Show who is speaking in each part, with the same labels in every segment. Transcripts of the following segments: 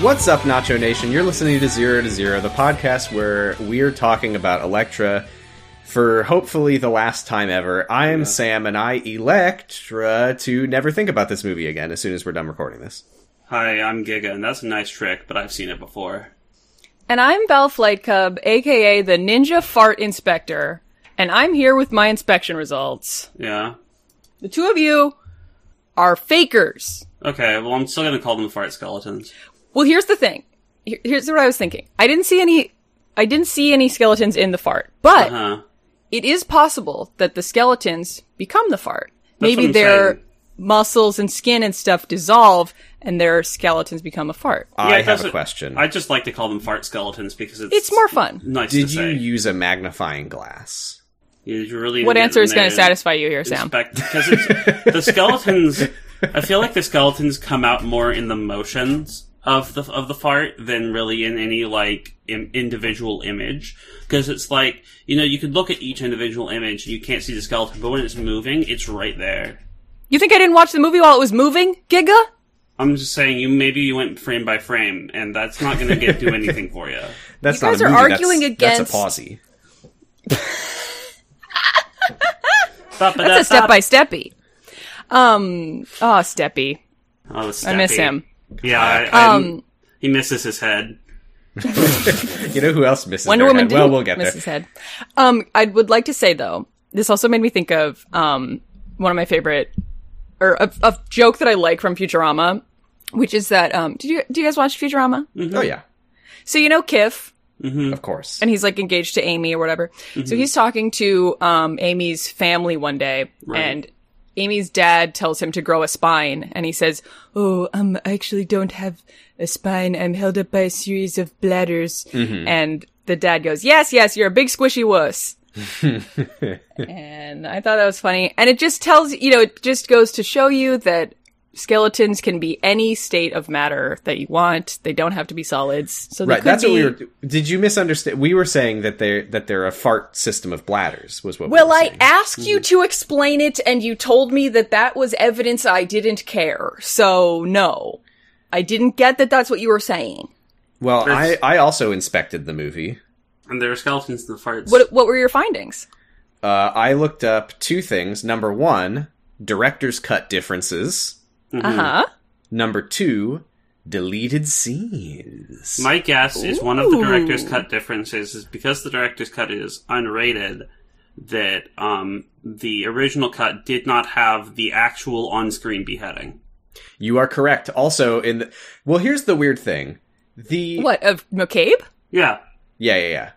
Speaker 1: What's up, Nacho Nation? You're listening to Zero to Zero, the podcast where we're talking about Electra for hopefully the last time ever. I am Sam, and I Electra to never think about this movie again as soon as we're done recording this.
Speaker 2: Hi, I'm Giga, and that's a nice trick, but I've seen it before.
Speaker 3: And I'm Belle Flight Cub, aka the Ninja Fart Inspector, and I'm here with my inspection results.
Speaker 2: Yeah.
Speaker 3: The two of you are fakers.
Speaker 2: Okay, well, I'm still gonna call them fart skeletons.
Speaker 3: Well, here's the thing. Here- Here's what I was thinking. I didn't see any I didn't see any skeletons in the fart, but
Speaker 2: Huh.
Speaker 3: it is possible that the skeletons become the fart. Maybe
Speaker 2: what I'm
Speaker 3: their
Speaker 2: saying.
Speaker 3: muscles and skin and stuff dissolve and their skeletons become a fart.
Speaker 2: Yeah,
Speaker 1: I
Speaker 2: it
Speaker 1: have a
Speaker 2: doesn't-
Speaker 1: question.
Speaker 2: I just like to call them fart skeletons because it's
Speaker 3: It's more fun.
Speaker 2: nice
Speaker 1: Did
Speaker 2: to
Speaker 1: you
Speaker 2: say.
Speaker 1: use a magnifying glass?
Speaker 2: You really
Speaker 3: What
Speaker 2: didn't
Speaker 3: answer is
Speaker 2: get in
Speaker 3: going to
Speaker 2: there and
Speaker 3: satisfy you here, Sam?
Speaker 2: inspect- Because it's, the skeletons, I feel like the skeletons come out more in the motions of the of the fart than really in any like in, individual image. Because it's like you know you could look at each individual image and you can't see the skeleton, but when it's moving, it's right there.
Speaker 3: You think I didn't watch the movie while it was moving? Giga?
Speaker 2: I'm just saying, you maybe you went frame by frame, and that's not going to get do anything for you.
Speaker 1: That's
Speaker 3: You
Speaker 1: not
Speaker 3: guys
Speaker 1: a
Speaker 3: are
Speaker 1: movie, that's-
Speaker 3: arguing
Speaker 1: That's
Speaker 3: against-
Speaker 1: a pausy.
Speaker 3: That's a step by steppy. Um, oh, Steppy.
Speaker 2: Oh, it's
Speaker 3: I miss
Speaker 2: Steppy.
Speaker 3: him. Um,
Speaker 2: Yeah, I, I- he misses his head.
Speaker 1: You know who else misses
Speaker 3: Wonder
Speaker 1: their
Speaker 3: Woman
Speaker 1: head?
Speaker 3: didn't
Speaker 1: Well, we'll get
Speaker 3: miss
Speaker 1: there.
Speaker 3: his head. Um, I would like to say though, this also made me think of um one of my favorite or a, a joke that I like from Futurama, which is that um did you do you guys watch Futurama?
Speaker 1: Oh, yeah.
Speaker 3: So you know Kiff,
Speaker 2: Mm.
Speaker 1: Of course.
Speaker 3: and he's like engaged to Amy or whatever.
Speaker 1: Mm-hmm.
Speaker 3: So he's talking to um Amy's family one day,
Speaker 2: Right.
Speaker 3: and Amy's dad tells him to grow a spine, and he says, "Oh, um, I actually don't have a spine. I'm held up by a series of bladders."
Speaker 1: Mm-hmm.
Speaker 3: And the dad goes, "Yes, yes, you're a big squishy wuss." and I thought that was funny, and it just tells you know it just goes to show you that. Skeletons can be any state of matter that you want. They don't have to be solids. So they
Speaker 1: Right,
Speaker 3: could
Speaker 1: that's
Speaker 3: be...
Speaker 1: what we were. Did you misunderstand? We were saying that they're that they're a fart system of bladders was what. we
Speaker 3: Well,
Speaker 1: were
Speaker 3: I
Speaker 1: saying.
Speaker 3: asked you to explain it, and you told me that that was evidence I didn't care. So, no. I didn't get that that's what you were saying.
Speaker 1: Well, I
Speaker 2: There's-
Speaker 1: I also inspected the movie.
Speaker 2: And there are skeletons in the farts.
Speaker 3: What, what were your findings?
Speaker 1: Uh, I looked up two things. Number one, director's cut differences.
Speaker 3: Uh huh.
Speaker 1: Number two, deleted scenes.
Speaker 2: My guess is one of the
Speaker 3: Ooh.
Speaker 2: director's cut differences is because the director's cut is unrated. That um, the original cut did not have the actual on-screen beheading.
Speaker 1: you are correct. Also, in the, well, here's the weird thing. The
Speaker 3: What, of McCabe?
Speaker 2: Yeah,
Speaker 1: Yeah, yeah, yeah.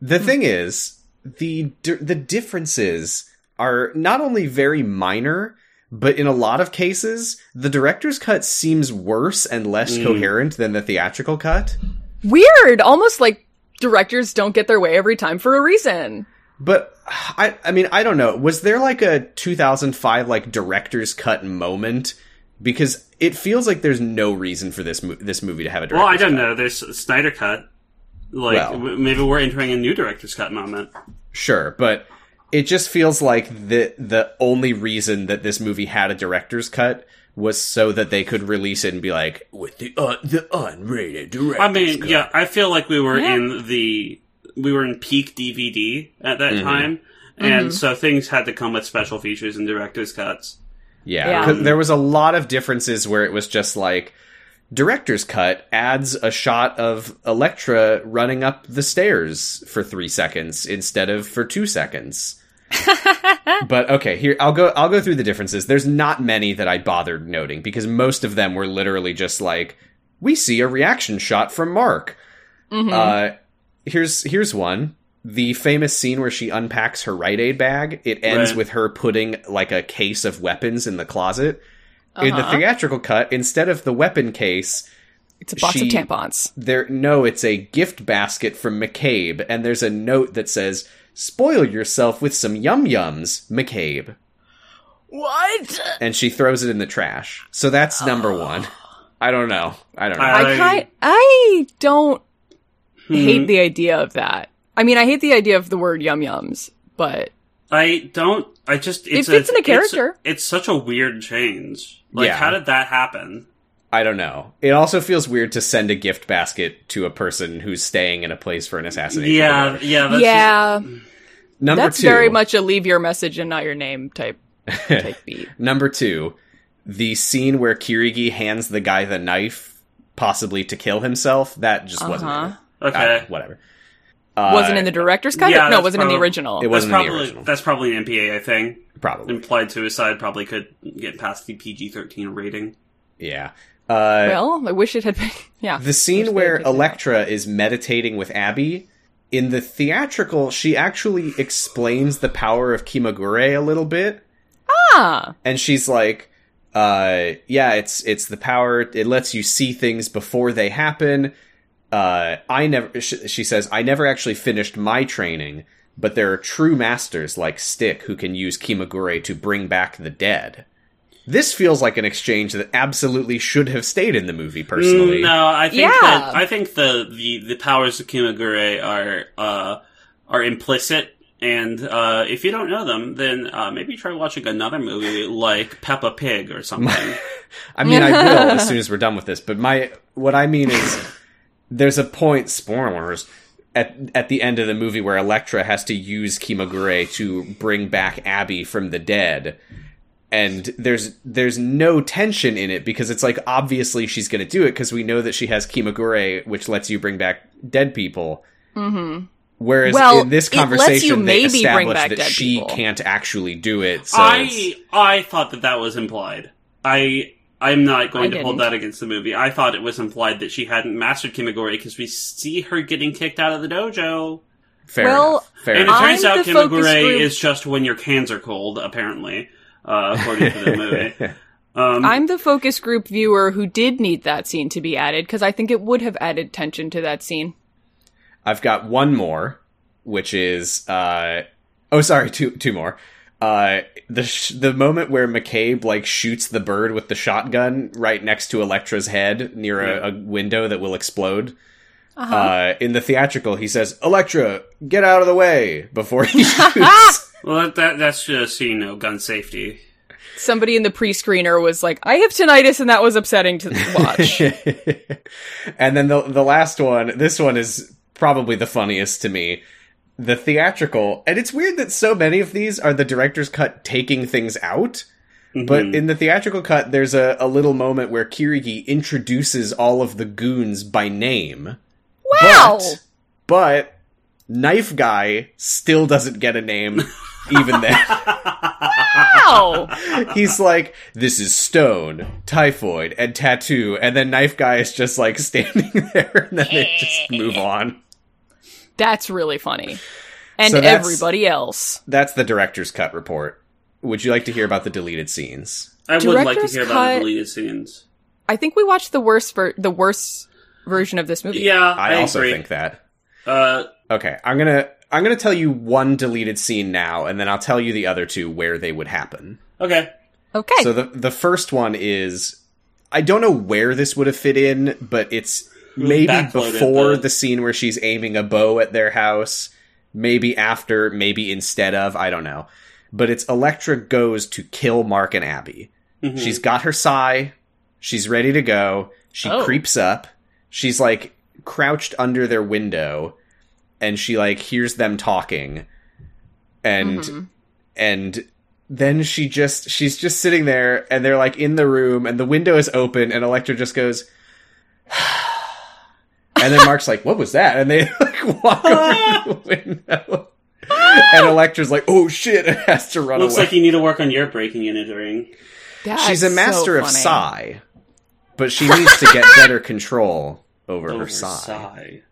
Speaker 2: Hmm.
Speaker 1: The thing is, the di- the differences are not only very minor, but in a lot of cases, the director's cut seems worse and less
Speaker 2: Hmm.
Speaker 1: coherent than the theatrical cut.
Speaker 3: Weird. Almost like directors don't get their way every time for a reason.
Speaker 1: But I I mean, I don't know. Was there like a 2005 like director's cut moment because it feels like there's no reason for this mo- this movie to have a director's
Speaker 2: Well, I don't
Speaker 1: cut.
Speaker 2: know. There's a Snyder cut. Like
Speaker 1: Well.
Speaker 2: w- maybe we're entering a new director's cut moment.
Speaker 1: Sure, but it just feels like the the only reason that this movie had a director's cut was so that they could release it and be like with the uh, the unrated director's
Speaker 2: I mean,
Speaker 1: cut.
Speaker 2: yeah, I feel like we were
Speaker 3: Yeah.
Speaker 2: in the we were in peak DVD at
Speaker 1: Mm-hmm.
Speaker 2: that time, and
Speaker 3: Mm-hmm.
Speaker 2: so things had to come with special features and director's cuts.
Speaker 1: Yeah,
Speaker 3: Yeah.
Speaker 1: 'cause there was a lot of differences where it was just like director's cut adds a shot of Electra running up the stairs for 3 seconds instead of for 2 seconds. but okay, here I'll go I'll go through the differences. There's not many that I bothered noting because most of them were literally just like we see a reaction shot from Mark. Uh here's here's one. The famous scene where she unpacks her Rite Aid bag, it ends
Speaker 2: Right.
Speaker 1: with her putting like a case of weapons in the closet. In the
Speaker 3: Uh-huh.
Speaker 1: theatrical cut, instead of the weapon case,
Speaker 3: It's a box
Speaker 1: She-
Speaker 3: of tampons.
Speaker 1: there no, it's a gift basket from McCabe, and there's a note that says, "Spoil yourself with some yum yums, McCabe,"
Speaker 3: What?
Speaker 1: and she throws it in the trash. So that's number one. I don't know. I don't know.
Speaker 2: I-
Speaker 3: I kind I don't hate the idea of that. I mean, I hate the idea of the word yum yums, but
Speaker 2: I don't. I just it's
Speaker 3: fits
Speaker 2: a,
Speaker 3: in a
Speaker 2: it's-
Speaker 3: character.
Speaker 2: It's, such a weird change. Like,
Speaker 1: Yeah.
Speaker 2: how did that happen?
Speaker 1: I don't know. It also feels weird to send a gift basket to a person who's staying in a place for an assassination. or
Speaker 2: Yeah,
Speaker 1: whatever.
Speaker 2: yeah, that's
Speaker 3: yeah,
Speaker 1: Number
Speaker 3: that's
Speaker 1: two.
Speaker 3: very much a leave your message and not your name type type beat.
Speaker 1: Number two, the scene where Kirigi hands the guy the knife, possibly to kill himself. That just wasn't. in
Speaker 3: Uh-huh.
Speaker 1: it. I don't know,
Speaker 2: okay.
Speaker 1: whatever. Uh,
Speaker 3: wasn't in the director's cut.
Speaker 2: yeah,
Speaker 3: no,
Speaker 2: that's
Speaker 3: wasn't in the
Speaker 2: probably-
Speaker 3: original.
Speaker 1: It
Speaker 2: that's
Speaker 1: wasn't in the
Speaker 2: probably
Speaker 1: original.
Speaker 2: that's probably an MPAA thing.
Speaker 1: probably.
Speaker 2: Implied suicide probably could get past the PG thirteen rating.
Speaker 1: Yeah. Uh,
Speaker 3: well, I wish it had been. Yeah,
Speaker 1: The scene
Speaker 3: Which
Speaker 1: where
Speaker 3: they did
Speaker 1: Elektra is meditating with Abby, in the theatrical, she actually explains the power of Kimagure a little bit,
Speaker 3: ah,
Speaker 1: and she's like, uh, "Yeah, it's it's the power. It lets you see things before they happen." Uh, I never, she, she says, "I never actually finished my training, but there are true masters like Stick who can use Kimagure to bring back the dead." This feels like an exchange that absolutely should have stayed in the movie. Personally,
Speaker 2: Mm, No, I think
Speaker 3: Yeah.
Speaker 2: that I think the, the, the powers of Kimagure are uh, are implicit, and uh, if you don't know them, then uh, maybe try watching another movie like Peppa Pig or something.
Speaker 1: I mean, I will as soon as we're done with this. But my what I mean is, there's a point spoilers at at the end of the movie where Elektra has to use Kimagure to bring back Abby from the dead, and there's there's no tension in it because it's like obviously she's going to do it because we know that she has Kimagure, which lets you bring back dead people.
Speaker 3: mm-hmm.
Speaker 1: Whereas
Speaker 3: Well,
Speaker 1: in this
Speaker 3: it lets you
Speaker 1: conversation, they
Speaker 3: maybe bring
Speaker 1: establish
Speaker 3: back
Speaker 1: that
Speaker 3: dead
Speaker 1: she
Speaker 3: people.
Speaker 1: can't actually do it. So it's-
Speaker 2: I I thought that that was implied. I I'm not going
Speaker 3: I
Speaker 2: to hold
Speaker 3: didn't.
Speaker 2: that against the movie. I thought it was implied that she hadn't mastered Kimagure because we see her getting kicked out of the dojo.
Speaker 1: fair
Speaker 3: Well,
Speaker 1: enough. Fair
Speaker 2: and it
Speaker 1: enough.
Speaker 3: I'm
Speaker 2: turns out
Speaker 3: the focus
Speaker 2: Kimagure
Speaker 3: group-
Speaker 2: is just when your cans are cold, apparently, uh, according to the movie. Um,
Speaker 3: I'm the focus group viewer who did need that scene to be added because I think it would have added tension to that scene.
Speaker 1: I've got one more, which is uh oh sorry, two two more. Uh the sh- the moment where McCabe like shoots the bird with the shotgun right next to Electra's head near a, a window that will explode.
Speaker 3: Uh-huh.
Speaker 1: Uh in the theatrical he says, "Electra, get out of the way" before he shoots.
Speaker 2: Well, that, that that's just you know gun safety.
Speaker 3: Somebody in the pre-screener was like, "I have tinnitus," and that was upsetting to watch.
Speaker 1: and then the the last one, this one is probably the funniest to me. The theatrical, and it's weird that so many of these are the director's cut taking things out. But
Speaker 2: Mhm.
Speaker 1: in the theatrical cut, there's a, a little moment where Kirigi introduces all of the goons by name.
Speaker 3: wow.
Speaker 1: But, but Knife Guy still doesn't get a name even then.
Speaker 3: Wow.
Speaker 1: He's like, this is Stone, Typhoid, and Tattoo. And then Knife Guy is just like standing there and then they just move on.
Speaker 3: That's really funny. And
Speaker 1: So that's-
Speaker 3: everybody else.
Speaker 1: That's the director's cut report. Would you like to hear about the deleted scenes?
Speaker 2: I would like to
Speaker 3: Director's
Speaker 2: hear about the
Speaker 3: cut-
Speaker 2: deleted scenes.
Speaker 3: I think we watched the worst ver- the worst version of this movie.
Speaker 2: Yeah, I,
Speaker 1: I, also
Speaker 2: agree.
Speaker 1: think that.
Speaker 2: Uh,
Speaker 1: Okay, I'm gonna I'm gonna tell you one deleted scene now, and then I'll tell you the other two where they would happen.
Speaker 2: okay,
Speaker 3: Okay.
Speaker 1: So the the first one is I don't know where this would have fit in, but it's maybe
Speaker 2: Really backloaded,
Speaker 1: before
Speaker 2: but-
Speaker 1: the scene where she's aiming a bow at their house, maybe after, maybe instead of, I don't know. But it's Electra goes to kill Mark and Abby.
Speaker 2: Mhm.
Speaker 1: She's got her psi. She's ready to go. She
Speaker 3: Oh.
Speaker 1: creeps up. She's like crouched under their window and she like hears them talking. And
Speaker 2: Mm-hmm.
Speaker 3: Mhm.
Speaker 1: and then she just she's just sitting there and they're like in the room and the window is open and Electra just goes And then Mark's like, "What was that?" And they like walk over the window. and Electra's like, "Oh shit!" and has to run
Speaker 2: looks
Speaker 1: away
Speaker 2: like you need to work on your breaking and entering.
Speaker 3: That's
Speaker 1: she's a master
Speaker 3: so
Speaker 1: of
Speaker 3: funny.
Speaker 1: psi, but she needs to get better control over, her
Speaker 2: Over
Speaker 1: psi.
Speaker 2: Oh, sigh.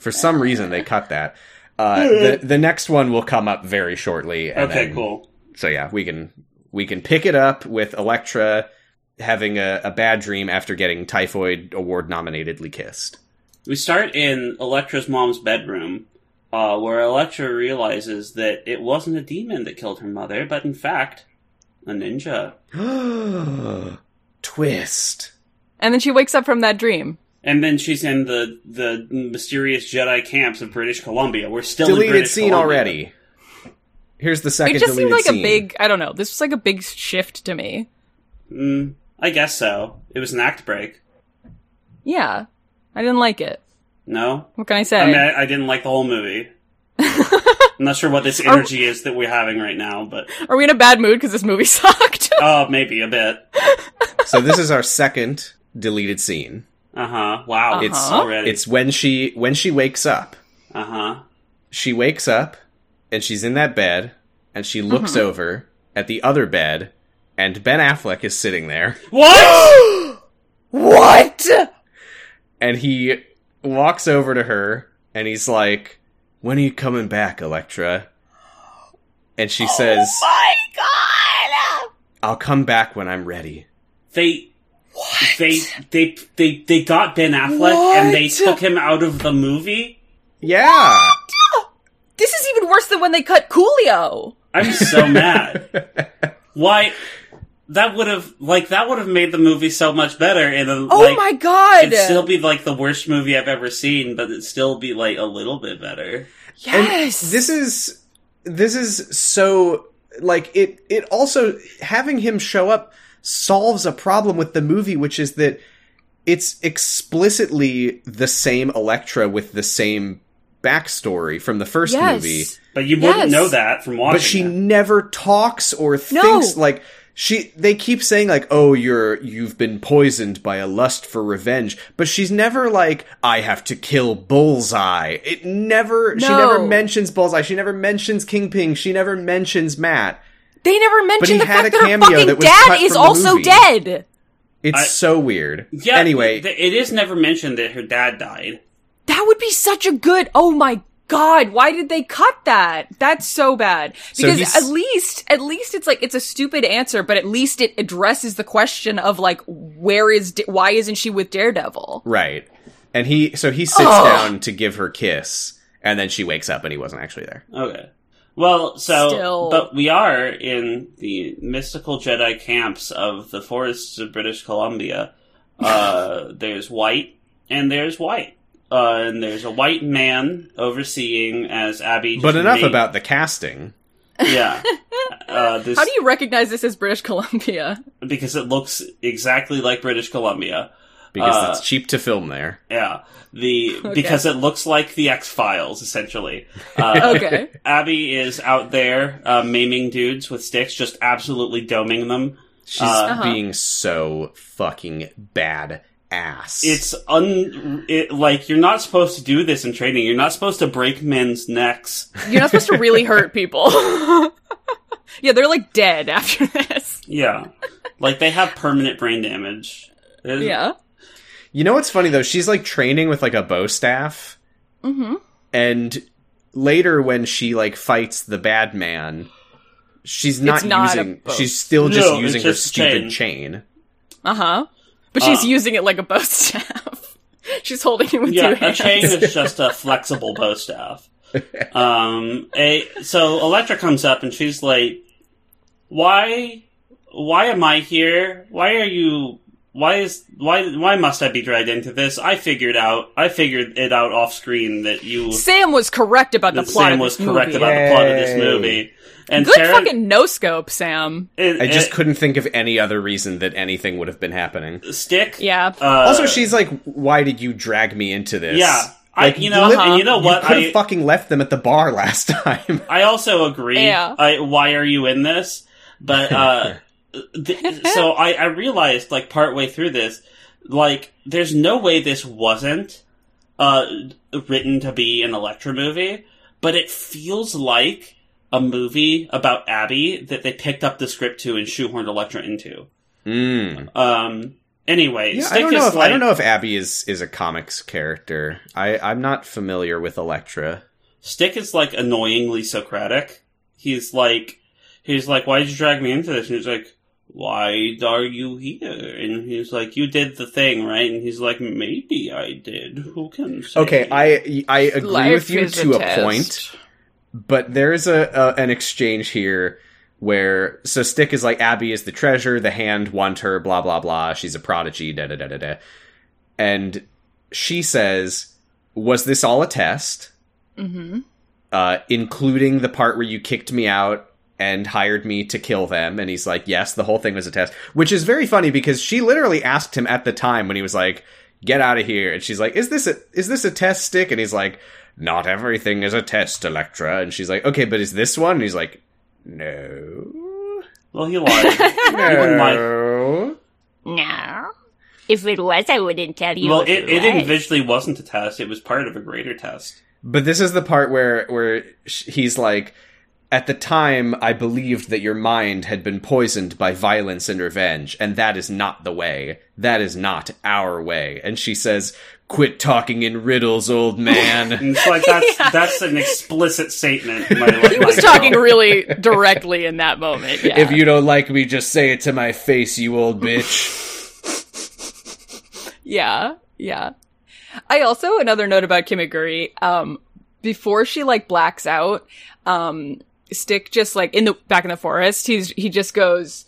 Speaker 1: For some reason, they cut that. Uh, the the next one will come up very shortly. and
Speaker 2: Okay,
Speaker 1: then-
Speaker 2: cool.
Speaker 1: So yeah, we can we can pick it up with Elektra having a, a bad dream after getting typhoid award nominatedly kissed.
Speaker 2: We start in Electra's mom's bedroom, uh, where Electra realizes that it wasn't a demon that killed her mother, but in fact, a ninja.
Speaker 1: Twist.
Speaker 3: And then she wakes up from that dream.
Speaker 2: And then she's in the the mysterious Jedi camps of British Columbia. We're still in
Speaker 1: Deleted
Speaker 2: British
Speaker 1: scene
Speaker 2: Columbia.
Speaker 1: already. Here's the second
Speaker 3: it just seemed
Speaker 1: deleted
Speaker 3: like
Speaker 1: scene.
Speaker 3: a big I don't know, this was like a big shift to me.
Speaker 2: Mm, I guess so. It was an act break.
Speaker 3: Yeah. I didn't like it.
Speaker 2: No,
Speaker 3: What can I say?
Speaker 2: I mean I, I didn't like the whole movie. I'm not sure what this
Speaker 3: Oh.
Speaker 2: energy is that we're having right now, but
Speaker 3: Are we in a bad mood because this movie sucked?
Speaker 2: oh, maybe a bit.
Speaker 1: so this is our second deleted scene.
Speaker 2: Uh huh. Wow.
Speaker 3: Uh-huh.
Speaker 2: It's already.
Speaker 1: It's when she when she wakes up.
Speaker 2: uh huh.
Speaker 1: She wakes up and she's in that bed and she looks
Speaker 3: Mm-hmm.
Speaker 1: over at the other bed and Ben Affleck is sitting there.
Speaker 2: What?
Speaker 1: What? And he walks over to her and he's like, "When are you coming back, Electra?" And she says,
Speaker 3: Oh my god!
Speaker 1: "I'll come back when I'm ready."
Speaker 2: they. They they they they got Ben Affleck and they
Speaker 3: What?
Speaker 2: took him out of the movie.
Speaker 1: Yeah.
Speaker 3: This is even worse than when they cut Coolio. Oh
Speaker 2: I'm so mad. Why? That would have like that would have made the movie so much better. And then,
Speaker 3: Oh
Speaker 2: like,
Speaker 3: my god!
Speaker 2: it'd still be like the worst movie I've ever seen, but it'd still be like a little bit better.
Speaker 1: And
Speaker 3: yes.
Speaker 1: this is this is so like it it also having him show up solves a problem with the movie which is that it's explicitly the same Electra with the same backstory from the first
Speaker 3: Yes.
Speaker 1: movie
Speaker 2: But you
Speaker 3: Yes.
Speaker 2: wouldn't know that from watching.
Speaker 1: but she
Speaker 2: it.
Speaker 1: never talks or thinks like she they keep saying like oh you're you've been poisoned by a lust for revenge but she's never like i have to kill bullseye it never she
Speaker 3: No.
Speaker 1: never mentions bullseye she never mentions kingpin she never mentions matt
Speaker 3: They never
Speaker 1: he
Speaker 3: mentioned the
Speaker 1: had
Speaker 3: fact
Speaker 1: a
Speaker 3: that her
Speaker 1: cameo
Speaker 3: fucking
Speaker 1: that was cut
Speaker 3: dad is
Speaker 1: from the
Speaker 3: also
Speaker 1: movie.
Speaker 3: dead.
Speaker 1: it's
Speaker 2: I-
Speaker 1: so weird
Speaker 2: Yeah.
Speaker 1: anyway
Speaker 2: th- it is never mentioned that her dad died.
Speaker 3: That would be such a good. Oh my god! Why did they cut that? That's so bad.
Speaker 1: So
Speaker 3: Because
Speaker 1: he's-
Speaker 3: at least, at least it's like it's a stupid answer, but at least it addresses the question of like, where is Da- why isn't she with Daredevil?
Speaker 1: right and he so he sits
Speaker 3: Ugh.
Speaker 1: down to give her kiss and then she wakes up and he wasn't actually there
Speaker 2: Okay. Well, so
Speaker 3: Still.
Speaker 2: but we are in the mystical Jedi camps of the forests of British Columbia. Uh, there's white and there's white. Uh, and there's a white man overseeing as Abby. just
Speaker 1: but enough
Speaker 2: made-
Speaker 1: about the casting
Speaker 2: yeah. Uh, this,
Speaker 3: How do you recognize this as British Columbia?
Speaker 2: because it looks exactly like British Columbia.
Speaker 1: because
Speaker 2: Uh,
Speaker 1: it's cheap to film there
Speaker 2: Yeah, the
Speaker 3: Okay.
Speaker 2: because it looks like the X Files essentially. Uh,
Speaker 3: Okay.
Speaker 2: Abby is out there uh, maiming dudes with sticks, just absolutely doming them.
Speaker 1: She's
Speaker 3: Uh-huh.
Speaker 1: uh-huh.
Speaker 2: Uh,
Speaker 1: being so fucking bad ass.
Speaker 2: It's un it, like you're not supposed to do this in training. You're not supposed to break men's necks.
Speaker 3: You're not supposed to really hurt people. yeah, they're like dead after this.
Speaker 2: Yeah, like they have permanent brain damage. It-
Speaker 3: Yeah.
Speaker 1: you know what's funny though? She's like training with like a bow staff,
Speaker 3: Mm-hmm.
Speaker 1: and later when she like fights the bad man, she's not,
Speaker 3: It's not a
Speaker 1: using.
Speaker 3: bow.
Speaker 1: She's still just
Speaker 2: No, it's
Speaker 1: using her
Speaker 2: just a
Speaker 1: stupid
Speaker 2: chain.
Speaker 1: chain.
Speaker 3: Uh huh. But she's
Speaker 2: Uh.
Speaker 3: using it like a bow staff. she's holding it with
Speaker 2: yeah.
Speaker 3: two
Speaker 2: A
Speaker 3: hands.
Speaker 2: chain is just a flexible bow staff. Um, a, so Electra comes up and she's like, "Why, why am I here? Why are you? Why is why why must I be dragged into this? I figured out. I figured it out off screen that you
Speaker 3: Sam was correct about the
Speaker 2: that
Speaker 3: plot.
Speaker 2: Sam
Speaker 3: of
Speaker 2: was
Speaker 3: this
Speaker 2: correct
Speaker 3: movie.
Speaker 2: about the plot of this
Speaker 1: Yay.
Speaker 2: movie. And
Speaker 3: Good
Speaker 2: Sarah,
Speaker 3: fucking no scope, Sam.
Speaker 2: it-
Speaker 1: I just
Speaker 2: it-
Speaker 1: couldn't think of any other reason that anything would have been happening.
Speaker 2: stick.
Speaker 3: Yeah.
Speaker 2: Uh,
Speaker 1: also, she's like, "Why did you drag me into this?"
Speaker 2: yeah. I
Speaker 1: Like,
Speaker 2: you know
Speaker 1: lit-
Speaker 2: and you know what
Speaker 1: you could have
Speaker 2: I
Speaker 1: fucking left them at the bar last time.
Speaker 2: I also agree.
Speaker 3: Yeah.
Speaker 2: I, why are you in this? But uh, th- so I, I realized like partway through this, like there's no way this wasn't uh, written to be an Electra movie, but it feels like a movie about Abby that they picked up the script to and shoehorned Electra into.
Speaker 1: Mm.
Speaker 2: Um. Anyway,
Speaker 1: Yeah,
Speaker 2: Stick
Speaker 1: I don't know
Speaker 2: is
Speaker 1: if
Speaker 2: like
Speaker 1: I don't know if Abby is is a comics character. I I'm not familiar with Elektra.
Speaker 2: Stick is like annoyingly Socratic. He's like, he's like, why did you drag me into this? And he's like, why are you here? And he's like, you did the thing, right? And he's like, maybe I did. Who can say?
Speaker 1: Okay, I I agree
Speaker 3: Life
Speaker 1: with you
Speaker 3: is
Speaker 1: to a
Speaker 3: test.
Speaker 1: point, but there's a, a an exchange here where so Stick is like Abby is the treasure, the hand want her, blah blah blah. She's a prodigy, da da da da da, and she says, "Was this all a test?"
Speaker 3: Mm-hmm.
Speaker 1: uh, including the part where you kicked me out and hired me to kill them. And he's like, yes, the whole thing was a test, which is very funny because she literally asked him at the time when he was like, get out of here. And she's like, is this a, is this a test stick? And he's like, not everything is a test, Electra. And she's like, okay, but is this one? And he's like, no,
Speaker 2: Well, he lied. He wouldn't lie.
Speaker 1: no.
Speaker 4: No. If it was, I wouldn't tell you.
Speaker 2: Well,
Speaker 4: if
Speaker 2: it,
Speaker 4: it
Speaker 2: it
Speaker 4: was.
Speaker 2: individually wasn't a test. It was part of a greater test.
Speaker 1: But this is the part where where sh- he's like, at the time, I believed that your mind had been poisoned by violence and revenge, and that is not the way. That is not our way. And she says, "Quit talking in riddles, old man."
Speaker 2: And it's like that's that's an explicit statement. My,
Speaker 3: He was
Speaker 2: oh,
Speaker 3: talking really directly in that moment. Yeah.
Speaker 1: If you don't like me, just say it to my face, you old bitch.
Speaker 3: Yeah, yeah. I also another note about Kimiguri. Um, before she like blacks out, um, Stick just like in the back in the forest. He's he just goes,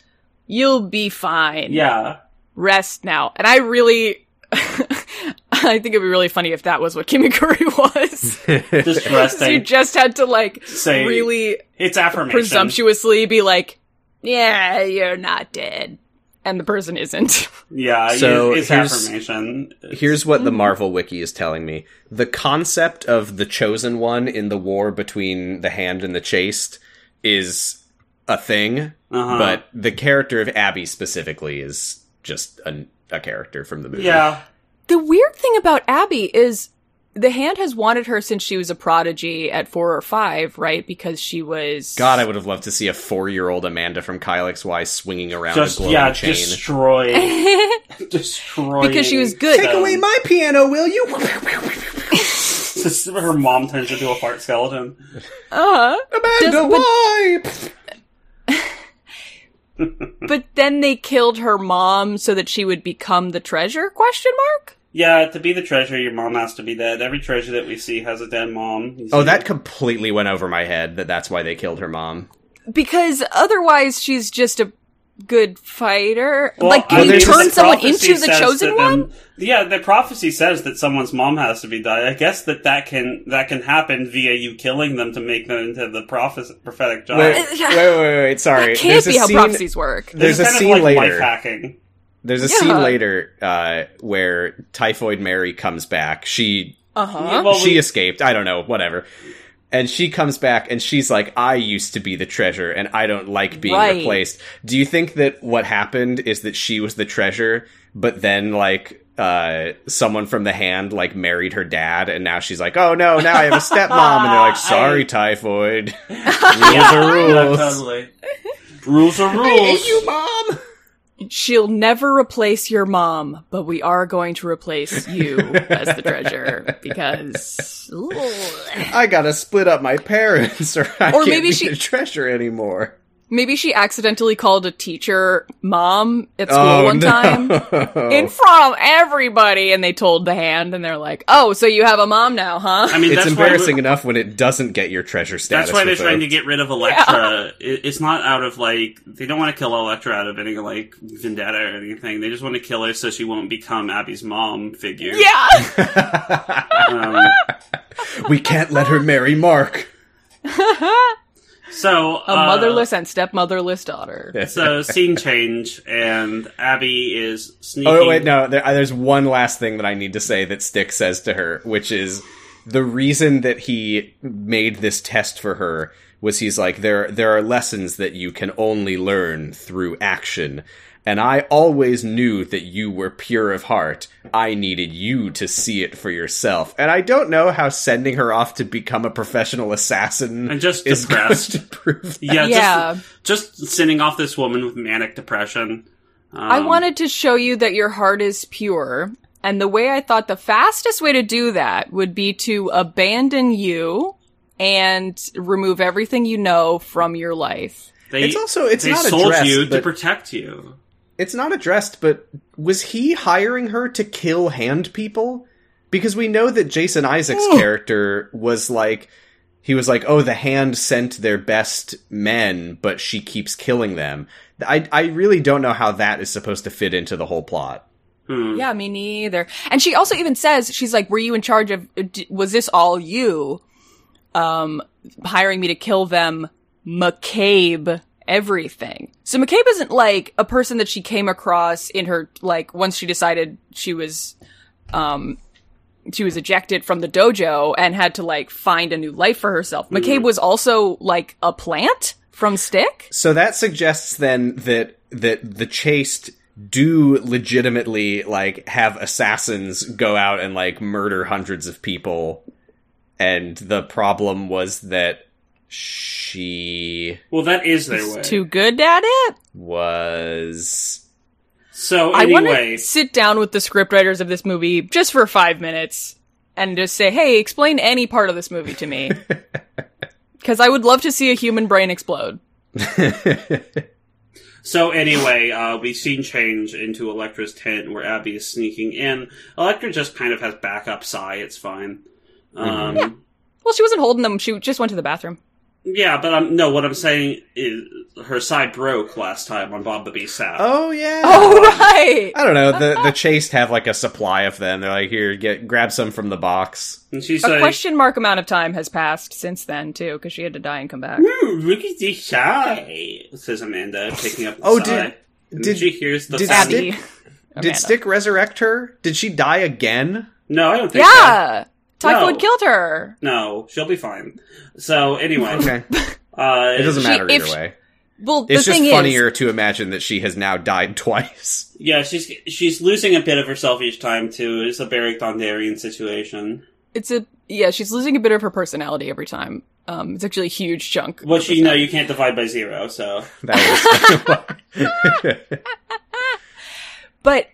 Speaker 3: "You'll be fine.
Speaker 2: Yeah.
Speaker 3: rest now." And I really, I think it'd be really funny if that was what Kimiguri was.
Speaker 2: Just
Speaker 3: you
Speaker 2: resting.
Speaker 3: just had to like
Speaker 2: Say
Speaker 3: really
Speaker 2: it's affirmation.
Speaker 3: presumptuously be like, "Yeah, you're not dead," and the person isn't.
Speaker 2: Yeah,
Speaker 1: So
Speaker 2: so it's
Speaker 1: here's-
Speaker 2: affirmation.
Speaker 1: Here's what the
Speaker 2: Mm-hmm.
Speaker 1: Marvel Wiki is telling me. The concept of the chosen one in the war between the hand and the chased is a thing.
Speaker 2: Uh-huh.
Speaker 1: but the character of Abby specifically is just a, a character from the movie.
Speaker 2: yeah,
Speaker 3: The weird thing about Abby is the hand has wanted her since she was a prodigy at four or five, right? Because she was
Speaker 1: God, I would have loved to see a four-year-old Amanda from Kyle XY swinging around
Speaker 2: just
Speaker 1: a glowing
Speaker 2: yeah,
Speaker 1: chain.
Speaker 2: destroy, destroy.
Speaker 3: because she was good.
Speaker 2: Take away
Speaker 1: my piano, will you?
Speaker 2: Just her mom turns into a fart skeleton.
Speaker 3: Uh-huh. Does- but-
Speaker 1: why?
Speaker 3: But then they killed her mom so that she would become the treasure? Question mark.
Speaker 2: Yeah, to be the treasure, your mom has to be dead. Every treasure that we see has a dead mom. You
Speaker 1: Oh,
Speaker 2: see-
Speaker 1: that completely went over my head. That that's why they killed her mom.
Speaker 3: Because otherwise, she's just a good fighter.
Speaker 2: Well,
Speaker 3: like,
Speaker 2: I
Speaker 3: can
Speaker 1: mean,
Speaker 3: you
Speaker 1: the
Speaker 3: turn someone
Speaker 2: prophecy
Speaker 3: into the
Speaker 2: says
Speaker 3: chosen
Speaker 2: that
Speaker 3: one?
Speaker 2: them- yeah, the prophecy says that someone's mom has to be died. I guess that that can that can happen via you killing them to make them into the prophes- prophetic
Speaker 1: Wait,
Speaker 2: giant.
Speaker 1: wait, wait, wait, wait, Sorry,
Speaker 3: Uh, That can't
Speaker 1: There's a
Speaker 3: be how
Speaker 1: scene-
Speaker 3: prophecies work.
Speaker 1: There's a
Speaker 2: It's kind
Speaker 1: scene
Speaker 2: of like life
Speaker 1: later.
Speaker 2: hacking.
Speaker 1: There's a
Speaker 3: Yeah.
Speaker 1: scene later uh, where Typhoid Mary comes back. She
Speaker 3: Uh huh.
Speaker 2: Yeah, well,
Speaker 1: she
Speaker 2: we-
Speaker 1: escaped. I don't know, whatever. And she comes back and she's like, I used to be the treasure and I don't like being
Speaker 3: Right.
Speaker 1: replaced. Do you think that what happened is that she was the treasure, but then like uh someone from the hand like married her dad and now she's like, Oh no, now I have a stepmom and they're like, Sorry, typhoid. rules are
Speaker 2: Yeah,
Speaker 1: rules.
Speaker 2: totally. Rules are rules.
Speaker 1: mom.
Speaker 3: She'll never replace your mom, but we are going to replace you as the treasure because. Ooh.
Speaker 1: I gotta split up my parents or I
Speaker 3: Or
Speaker 1: can't
Speaker 3: maybe
Speaker 1: be
Speaker 3: she-
Speaker 1: the treasure anymore.
Speaker 3: Maybe she accidentally called a teacher mom at school
Speaker 1: Oh,
Speaker 3: one
Speaker 1: no.
Speaker 3: time in front of everybody, and they told the hand, and they're like, "Oh, so you have a mom now, huh?"
Speaker 2: I mean,
Speaker 1: it's
Speaker 2: that's
Speaker 1: embarrassing
Speaker 2: Why,
Speaker 1: enough when it doesn't get your treasure status.
Speaker 2: that's why they're
Speaker 1: with
Speaker 2: trying
Speaker 1: a-
Speaker 2: to get rid of Elektra. It, it's not out of like they don't want to kill Elektra out of any like vendetta or anything. They just want to kill her so she won't become Abby's mom figure.
Speaker 3: yeah,
Speaker 2: Um,
Speaker 1: we can't let her marry Mark.
Speaker 2: so
Speaker 3: a
Speaker 2: uh,
Speaker 3: motherless and stepmotherless daughter.
Speaker 2: So scene change, and Abby is sneaking.
Speaker 1: Oh wait, no. There, uh, there's one last thing that I need to say that Stick says to her, which is the reason that he made this test for her was he's like there there are lessons that you can only learn through action. And I always knew that you were pure of heart. I needed you to see it for yourself. And I don't know how sending her off to become a professional assassin
Speaker 2: And just
Speaker 1: is going
Speaker 2: depressed.
Speaker 1: to prove
Speaker 2: Yeah,
Speaker 3: Yeah.
Speaker 2: Just, just sending off this woman with manic depression. Um,
Speaker 3: I wanted to show you that your heart is pure, and the way I thought the fastest way to do that would be to abandon you and remove everything you know from your life.
Speaker 2: They,
Speaker 1: It's also- it's
Speaker 2: they
Speaker 1: not
Speaker 2: sold
Speaker 1: addressed,
Speaker 2: you to
Speaker 1: but-
Speaker 2: protect you.
Speaker 1: it's not addressed, but was he hiring her to kill hand people? Because we know that Jason Isaac's character was like, he was like, oh, the hand sent their best men, but she keeps killing them. I, I really don't know how that is supposed to fit into the whole plot.
Speaker 2: Hmm.
Speaker 3: Yeah, me neither. And she also even says, she's like, were you in charge of, d- was this all you? Um, hiring me to kill them McCabe everything. So McCabe isn't like a person that she came across in her like once she decided she was um she was ejected from the dojo and had to like find a new life for herself. McCabe was also like a plant from Stick?
Speaker 1: So that suggests then that that the chaste do legitimately like have assassins go out and like murder hundreds of people and the problem was that she
Speaker 2: Well, that is their way.
Speaker 3: Too good at it?
Speaker 1: was
Speaker 2: so
Speaker 3: I want
Speaker 2: anyway,
Speaker 3: to sit down with the scriptwriters of this movie just for five minutes and just say, "Hey, explain any part of this movie to me," because I would love to see a human brain explode.
Speaker 1: Oh,
Speaker 2: so anyway, uh, we scene change into Electra's tent where Abby is sneaking in. Electra just kind of has backup Psy. It's fine. Um,
Speaker 3: Well, she wasn't holding them; she just went to the bathroom.
Speaker 2: Yeah, but um, no, what I'm saying is her side broke last time on Bob the Beast Sap.
Speaker 1: oh yeah
Speaker 3: Oh right!
Speaker 1: I don't know. The the chaste have like a supply of them. They're like, here, get grab some from the box.
Speaker 2: and she
Speaker 3: A
Speaker 2: says,
Speaker 3: question mark amount of time has passed since then too, because she had to die and come back.
Speaker 2: "Ooh, look at this shy," says Amanda, picking up the
Speaker 1: Oh, did-
Speaker 2: sigh. And
Speaker 1: did-
Speaker 2: she hears the
Speaker 1: did
Speaker 2: sigh.
Speaker 3: Abby, Amanda.
Speaker 1: Did Stick resurrect her? Did she die again?
Speaker 2: No, I don't think so.
Speaker 3: Yeah, typhoid
Speaker 2: No.
Speaker 3: killed her.
Speaker 2: No, she'll be fine. So anyway,
Speaker 1: Okay,
Speaker 2: uh,
Speaker 1: it doesn't
Speaker 3: She-
Speaker 1: matter
Speaker 3: if
Speaker 1: either
Speaker 3: she-
Speaker 1: way.
Speaker 3: Well,
Speaker 1: It's
Speaker 3: the
Speaker 1: just
Speaker 3: thing
Speaker 1: funnier to imagine that she has now died twice.
Speaker 2: yeah, she's she's losing a bit of herself each time too. It's a Beric Dondarrion situation.
Speaker 3: is, it's a yeah. She's losing a bit of her personality every time. Um, it's actually a huge chunk. of
Speaker 2: Which
Speaker 3: her
Speaker 2: you know you can't divide by zero. So
Speaker 1: That was
Speaker 3: But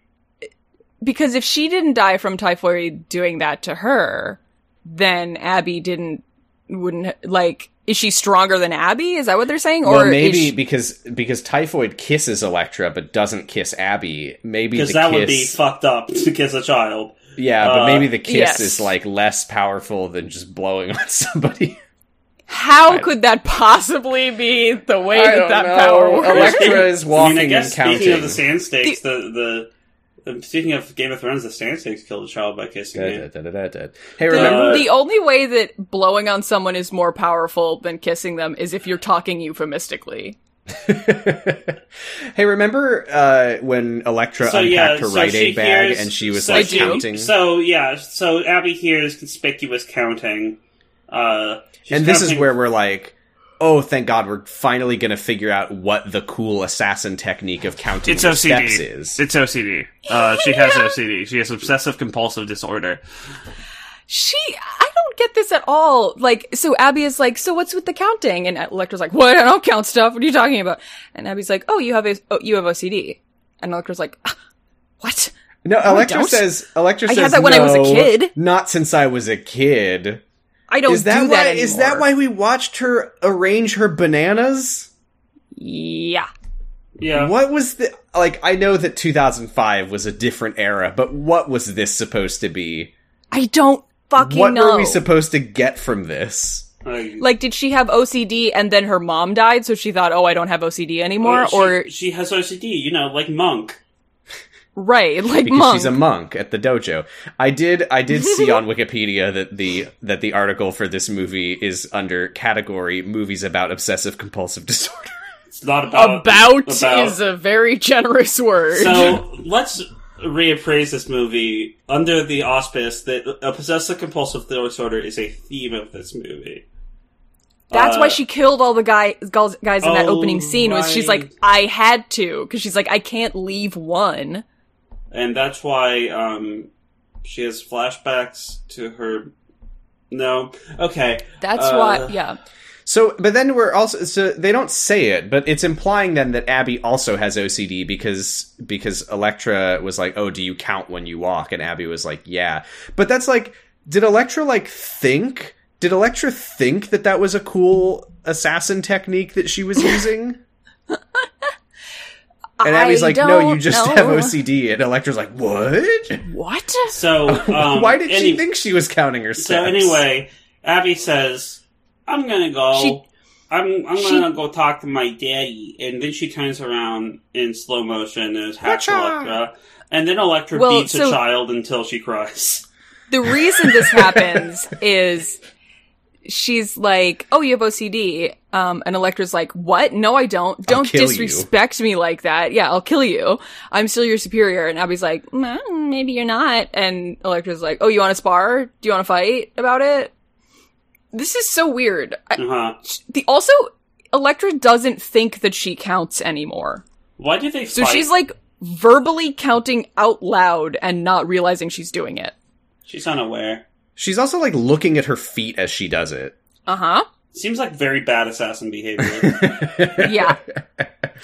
Speaker 3: because if she didn't die from typhoid doing that to her, then Abby didn't wouldn't like is she stronger than Abby? Is that what they're saying?
Speaker 1: well,
Speaker 3: is
Speaker 1: maybe
Speaker 3: she-
Speaker 1: because because Typhoid kisses Electra but doesn't kiss Abby. Maybe the
Speaker 2: because that
Speaker 1: kiss,
Speaker 2: would be fucked up to kiss a child.
Speaker 1: yeah, but
Speaker 2: uh,
Speaker 1: maybe the kiss
Speaker 3: yes.
Speaker 1: is like less powerful than just blowing on somebody.
Speaker 3: how could that possibly be the way
Speaker 1: I
Speaker 3: that
Speaker 1: don't
Speaker 3: that
Speaker 1: know.
Speaker 3: power works?
Speaker 1: Electra is
Speaker 2: I mean, I
Speaker 1: walking
Speaker 2: guess
Speaker 1: and counting.
Speaker 2: speaking of the sand stakes, the, the the speaking of Game of Thrones, the sand stakes killed a child by kissing
Speaker 1: Da, da,
Speaker 2: it.
Speaker 1: da, da, da, da. Hey,
Speaker 3: The,
Speaker 1: remember
Speaker 2: Uh,
Speaker 3: the only way that blowing on someone is more powerful than kissing them is if you're talking euphemistically.
Speaker 1: hey, remember uh, when Electra
Speaker 2: So
Speaker 1: unpacked
Speaker 2: yeah,
Speaker 1: her
Speaker 2: so
Speaker 1: Rite
Speaker 2: she
Speaker 1: Aid bag
Speaker 2: hears-
Speaker 1: and she was
Speaker 2: so
Speaker 1: like
Speaker 3: she-
Speaker 1: counting?
Speaker 2: So yeah, so Abby here is conspicuous counting. Uh, she's
Speaker 1: and this is
Speaker 2: counting-
Speaker 1: where we're like, oh, thank God, we're finally going to figure out what the cool assassin technique of counting
Speaker 2: It's
Speaker 1: the
Speaker 2: OCD.
Speaker 1: steps is.
Speaker 2: It's OCD. Uh, she has OCD. She has obsessive compulsive disorder.
Speaker 3: She, I don't get this at all. Like, so Abby is like, so what's with the counting? And Electra's like, what? I don't count stuff. What are you talking about? And Abby's like, oh, you have a, oh, you have OCD. And Electra's like, ah, what?
Speaker 1: no, Electra
Speaker 3: Oh, don't.
Speaker 1: says. Electra
Speaker 3: I
Speaker 1: says.
Speaker 3: had that when I was a
Speaker 1: "No,
Speaker 3: kid."
Speaker 1: Not since I was a kid.
Speaker 3: I don't
Speaker 1: is that
Speaker 3: do
Speaker 1: why?
Speaker 3: that anymore.
Speaker 1: is that why we watched her arrange her bananas?
Speaker 3: Yeah.
Speaker 2: Yeah.
Speaker 1: What was the like? I know that 2005 was a different era, but what was this supposed to be?
Speaker 3: I don't fucking
Speaker 1: what
Speaker 3: know.
Speaker 1: were we supposed to get from this?
Speaker 2: Like,
Speaker 3: like, did she have OCD and then her mom died, so she thought, oh, I don't have OCD anymore?
Speaker 2: she,
Speaker 3: or,
Speaker 2: she has OCD. You know, like monk.
Speaker 3: right, like,
Speaker 1: Because
Speaker 3: mom.
Speaker 1: she's a monk at the dojo. I did I did see on Wikipedia that the that the article for this movie is under category movies about obsessive compulsive disorder.
Speaker 2: It's not about about.
Speaker 3: is a very generous word.
Speaker 2: So let's reappraise this movie under the auspice that a possessive compulsive disorder is a theme of this movie.
Speaker 3: That's
Speaker 2: Uh,
Speaker 3: why she killed all the guy, guys, guys in that
Speaker 2: Oh,
Speaker 3: opening scene. Was she's
Speaker 2: right.
Speaker 3: like, I had to, because she's like, I can't leave one.
Speaker 2: and that's why um, she has flashbacks to her. No, okay.
Speaker 3: That's
Speaker 2: Uh,
Speaker 3: why, yeah,
Speaker 1: So but then we're also so they don't say it, but it's implying then that Abby also has OCD because because Electra was like, "Oh, do you count when you walk?" and Abby was like, "Yeah." But that's like did Electra like think did Electra think that that was a cool assassin technique that she was using? And Abby's
Speaker 3: I
Speaker 1: like, no,
Speaker 3: don't
Speaker 1: you just
Speaker 3: know.
Speaker 1: have OCD. And Electra's like, what?
Speaker 3: What?
Speaker 2: So um,
Speaker 1: Why did she
Speaker 2: any-
Speaker 1: think she was counting her
Speaker 2: So
Speaker 1: steps?
Speaker 2: anyway, Abby says, "I'm gonna go.
Speaker 3: She-
Speaker 2: I'm I'm
Speaker 3: she-
Speaker 2: gonna go talk to my daddy." And then she turns around in slow motion and is half
Speaker 1: Gotcha.
Speaker 2: Electra, and then Electra
Speaker 3: Well,
Speaker 2: beats a
Speaker 3: so-
Speaker 2: child until she cries.
Speaker 3: The reason this happens is she's like, "Oh, you have OCD," um, and Electra's like, "What? No, I don't. Don't
Speaker 1: kill you."
Speaker 3: disrespect me like that. Yeah, I'll kill you. I'm still your superior." And Abby's like, "Mm, "Maybe you're not." And Electra's like, "Oh, you want to spar? Do you want to fight about it?" This is so weird. I,
Speaker 2: Uh-huh.
Speaker 3: the also, Electra doesn't think that she counts anymore.
Speaker 2: Why do they
Speaker 3: So
Speaker 2: fight?
Speaker 3: she's like verbally counting out loud and not realizing she's doing it.
Speaker 2: She's unaware.
Speaker 1: She's also like looking at her feet as she does it.
Speaker 3: Uh huh.
Speaker 2: Seems like very bad assassin behavior.
Speaker 3: Yeah.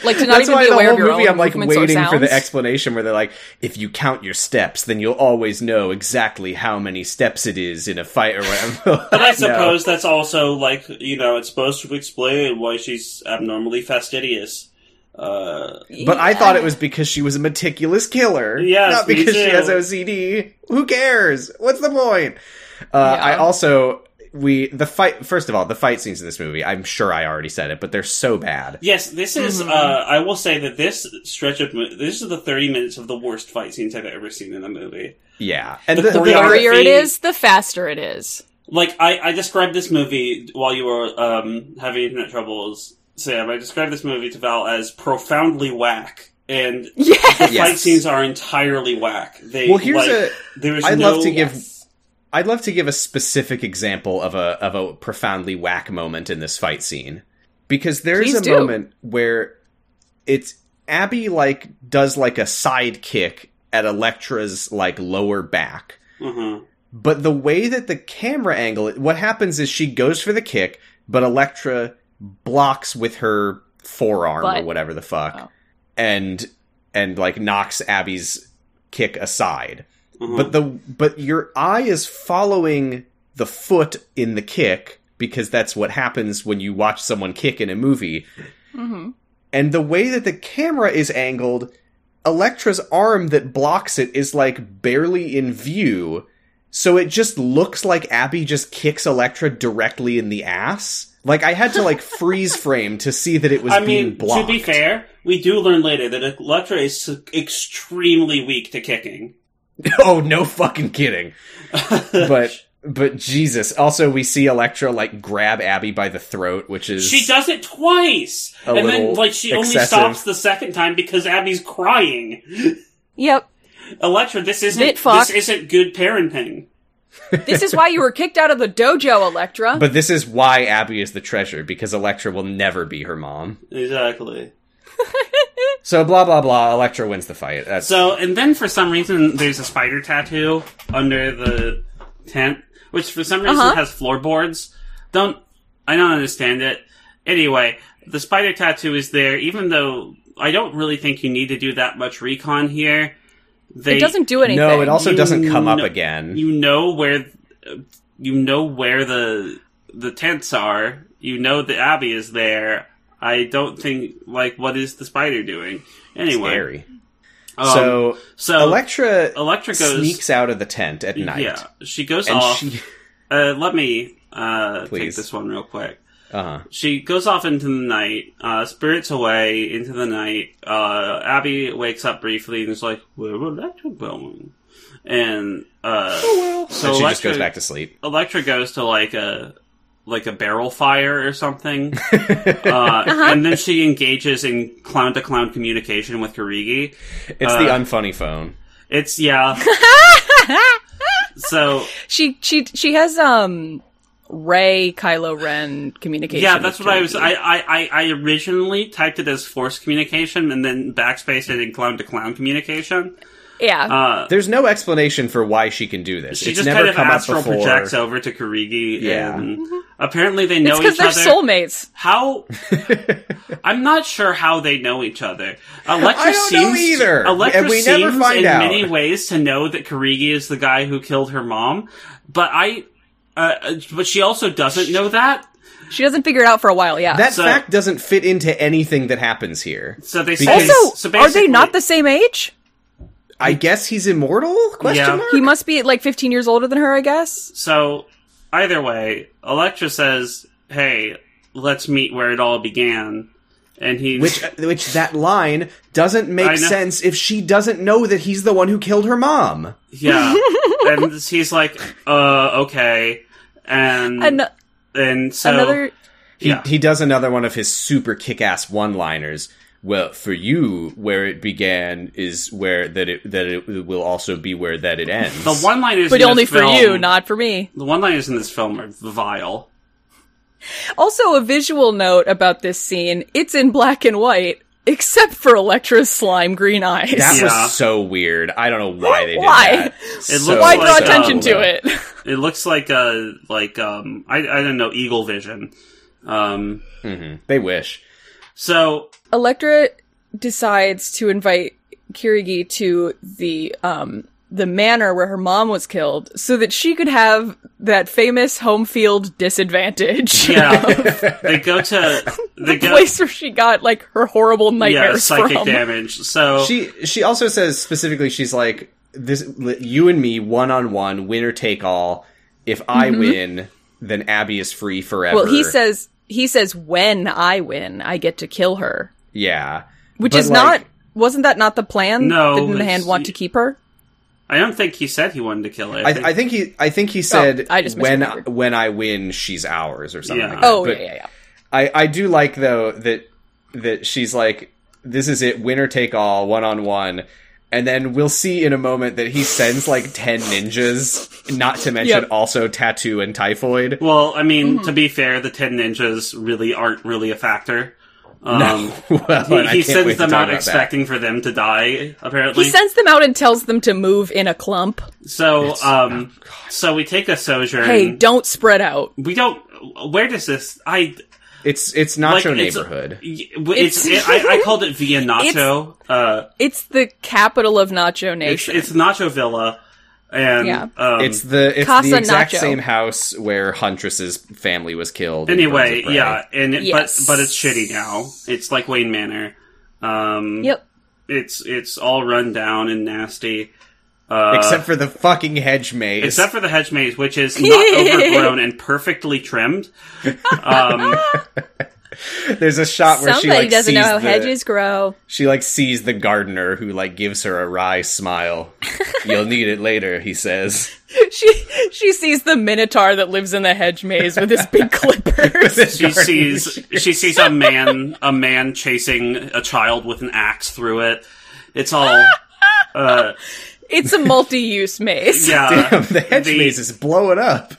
Speaker 3: Like to not
Speaker 1: That's
Speaker 3: even
Speaker 1: why
Speaker 3: be
Speaker 1: the
Speaker 3: aware
Speaker 1: whole
Speaker 3: of your
Speaker 1: movie
Speaker 3: own
Speaker 1: I'm like
Speaker 3: movements or
Speaker 1: waiting for the
Speaker 3: sounds.
Speaker 1: explanation where they're like, if you count your steps, then you'll always know exactly how many steps it is in a fight or whatever.
Speaker 2: but I suppose that's also like you know it's supposed to explain why she's abnormally fastidious. Uh,
Speaker 1: But I thought it was because she was a meticulous killer.
Speaker 2: Yes,
Speaker 1: Not
Speaker 2: me
Speaker 1: because she
Speaker 2: too.
Speaker 1: has OCD. Who cares? What's the point? Uh,
Speaker 3: Yeah.
Speaker 1: I also we the fight first of all, the fight scenes in this movie, I'm sure I already said it, but they're so bad.
Speaker 2: yes, this is.
Speaker 1: Mm-hmm.
Speaker 2: Uh, I will say that this stretch of mo- this is the thirty minutes of the worst fight scenes I've ever seen in a movie.
Speaker 1: Yeah. And
Speaker 2: The
Speaker 1: the,
Speaker 2: three
Speaker 1: the-
Speaker 2: hours-
Speaker 3: blurrier it
Speaker 2: choreography-
Speaker 3: is, the faster it is.
Speaker 2: Like I, I described this movie while you were um, having internet troubles, Sam. I described this movie to Val as profoundly whack, and
Speaker 3: Yes.
Speaker 1: Yes.
Speaker 2: fight scenes are entirely whack. They
Speaker 1: Well, here's
Speaker 2: like,
Speaker 1: a-
Speaker 2: There is
Speaker 1: I'd
Speaker 2: no,
Speaker 1: love to give I'd love to give a specific example of a of a profoundly whack moment in this fight scene because there's
Speaker 3: Please
Speaker 1: a
Speaker 3: do.
Speaker 1: moment where it's Abby like does like a sidekick at Electra's like lower back.
Speaker 2: Uh-huh.
Speaker 1: But the way that the camera angle, what happens is she goes for the kick, but Elektra blocks with her forearm or
Speaker 3: But-
Speaker 1: whatever the fuck,
Speaker 3: Oh.
Speaker 1: and and like knocks Abby's kick aside.
Speaker 2: Uh-huh.
Speaker 1: But the but your eye is following the foot in the kick because that's what happens when you watch someone kick in a movie.
Speaker 3: hmm
Speaker 1: And the way that the camera is angled, Elektra's arm that blocks it is like barely in view. So it just looks like Abby just kicks Elektra directly in the ass. Like I had to like freeze frame to see that it was
Speaker 2: I
Speaker 1: being
Speaker 2: mean,
Speaker 1: blocked.
Speaker 2: to be fair, we do learn later that Electra is s- extremely weak to kicking.
Speaker 1: oh, no fucking kidding. But but Jesus. Also we see Elektra like grab Abby by the throat, which is
Speaker 2: she does it twice,
Speaker 1: A
Speaker 2: and then
Speaker 1: little
Speaker 2: like she only
Speaker 1: excessive.
Speaker 2: stops the second time because Abby's crying.
Speaker 3: Yep.
Speaker 2: Electra, this isn't
Speaker 3: Bit fuck.
Speaker 2: this isn't good parenting.
Speaker 3: This is why you were kicked out of the dojo, Electra.
Speaker 1: But this is why Abby is the treasure, because Elektra will never be her mom.
Speaker 2: Exactly.
Speaker 1: So blah blah blah, Elektra wins the fight. That's
Speaker 2: So, and then for some reason, there's a spider tattoo under the tent, which for some reason
Speaker 3: Uh-huh.
Speaker 2: has floorboards. Don't, I don't understand it. Anyway, the spider tattoo is there, even though I don't really think you need to do that much recon here. They,
Speaker 3: it doesn't do anything.
Speaker 1: No, it also
Speaker 2: You
Speaker 1: doesn't come up
Speaker 2: kn-
Speaker 1: again.
Speaker 2: you know where, you know where the, the tents are. You know the Abbey is there. I don't think, like, what is the spider doing? Anyway.
Speaker 1: Scary.
Speaker 2: um,
Speaker 1: so,
Speaker 2: so
Speaker 1: Electra
Speaker 2: Electra goes
Speaker 1: sneaks out of the tent at night,
Speaker 2: Yeah, she goes
Speaker 1: and
Speaker 2: off.
Speaker 1: she,
Speaker 2: uh, let me uh, take
Speaker 1: Please.
Speaker 2: this one real quick.
Speaker 1: uh,
Speaker 2: She goes off into the night. Uh, spirits away into the night. Uh, Abby wakes up briefly and is like, "Where will Electra going?" And uh, so
Speaker 1: Oh, and she
Speaker 2: Electra,
Speaker 1: just goes back to sleep.
Speaker 2: Electra goes to like a like a barrel fire or something, uh,
Speaker 3: Uh-huh.
Speaker 2: and then she engages in clown to clown communication with Karigi.
Speaker 1: It's the
Speaker 2: uh,
Speaker 1: unfunny phone.
Speaker 2: It's yeah. so
Speaker 3: she she she has um Ray Kylo Ren communication.
Speaker 2: Yeah, that's
Speaker 3: with
Speaker 2: what I was. I,
Speaker 3: Trinity.
Speaker 2: I, I- I originally typed it as force communication and then backspaced it in clown to clown communication.
Speaker 3: yeah.
Speaker 2: Uh,
Speaker 1: There's no explanation for why she can do this.
Speaker 2: she
Speaker 1: it's
Speaker 2: just
Speaker 1: never
Speaker 2: kind of
Speaker 1: come up
Speaker 2: astral
Speaker 1: before.
Speaker 2: projects over to Karigi.
Speaker 1: Yeah.
Speaker 2: And apparently they know
Speaker 3: Mm-hmm. it's because
Speaker 2: each
Speaker 3: they're
Speaker 2: other.
Speaker 3: soulmates.
Speaker 2: How? I'm not sure how they know each other. Electra
Speaker 1: I don't
Speaker 2: seems
Speaker 1: know either,
Speaker 2: Electra
Speaker 1: and we
Speaker 2: seems
Speaker 1: never find
Speaker 2: in
Speaker 1: out.
Speaker 2: many ways to know that Karigi is the guy who killed her mom, but I. Uh, but she also doesn't know that.
Speaker 3: She doesn't figure it out for a while. Yeah.
Speaker 1: That
Speaker 2: So-
Speaker 1: fact doesn't fit into anything that happens here.
Speaker 2: So they
Speaker 1: Because-
Speaker 2: say,
Speaker 3: also,
Speaker 2: so
Speaker 3: are they
Speaker 2: basically-
Speaker 3: not the same age?
Speaker 1: I guess he's immortal? Question
Speaker 2: Yeah.
Speaker 1: mark.
Speaker 3: He must be like 15 years older than her, I guess.
Speaker 2: So, either way, Electra says, "Hey, let's meet where it all began," and he
Speaker 1: Which, which that line doesn't
Speaker 2: I
Speaker 1: make
Speaker 2: know.
Speaker 1: sense if she doesn't know that he's the one who killed her mom.
Speaker 2: yeah, and he's like, "Uh, okay," and,
Speaker 3: And
Speaker 2: And so
Speaker 3: Another
Speaker 1: He
Speaker 2: Yeah.
Speaker 1: he does another one of his super kick-ass one-liners. Well, for you, where it began is where that it that it will also be where that it ends.
Speaker 2: the one liners,
Speaker 3: but
Speaker 2: in
Speaker 3: only
Speaker 2: this
Speaker 3: for
Speaker 2: film-
Speaker 3: you, not for me.
Speaker 2: the one liners in this film are vile.
Speaker 3: Also, a visual note about this scene: it's in black and white, except for Electra's slime green eyes.
Speaker 1: that
Speaker 2: Yeah.
Speaker 1: was so weird. I don't know why they did
Speaker 3: Why?
Speaker 1: that.
Speaker 2: It
Speaker 1: So
Speaker 2: looks
Speaker 3: Why
Speaker 2: like uh,
Speaker 3: draw
Speaker 2: a-
Speaker 3: attention to it?
Speaker 2: It looks like a like um I I don't know eagle vision. Um,
Speaker 1: Mm-hmm. They wish.
Speaker 2: so
Speaker 3: Electra decides to invite Kirigi to the um the manor where her mom was killed so that she could have that famous home field disadvantage.
Speaker 2: yeah, they go to they
Speaker 3: the
Speaker 2: go
Speaker 3: place where she got like her horrible
Speaker 2: yeah
Speaker 3: nightmares
Speaker 2: psychic
Speaker 3: from.
Speaker 2: damage. So
Speaker 1: She she also says specifically she's like this you and me one on one winner take all. If I win, then Abby is free forever.
Speaker 3: Mm-hmm. Well, he says he says when I win, I get to kill her,
Speaker 1: yeah.
Speaker 3: which
Speaker 1: But,
Speaker 3: is
Speaker 1: like-
Speaker 3: not wasn't that not the plan?
Speaker 2: No,
Speaker 3: didn't the
Speaker 2: it's-
Speaker 3: hand want to keep her?
Speaker 2: I don't think he said he wanted to kill it.
Speaker 1: I, I think he I think he said
Speaker 3: Oh, I just
Speaker 1: when
Speaker 3: misremembered.
Speaker 1: when I win she's ours or something.
Speaker 2: Yeah.
Speaker 1: like that.
Speaker 3: Oh
Speaker 1: But
Speaker 3: yeah, yeah, yeah.
Speaker 1: I I do like though that that she's like this is it winner take all one on one. And then we'll see in a moment that he sends like 10 ninjas, not to mention
Speaker 3: Yep.
Speaker 1: also Tattoo and Typhoid.
Speaker 2: well, I mean,
Speaker 3: Mm-hmm.
Speaker 2: to be fair, the ten ninjas really aren't really a factor. Um,
Speaker 1: well, and
Speaker 2: he,
Speaker 1: I
Speaker 2: he
Speaker 1: can't wait
Speaker 2: sends
Speaker 1: to
Speaker 2: them
Speaker 1: talk
Speaker 2: out
Speaker 1: about that.
Speaker 2: expecting for them to die. Apparently,
Speaker 3: He sends them out and tells them to move in a clump.
Speaker 2: so
Speaker 1: Oh,
Speaker 2: um, so we take a
Speaker 1: Mm-hmm.
Speaker 2: sojourn.
Speaker 3: Hey, don't spread out.
Speaker 2: we don't. Where does this? I
Speaker 1: It's it's nacho
Speaker 2: Like, it's-
Speaker 1: neighborhood.
Speaker 2: Y- w- It's, it,
Speaker 3: It's-
Speaker 2: I, I called it Via Nacho. uh,
Speaker 3: It's the capital of Nacho
Speaker 2: it's,
Speaker 3: Nation.
Speaker 2: it's Nacho Villa, and
Speaker 3: Yeah.
Speaker 2: um,
Speaker 1: it's the it's
Speaker 3: Casa
Speaker 1: the exact
Speaker 3: Nacho.
Speaker 1: same house where Huntress's family was killed. in
Speaker 2: anyway,
Speaker 1: Birds of Prey.
Speaker 2: yeah, and it,
Speaker 3: Yes.
Speaker 2: but but it's shitty now. It's like Wayne Manor. Um,
Speaker 3: yep.
Speaker 2: It's it's all run down and nasty. Uh,
Speaker 1: except for the fucking hedge maze.
Speaker 2: except for the hedge maze, which is not overgrown and perfectly trimmed. Um,
Speaker 1: there's a shot where she like sees the,
Speaker 3: grow.
Speaker 1: She like sees the gardener who like gives her a wry smile. You'll need it later, he says.
Speaker 3: She she sees the minotaur that lives in the hedge maze with his big clippers.
Speaker 2: she sees she sees a man a man chasing a child with an axe through it. It's all. Uh,
Speaker 3: it's a multi-use maze.
Speaker 2: Yeah,
Speaker 1: Damn, the hedge
Speaker 2: the-
Speaker 1: maze is blowing up.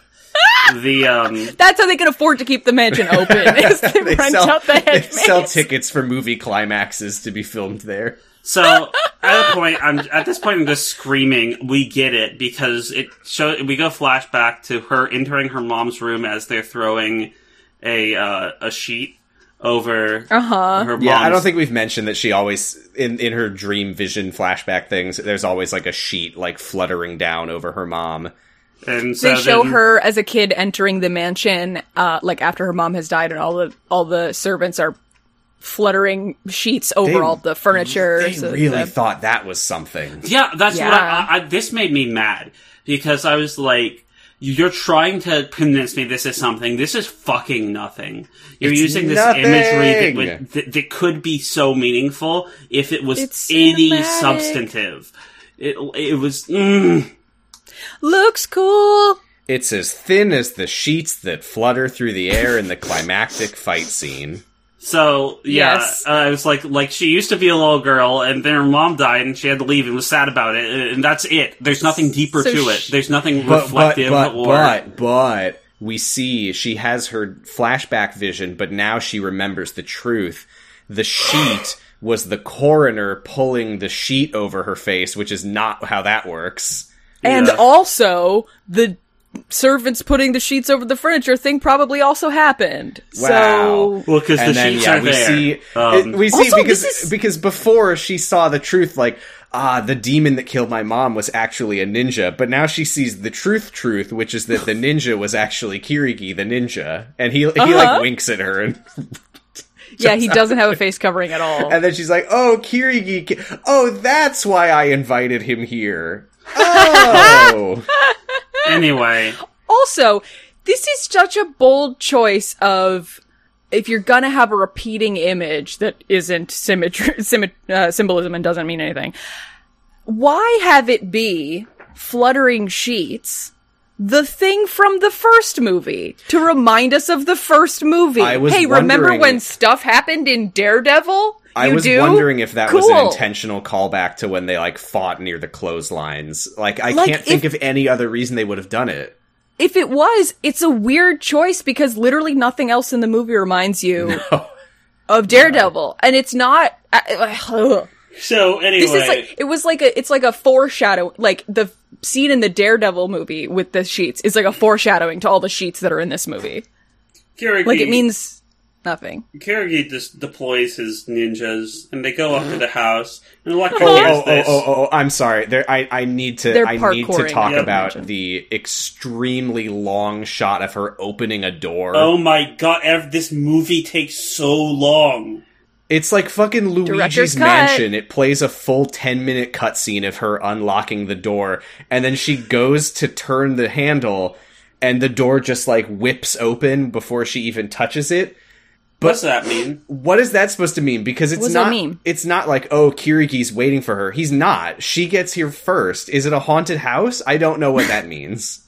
Speaker 2: the um,
Speaker 3: That's how they can afford to keep the mansion open. Is they,
Speaker 1: They
Speaker 3: rent
Speaker 1: sell,
Speaker 3: out the
Speaker 1: they
Speaker 3: hedge
Speaker 1: sell
Speaker 3: maze.
Speaker 1: tickets for movie climaxes to be filmed there.
Speaker 2: so at a point, I'm at this point, I'm just screaming. We get it because it show we go flashback to her entering her mom's room as they're throwing a uh, a sheet over
Speaker 3: Uh huh.
Speaker 2: her. Mom's,
Speaker 1: Yeah, I don't think we've mentioned that she always in in her dream vision flashback things. There's always like a sheet like fluttering down over her mom.
Speaker 2: And so
Speaker 3: They show
Speaker 2: then-
Speaker 3: her as a kid entering the mansion, uh, like after her mom has died, and all the all the servants are fluttering sheets over
Speaker 1: They-
Speaker 3: all the furniture.
Speaker 1: They
Speaker 3: so
Speaker 1: really
Speaker 3: the-
Speaker 1: thought that was something.
Speaker 2: Yeah, that's what
Speaker 3: Yeah.
Speaker 2: I, I, I. This made me mad because I was like. You're trying to convince me this is something. This is fucking nothing. You're
Speaker 1: It's
Speaker 2: using this
Speaker 1: nothing.
Speaker 2: imagery that, would, that, that could be so meaningful if it was
Speaker 3: It's
Speaker 2: any
Speaker 3: cinematic.
Speaker 2: substantive. It it was. Mm,
Speaker 3: uh, looks cool.
Speaker 1: It's as thin as the sheets that flutter through the air in the climactic fight scene.
Speaker 2: so yeah,
Speaker 3: Yes.
Speaker 2: uh, I was like, like she used to be a little girl, and then her mom died, and she had to leave, and was sad about it, and- and that's it. There's nothing deeper
Speaker 3: So
Speaker 2: to
Speaker 3: sh-
Speaker 2: it. There's nothing
Speaker 1: But but
Speaker 2: reflective
Speaker 1: but
Speaker 2: or
Speaker 1: but but we see she has her flashback vision, but now she remembers the truth. The sheet was the coroner pulling the sheet over her face, which is not how that works.
Speaker 3: And
Speaker 2: Yeah.
Speaker 3: also, the servants putting the sheets over the furniture thing probably also happened.
Speaker 1: Wow.
Speaker 3: So,
Speaker 2: well, because the sheets are
Speaker 1: we
Speaker 2: there.
Speaker 1: see
Speaker 2: Um,
Speaker 1: it- we see
Speaker 3: Also,
Speaker 1: because
Speaker 3: this is-
Speaker 1: because before she saw the truth, like ah, the demon that killed my mom was actually a ninja, but now she sees the truth, truth, which is that the ninja was actually Kirigi the ninja, and he he
Speaker 3: Uh-huh.
Speaker 1: like winks at her, and
Speaker 3: yeah, he doesn't have a face covering at all.
Speaker 1: and then she's like, oh, Kirigi, ki- oh, that's why I invited him here. Oh,
Speaker 2: anyway.
Speaker 3: also, this is such a bold choice of if you're gonna have a repeating image that isn't symmetry, symmet- uh, symbolism and doesn't mean anything, why have it be fluttering sheets the thing from the first movie to remind us of the first movie.
Speaker 1: I was
Speaker 3: hey, remember
Speaker 1: wondering-
Speaker 3: when stuff happened in Daredevil?
Speaker 1: I
Speaker 3: You
Speaker 1: was
Speaker 3: do?
Speaker 1: wondering if that was an
Speaker 3: Cool.
Speaker 1: intentional callback to when they like fought near the clotheslines. Like I
Speaker 3: Like,
Speaker 1: can't think
Speaker 3: if-
Speaker 1: of any other reason they would have done it.
Speaker 3: If it was, it's a weird choice because literally nothing else in the movie reminds you
Speaker 1: Oh,
Speaker 3: of Daredevil, and it's not. I- I- ugh.
Speaker 2: So anyway,
Speaker 3: This is like it was like a it's like a foreshadow like the scene in the Daredevil movie with the sheets is like a foreshadowing to all the sheets that are in this movie.
Speaker 2: Kierkegaard-
Speaker 3: Like it means nothing.
Speaker 2: Kierkegaard just deploys his ninjas, and they go up to the house. And Electra
Speaker 1: Oh,
Speaker 2: hears
Speaker 1: oh, oh,
Speaker 2: this.
Speaker 1: oh, oh, I'm sorry. There, I, I need to.
Speaker 3: They're
Speaker 1: I need to
Speaker 3: parkouring,
Speaker 1: talk
Speaker 2: yeah.
Speaker 1: about
Speaker 3: Imagine.
Speaker 1: the extremely long shot of her opening a door.
Speaker 2: Oh my god! Ev, this movie takes so long.
Speaker 1: It's like fucking
Speaker 3: Director's
Speaker 1: Luigi's
Speaker 3: cut.
Speaker 1: Mansion. It plays a full 10 minute cutscene of her unlocking the door, and then she goes to turn the handle, and the door just like whips open before she even touches it.
Speaker 2: What's that mean?
Speaker 1: What is that supposed to mean? Because it's
Speaker 3: What does that
Speaker 1: not
Speaker 3: mean?
Speaker 1: it's not like, oh, Kiriki's waiting for her. He's not. She gets here first. Is it a haunted house? I don't know what that means.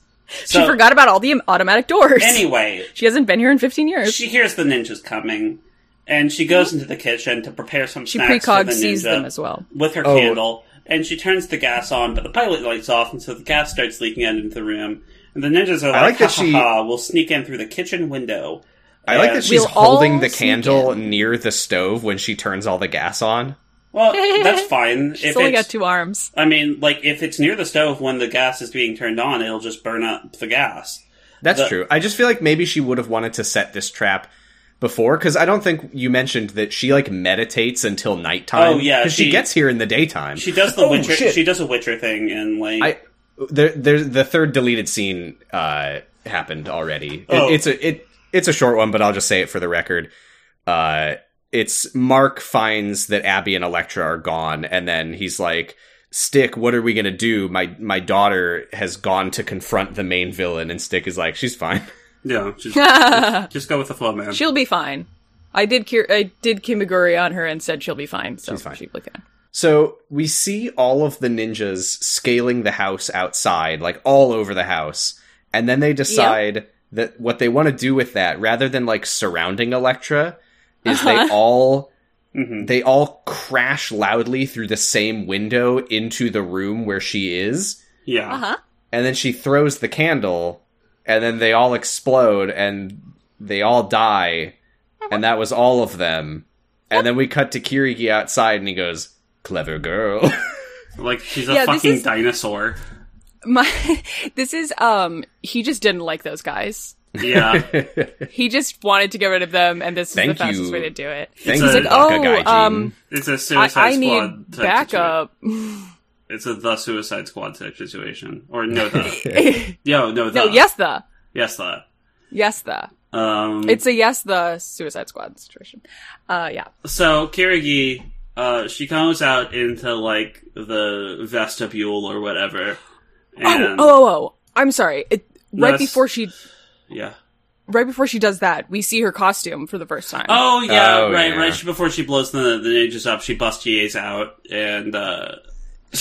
Speaker 2: So,
Speaker 3: she forgot about all the im- automatic doors.
Speaker 2: Anyway,
Speaker 3: she hasn't been here in 15 years.
Speaker 2: she hears the ninjas coming, and she goes into the kitchen to prepare some
Speaker 3: She
Speaker 2: snacks for
Speaker 3: precog
Speaker 2: the ninja
Speaker 3: sees them as well.
Speaker 2: with her
Speaker 1: Oh.
Speaker 2: candle. And she turns the gas on, but the pilot light's off, and so the gas starts leaking out into the room. And the ninjas are like,
Speaker 1: like that
Speaker 2: ha,
Speaker 1: she-
Speaker 2: ha, ha, we'll sneak in through the kitchen window.
Speaker 1: I like
Speaker 2: And-
Speaker 1: that she's
Speaker 3: We'll
Speaker 1: holding
Speaker 3: all
Speaker 1: the
Speaker 3: sneak
Speaker 1: candle
Speaker 3: in.
Speaker 1: near the stove when she turns all the gas on.
Speaker 2: Well, that's fine.
Speaker 3: She's
Speaker 2: if
Speaker 3: only
Speaker 2: it's,
Speaker 3: got two arms.
Speaker 2: I mean, like, if it's near the stove when the gas is being turned on, it'll just burn up the gas.
Speaker 1: That's
Speaker 2: The-
Speaker 1: true. I just feel like maybe she would have wanted to set this trap before because I don't think you mentioned that she like meditates until nighttime.
Speaker 2: Oh, yeah,
Speaker 1: 'Cause she,
Speaker 2: she-
Speaker 1: gets here in the daytime.
Speaker 2: She does the
Speaker 1: Oh,
Speaker 2: Witcher.
Speaker 1: shit.
Speaker 2: She does a Witcher thing, and like,
Speaker 1: I there there's the third deleted scene uh happened already. It-
Speaker 2: Oh.
Speaker 1: it's a it it's a short one, but I'll just say it for the record. Uh, it's Mark finds that Abby and Electra are gone, and then he's like. Stick, what are we gonna do? My my daughter has gone to confront the main villain, and Stick is like, she's fine.
Speaker 2: yeah, just, just go with the flow, man.
Speaker 3: She'll be fine. I did cure, I did Kimiguri on her and said she'll be fine. So
Speaker 1: She's fine.
Speaker 3: she'll be fine.
Speaker 1: So we see all of the ninjas scaling the house outside, like all over the house, and then they decide that what they want to do with that, rather than like surrounding Elektra, is
Speaker 3: Uh-huh.
Speaker 1: they all
Speaker 2: hmm
Speaker 1: they all crash loudly through the same window into the room where she is,
Speaker 2: Yeah.
Speaker 3: Uh huh.
Speaker 1: and then she throws the candle, and then they all explode and they all die, and that was all of them. And then we cut to Kirigi outside, and he goes, "Clever girl."
Speaker 2: Like she's a
Speaker 3: Yeah, this
Speaker 2: fucking
Speaker 3: is-
Speaker 2: dinosaur.
Speaker 3: My this is um he just didn't like those guys.
Speaker 2: Yeah.
Speaker 3: He just wanted to get rid of them, and this is the
Speaker 1: Thank
Speaker 3: fastest
Speaker 1: you.
Speaker 3: way to do it.
Speaker 1: Thanks,
Speaker 2: He's like,
Speaker 1: Baka
Speaker 3: "Oh,
Speaker 1: Gaijin."
Speaker 3: um,
Speaker 2: it's a
Speaker 3: I,
Speaker 2: suicide
Speaker 3: I
Speaker 2: squad
Speaker 3: need
Speaker 2: type
Speaker 3: backup.
Speaker 2: situa- It's a the suicide squad type situation. Or no the Yo, no the
Speaker 3: no, yes, the
Speaker 2: Yes the.
Speaker 3: yes, the
Speaker 2: Um
Speaker 3: it's a yes, the Suicide Squad situation. Uh, yeah.
Speaker 2: so Kirigi uh she comes out into like the vestibule or whatever.
Speaker 3: Oh,
Speaker 2: And
Speaker 3: oh, oh, I'm sorry. It,
Speaker 2: No,
Speaker 3: right
Speaker 2: that's-
Speaker 3: before she,
Speaker 2: yeah.
Speaker 3: right before she does that, we see her costume for the first time.
Speaker 2: Oh yeah,
Speaker 1: Oh,
Speaker 2: right,
Speaker 1: yeah.
Speaker 2: right. She, before she blows the the ninjas up, she bustiers out and uh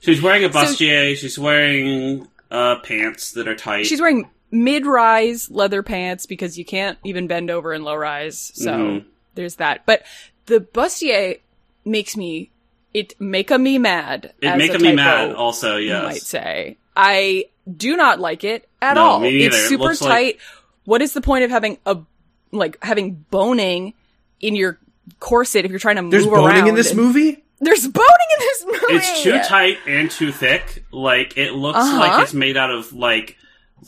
Speaker 2: She's wearing a bustier, she's wearing uh pants that are tight.
Speaker 3: She's wearing mid-rise leather pants because you can't even bend over in low-rise. So
Speaker 2: Mhm.
Speaker 3: there's that. But the bustier makes me it make a me mad.
Speaker 2: It
Speaker 3: as a
Speaker 2: making me
Speaker 3: typo
Speaker 2: mad. Also,
Speaker 3: you might
Speaker 2: yes.
Speaker 3: say I do not like it at
Speaker 2: No,
Speaker 3: all.
Speaker 2: me neither.
Speaker 3: it's
Speaker 2: It
Speaker 3: super
Speaker 2: looks
Speaker 3: tight.
Speaker 2: like-
Speaker 3: What is the point of having a like having boning in your corset if you're trying to
Speaker 1: There's
Speaker 3: move
Speaker 1: boning
Speaker 3: around?
Speaker 1: in this
Speaker 3: and-
Speaker 1: movie?
Speaker 3: There's boning in this movie.
Speaker 2: It's too tight and too thick. Like it looks
Speaker 3: Uh-huh.
Speaker 2: like it's made out of like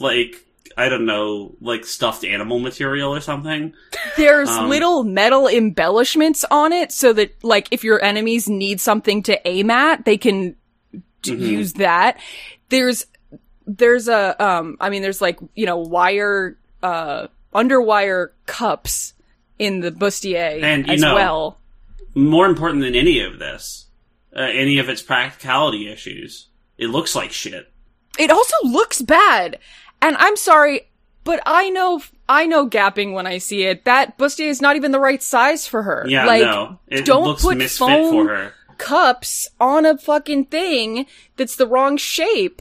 Speaker 2: like I don't know, like stuffed animal material or something.
Speaker 3: There's
Speaker 2: Um,
Speaker 3: little metal embellishments on it so that, like, if your enemies need something to aim at, they can d-
Speaker 2: Mhm.
Speaker 3: use that. There's, there's a, um, I mean, there's like, you know, wire, uh, underwire cups in the bustier
Speaker 2: And, you
Speaker 3: as
Speaker 2: know-
Speaker 3: well.
Speaker 2: More important than any of this, uh, any of its practicality issues, it looks like shit.
Speaker 3: It also looks bad. And I'm sorry, but I know, I know gapping when I see it. That bustier is not even the right size for her.
Speaker 2: Yeah,
Speaker 3: like,
Speaker 2: no, it
Speaker 3: don't
Speaker 2: looks
Speaker 3: put
Speaker 2: misfit
Speaker 3: foam-
Speaker 2: for her.
Speaker 3: cups on a fucking thing that's the wrong shape.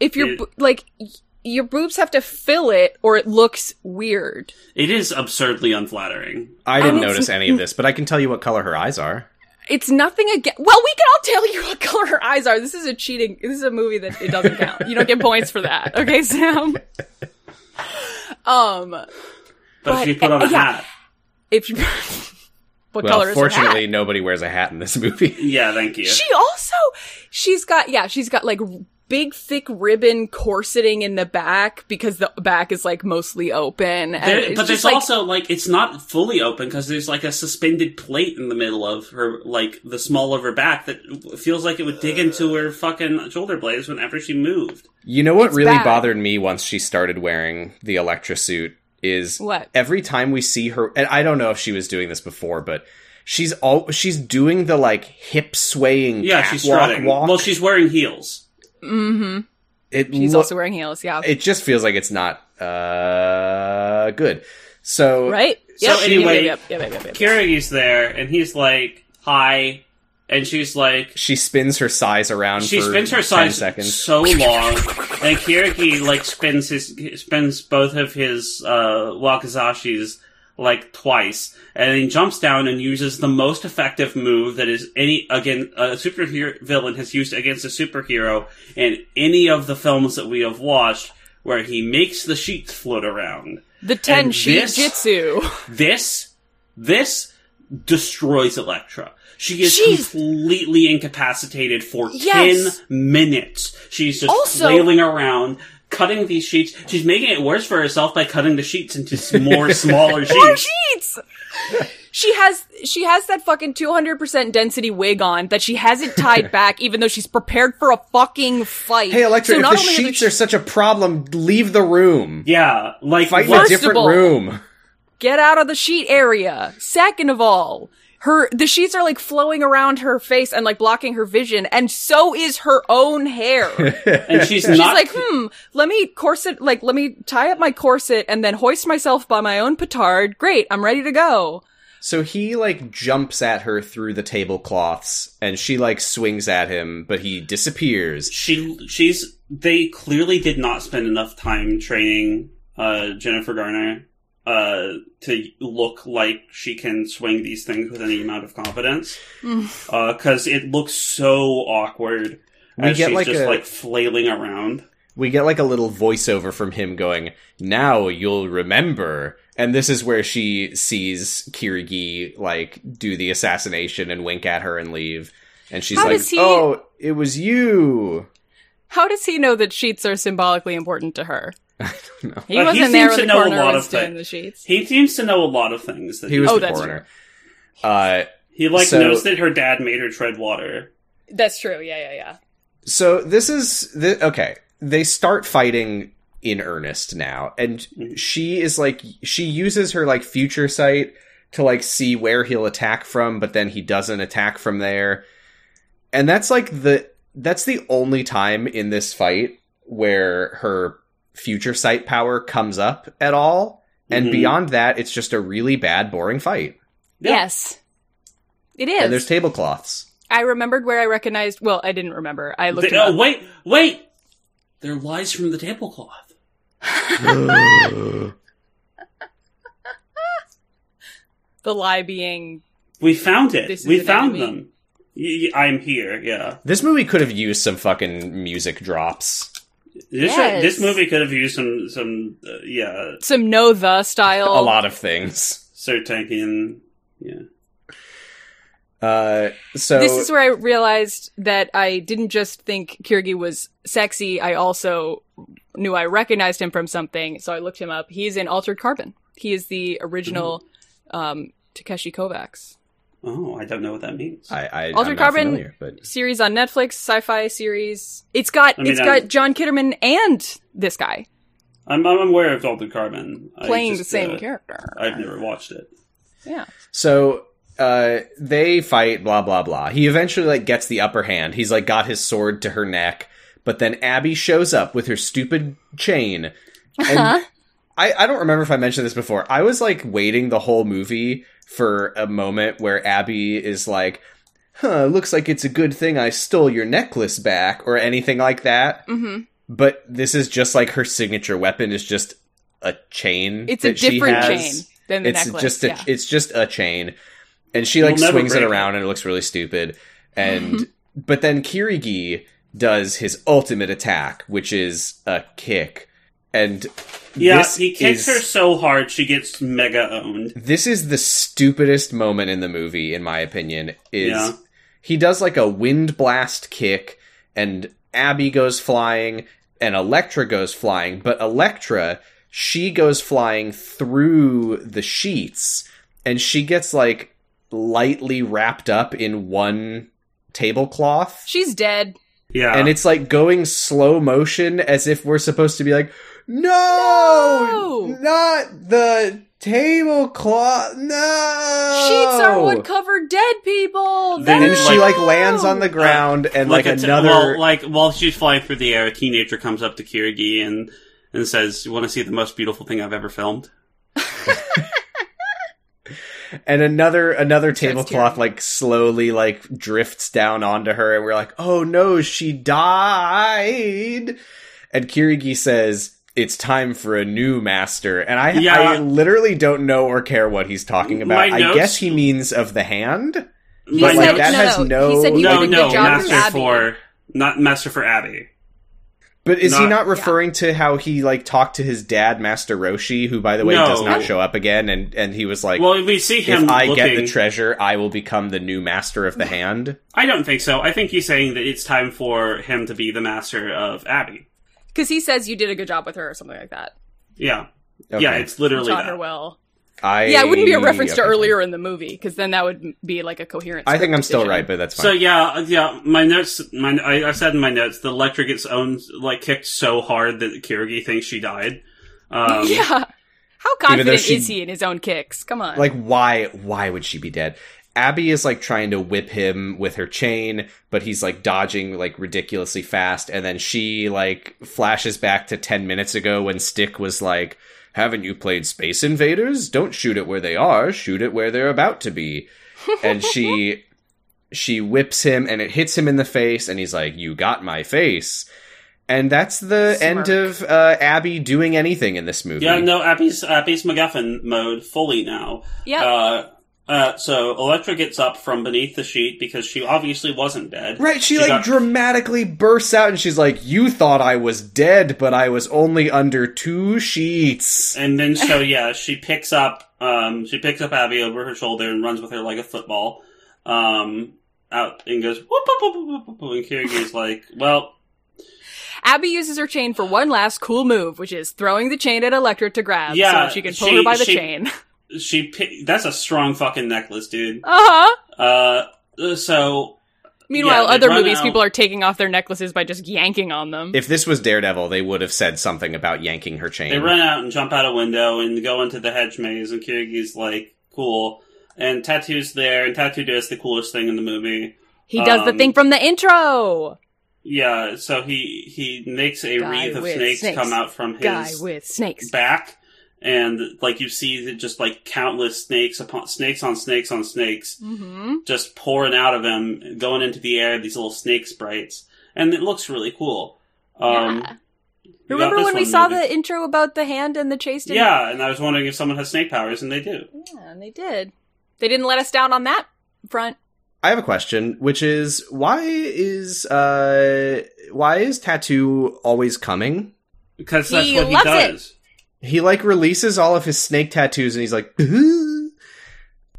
Speaker 3: if your
Speaker 2: It-
Speaker 3: bo- like y- your boobs have to fill it or it looks weird.
Speaker 2: It is absurdly unflattering.
Speaker 1: I didn't
Speaker 3: Um,
Speaker 1: notice any of this, but I can tell you what color her eyes are.
Speaker 3: It's nothing again. Well, we can all tell you what color her eyes are. This is a cheating. This is a movie that it doesn't count. You don't get points for that. Okay, Sam. Um,
Speaker 2: But,
Speaker 3: But,
Speaker 2: if you put on
Speaker 3: uh,
Speaker 2: a
Speaker 3: yeah.
Speaker 2: hat,
Speaker 3: if you, what color
Speaker 1: Well,
Speaker 3: is her hat?
Speaker 1: fortunately, nobody wears a hat in this movie.
Speaker 2: yeah, thank you.
Speaker 3: She also she's got yeah, she's got like big thick ribbon corseting in the back because the back is like mostly open. And
Speaker 2: There-
Speaker 3: uh, it's
Speaker 2: but there's
Speaker 3: just, like,
Speaker 2: also like it's not fully open because there's like a suspended plate in the middle of her like the small of her back that feels like it would dig into her fucking shoulder blades whenever she moved.
Speaker 1: You know what
Speaker 3: It's
Speaker 1: really
Speaker 3: bad.
Speaker 1: bothered me once she started wearing the Electra suit is
Speaker 3: What?
Speaker 1: every time we see her and I don't know if she was doing this before, but she's all she's doing the like hip swaying
Speaker 2: Yeah, she's
Speaker 1: catwalk
Speaker 2: strutting.
Speaker 1: walk.
Speaker 2: Well, she's wearing heels.
Speaker 3: Mm-hmm.
Speaker 1: it
Speaker 3: She's
Speaker 1: lo-
Speaker 3: also wearing heels, yeah.
Speaker 1: it just feels like it's not uh good. So
Speaker 3: right?
Speaker 2: So
Speaker 3: Yep, yep,
Speaker 2: anyway-
Speaker 3: yep, yep, yep, yep, yep, yep.
Speaker 2: Kiragi's there, and he's like, "Hi," and she's like,
Speaker 1: she spins her size around
Speaker 2: she
Speaker 1: for
Speaker 2: spins her
Speaker 1: 10
Speaker 2: size
Speaker 1: seconds.
Speaker 2: so long, and Kiriki like spins his spins both of his uh, wakazashis like twice, and then jumps down and uses the most effective move that is any again a superhero villain has used against a superhero in any of the films that we have watched, where he makes the sheets float around.
Speaker 3: The ten
Speaker 2: And
Speaker 3: shi
Speaker 2: this-
Speaker 3: jitsu.
Speaker 2: This this destroys Elektra. She is
Speaker 3: She's-
Speaker 2: completely incapacitated for
Speaker 3: Yes.
Speaker 2: 10 minutes. She's just
Speaker 3: Also-
Speaker 2: flailing around, cutting these sheets. She's making it worse for herself by cutting the sheets into s- more smaller sheets.
Speaker 3: Sheets. She has she has that fucking 200% density wig on that she hasn't tied back even though she's prepared for a fucking fight.
Speaker 1: Hey Electra,
Speaker 3: so
Speaker 1: if
Speaker 3: not
Speaker 1: the
Speaker 3: only are the
Speaker 1: sheets are such a problem, leave the room.
Speaker 2: Yeah, like,
Speaker 1: Fight in
Speaker 2: what-
Speaker 1: a
Speaker 3: First of
Speaker 1: different
Speaker 3: all-
Speaker 1: room.
Speaker 3: get out of the sheet area. Second of all, her the sheets are like flowing around her face and like blocking her vision, and so is her own hair. She's
Speaker 2: and she's not,
Speaker 3: like, hmm, let me corset, like let me tie up my corset and then hoist myself by my own petard. Great, I'm ready to go.
Speaker 1: So he like jumps at her through the tablecloths and she like swings at him, but he disappears.
Speaker 2: she, she's, they clearly did not spend enough time training, uh, Jennifer Garner, uh, to look like she can swing these things with any amount of confidence.
Speaker 3: Mm.
Speaker 2: because it looks so awkward.
Speaker 1: We
Speaker 2: as
Speaker 1: get
Speaker 2: she's
Speaker 1: like
Speaker 2: just
Speaker 1: a-
Speaker 2: like flailing around.
Speaker 1: We get like a little voiceover from him going, Now you'll remember. And this is where she sees Kirigi like do the assassination and wink at her and leave. And she's
Speaker 3: How
Speaker 1: like,
Speaker 3: does he-
Speaker 1: Oh, it was you.
Speaker 3: How does he know that sheets are symbolically important to her?
Speaker 1: know.
Speaker 3: He
Speaker 2: Well, he
Speaker 3: wasn't
Speaker 2: seems
Speaker 3: there when
Speaker 2: to
Speaker 3: the
Speaker 2: know a
Speaker 3: coroner
Speaker 2: lot
Speaker 3: was
Speaker 2: of
Speaker 3: doing
Speaker 2: things.
Speaker 3: the sheets.
Speaker 2: He seems to know a lot of things. That
Speaker 1: He was
Speaker 3: Oh,
Speaker 1: the
Speaker 3: that's
Speaker 1: coroner. Uh,
Speaker 2: he like
Speaker 1: so-
Speaker 2: knows that her dad made her tread water.
Speaker 3: That's true. Yeah, yeah, yeah.
Speaker 1: So this is the okay. They start fighting in earnest now, and she is like she uses her like future sight to like see where he'll attack from, but then he doesn't attack from there. And that's like the that's the only time in this fight where her future sight power comes up at all. And
Speaker 2: Mhm.
Speaker 1: beyond that, it's just a really bad, boring fight.
Speaker 2: Yeah.
Speaker 3: Yes, it is.
Speaker 1: And there's tablecloths.
Speaker 3: I remembered where I recognized. Well, I didn't remember. I looked.
Speaker 2: They-
Speaker 3: it
Speaker 2: oh
Speaker 3: up.
Speaker 2: wait, wait! There are lies from the tablecloth.
Speaker 3: The lie being
Speaker 2: We found it.
Speaker 3: This is
Speaker 2: we
Speaker 3: an
Speaker 2: found
Speaker 3: enemy.
Speaker 2: them. Y- y- I'm here. Yeah.
Speaker 1: this movie could have used some fucking music drops.
Speaker 2: This
Speaker 4: Yes.
Speaker 2: this movie could have used some some uh, yeah
Speaker 3: some no the style.
Speaker 1: a lot of things.
Speaker 2: Sertankian. Yeah.
Speaker 1: Uh, so
Speaker 3: This is where I realized that I didn't just think Kyrgy was sexy. I also knew I recognized him from something, so I looked him up. He's in Altered Carbon. He is the original
Speaker 1: Mm-hmm.
Speaker 3: um, Takeshi Kovacs
Speaker 2: Oh, I don't know what that means.
Speaker 1: I, I
Speaker 3: Altered
Speaker 1: I'm not
Speaker 3: Carbon-
Speaker 1: familiar, but
Speaker 3: series on Netflix, sci-fi series. It's got
Speaker 2: I mean,
Speaker 3: it's got
Speaker 2: I'm-
Speaker 3: John Kitterman and this guy
Speaker 2: I'm I'm aware of Altered Carbon. I
Speaker 3: playing
Speaker 2: just,
Speaker 3: the same
Speaker 2: uh,
Speaker 3: character.
Speaker 2: I've never watched it.
Speaker 3: yeah.
Speaker 1: so uh, they fight. Blah blah blah. He eventually like gets the upper hand. He's like got his sword to her neck, but then Abby shows up with her stupid chain. And
Speaker 3: Uh-huh.
Speaker 1: I I don't remember if I mentioned this before. I was like waiting the whole movie for a moment where Abby is like. Huh, looks like it's a good thing I stole your necklace back, or anything like that.
Speaker 3: Mhm.
Speaker 1: But this is just like her signature weapon is just a chain.
Speaker 3: It's a
Speaker 1: that she
Speaker 3: different
Speaker 1: has.
Speaker 3: chain than the
Speaker 1: it's
Speaker 3: necklace.
Speaker 1: just a,
Speaker 3: yeah.
Speaker 1: it's just a chain, and she
Speaker 2: You'll
Speaker 1: like
Speaker 2: never
Speaker 1: swings it
Speaker 2: break
Speaker 1: around and it looks really stupid. And
Speaker 3: Mm-hmm.
Speaker 1: but then Kirigi does his ultimate attack, which is a kick, and
Speaker 2: Yeah,
Speaker 1: this
Speaker 2: he
Speaker 1: is-
Speaker 2: kicks her so hard she gets mega owned.
Speaker 1: this is the stupidest moment in the movie in my opinion is
Speaker 2: Yeah.
Speaker 1: he does like a wind blast kick and abby goes flying and elektra goes flying but elektra she goes flying through the sheets and she gets like lightly wrapped up in one tablecloth
Speaker 3: She's dead.
Speaker 2: Yeah,
Speaker 1: and it's like going slow motion as if we're supposed to be like, no,
Speaker 3: No!
Speaker 1: not the tablecloth, no.
Speaker 3: Sheets are what cover dead people.
Speaker 1: And
Speaker 2: Then
Speaker 3: no!
Speaker 1: then she like lands on the ground and like,
Speaker 2: a t-
Speaker 1: another.
Speaker 2: well, like while she's flying through the air, a teenager comes up to Kirigi and and says, "You want to see the most beautiful thing I've ever filmed?"
Speaker 1: and another another tablecloth
Speaker 3: tearing.
Speaker 1: like slowly like drifts down onto her and we're like oh no she died and kirigi says it's time for a new master and i
Speaker 2: Yeah.
Speaker 1: i literally don't know or care what he's talking about
Speaker 2: My
Speaker 1: i
Speaker 2: notes-
Speaker 1: guess he means of the hand
Speaker 3: He
Speaker 1: but
Speaker 2: Like,
Speaker 1: like
Speaker 3: said-
Speaker 1: that
Speaker 3: no,
Speaker 1: has
Speaker 3: no,
Speaker 1: no
Speaker 3: he said he
Speaker 2: no,
Speaker 3: did a good
Speaker 2: no,
Speaker 3: job as
Speaker 2: master
Speaker 3: Abby.
Speaker 2: for not master for Abby.
Speaker 1: but is he
Speaker 2: not-
Speaker 1: not referring to how he like talked to his dad master roshi who by the way
Speaker 2: No.
Speaker 1: does not show up again and and he was like
Speaker 2: Well, we see him
Speaker 1: if i
Speaker 2: looking.
Speaker 1: get the treasure i will become the new master of the hand
Speaker 2: I don't think so. I think he's saying that it's time for him to be the master of Abby.
Speaker 3: Because he says you did a good job with her or something like that.
Speaker 2: Yeah,
Speaker 1: Okay.
Speaker 2: yeah, it's literally
Speaker 3: Taught her
Speaker 2: that.
Speaker 3: well.
Speaker 1: I
Speaker 3: Yeah, it wouldn't be a reference to
Speaker 1: okay,
Speaker 3: earlier in the movie because then that would be like a coherent.
Speaker 1: I think
Speaker 3: script
Speaker 1: I'm still
Speaker 3: decision.
Speaker 1: right, but that's fine.
Speaker 2: So yeah, uh, yeah. My notes, my I, I said in my notes, the Electra gets owned, like kicked so hard that Kirigi thinks she died. Um,
Speaker 3: yeah. How
Speaker 1: Even though
Speaker 3: confident
Speaker 1: she-
Speaker 3: is he in his own kicks? Come on.
Speaker 1: like, why? Why would she be dead? Abby is like trying to whip him with her chain, but he's like dodging like ridiculously fast, and then she like flashes back to ten minutes ago when Stick was like, "Haven't you played Space Invaders? Don't shoot it where they are. Shoot it where they're about to be." And she she whips him, and it hits him in the face, and he's like, "You got my face." And that's the end
Speaker 3: Smirk.
Speaker 1: of uh, Abby doing anything in this movie.
Speaker 2: Yeah, no, Abby's Abby's MacGuffin mode fully now.
Speaker 3: yeah.
Speaker 2: Uh, uh, so Electra gets up from beneath the sheet because she obviously wasn't dead.
Speaker 1: Right, she,
Speaker 2: She
Speaker 1: like
Speaker 2: got-
Speaker 1: dramatically bursts out and she's like, You thought I was dead, but I was only under two sheets.
Speaker 2: And then so yeah, she picks up um, she picks up Abby over her shoulder and runs with her like a football. Um, out and goes whoop whoop whoop whoop whoop, whoop and Kirigi's like, well,
Speaker 3: Abby uses her chain for one last cool move, which is throwing the chain at Electra to grab
Speaker 2: Yeah,
Speaker 3: so she can pull
Speaker 2: she-
Speaker 3: her by the
Speaker 2: she-
Speaker 3: chain. Uh
Speaker 2: she pi- that's a strong fucking necklace, dude.
Speaker 3: huh.
Speaker 2: Uh, so
Speaker 3: Uh-huh. Meanwhile,
Speaker 2: they
Speaker 3: other
Speaker 2: run
Speaker 3: movies,
Speaker 2: out-
Speaker 3: people are taking off their necklaces by just yanking on them.
Speaker 1: If this was Daredevil, they would have said something about yanking her chain.
Speaker 2: They run out and jump out a window and go into the hedge maze, and Kirigi's like, cool. And Tattoo's there, and Tattoo does the coolest thing in the movie.
Speaker 3: he does the
Speaker 2: um,
Speaker 3: thing from the intro.
Speaker 2: Yeah, so he he makes a
Speaker 3: Guy
Speaker 2: wreath of
Speaker 3: with
Speaker 2: snakes,
Speaker 3: snakes.
Speaker 2: come out from
Speaker 3: Guy
Speaker 2: his
Speaker 3: with snakes.
Speaker 2: back, and like you see that just like countless snakes upon snakes on snakes on snakes
Speaker 3: hmm
Speaker 2: just pouring out of him, going into the air. These little snake sprites, and it looks really cool. Um,
Speaker 3: Yeah.
Speaker 2: you got
Speaker 3: Remember
Speaker 2: this
Speaker 3: when we
Speaker 2: one,
Speaker 3: saw
Speaker 2: maybe.
Speaker 3: the intro about the hand and the chase? didn't-
Speaker 2: Yeah, and I was wondering if someone has snake powers, and they do.
Speaker 3: Yeah, and they did. They didn't let us down on that front.
Speaker 1: I have a question, which is why is uh why is Tattoo always coming?
Speaker 2: Because
Speaker 3: He
Speaker 2: that's what he
Speaker 3: loves it.
Speaker 2: does.
Speaker 1: He like releases all of his snake tattoos and he's like "Ugh."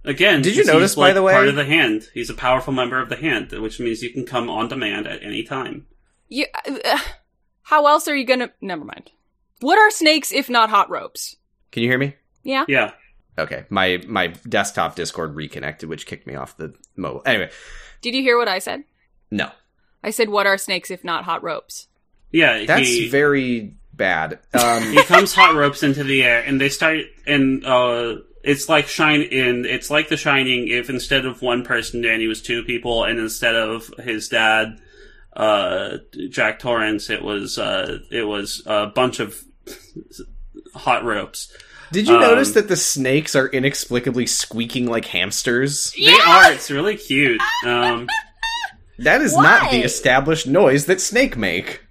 Speaker 2: Again,
Speaker 1: Did you
Speaker 2: he's,
Speaker 1: notice, by
Speaker 2: like,
Speaker 1: the way-
Speaker 2: part of the hand? He's a powerful member of the hand, which means you can come on demand at any time.
Speaker 3: You, uh, how else are you gonna? Never mind. What are snakes if not hot ropes?
Speaker 1: Can you hear me?
Speaker 3: Yeah.
Speaker 2: Yeah,
Speaker 1: Okay. My my desktop Discord reconnected, which kicked me off the mobile. Anyway,
Speaker 3: Did you hear what I said?
Speaker 1: no.
Speaker 3: I said, "What are snakes if not hot ropes?"
Speaker 2: yeah.
Speaker 1: That's
Speaker 2: he,
Speaker 1: very bad. Um
Speaker 2: he comes hot ropes into the air, and they start. And uh, it's like shine. In it's like the shining. If instead of one person, Danny was two people, and instead of his dad, uh, Jack Torrance, it was uh, it was a bunch of hot ropes.
Speaker 1: Did you
Speaker 2: Um,
Speaker 1: notice that the snakes are inexplicably squeaking like hamsters?
Speaker 2: They are. It's really cute. Um,
Speaker 1: That is
Speaker 4: Why?
Speaker 1: not the established noise that snake make.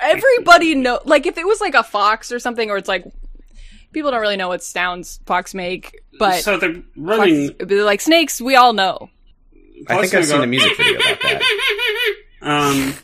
Speaker 3: everybody know like if it was like a fox or something or it's like people don't really know what sounds fox make but
Speaker 2: so they're
Speaker 3: fox,
Speaker 2: running.
Speaker 3: like snakes we all know
Speaker 1: I think
Speaker 2: Fox
Speaker 1: I've seen
Speaker 2: Nagor-
Speaker 1: a music video about that.
Speaker 2: Um,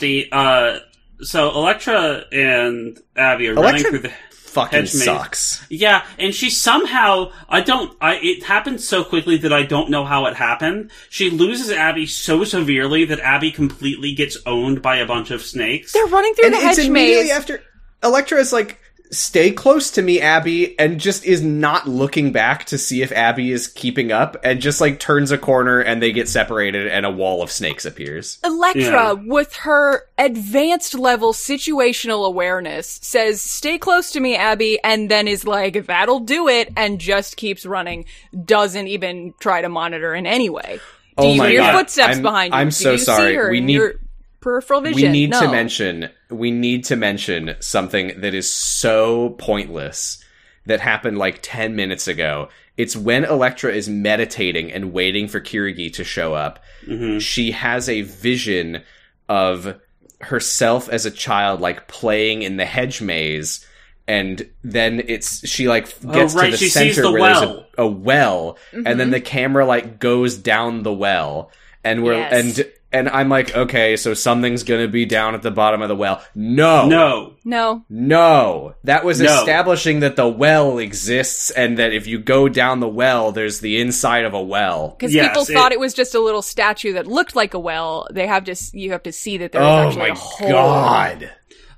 Speaker 2: the uh, so Electra and Abby are running
Speaker 1: Elektra-
Speaker 2: through the.
Speaker 1: Fucking
Speaker 2: Hedge maze.
Speaker 1: sucks.
Speaker 2: Yeah, and she somehow I don't I it happened so quickly that I don't know how it happened. She loses Abby so severely that Abby completely gets owned by a bunch of snakes.
Speaker 3: they're running through
Speaker 1: And
Speaker 3: the
Speaker 1: it's
Speaker 3: hedge
Speaker 1: immediately
Speaker 3: maze
Speaker 1: after Electra is like, "Stay close to me, Abby," and just is not looking back to see if Abby is keeping up, and just like turns a corner and they get separated, and a wall of snakes appears.
Speaker 3: Electra,
Speaker 2: Yeah.
Speaker 3: with her advanced level situational awareness, says, Stay close to me, Abby, and then is like, That'll do it, and just keeps running. Doesn't even try to monitor in any way. Do
Speaker 1: Oh
Speaker 3: you
Speaker 1: my
Speaker 3: hear
Speaker 1: God.
Speaker 3: footsteps
Speaker 1: I'm-
Speaker 3: behind you?
Speaker 1: I'm
Speaker 3: Do
Speaker 1: so
Speaker 3: you see
Speaker 1: sorry.
Speaker 3: her
Speaker 1: We
Speaker 3: in
Speaker 1: need-
Speaker 3: your peripheral vision?
Speaker 1: We need to
Speaker 3: No.
Speaker 1: mention we need to mention something that is so pointless that happened like 10 minutes ago. It's when Elektra is meditating and waiting for Kirigi to show up.
Speaker 2: Mhm.
Speaker 1: She has a vision of herself as a child like playing in the hedge maze and then it's she like
Speaker 2: Oh,
Speaker 1: gets
Speaker 2: right,
Speaker 1: to the
Speaker 2: she
Speaker 1: center
Speaker 2: sees the
Speaker 1: where there's
Speaker 2: well.
Speaker 1: a, a well and
Speaker 3: Mm-hmm.
Speaker 1: then the camera like goes down the well and we're
Speaker 4: Yes.
Speaker 1: and and I'm like, okay, so something's gonna be down at the bottom of the well. No,
Speaker 2: No.
Speaker 3: No.
Speaker 1: no. That was
Speaker 2: No.
Speaker 1: establishing that the well exists, and that if you go down the well, there's the inside of a well.
Speaker 3: Because
Speaker 2: Yes,
Speaker 3: people
Speaker 2: it-
Speaker 3: thought it was just a little statue that looked like a well. They have to, s- you have to see that there was
Speaker 1: Oh
Speaker 3: actually
Speaker 1: my
Speaker 3: a hole.
Speaker 1: god!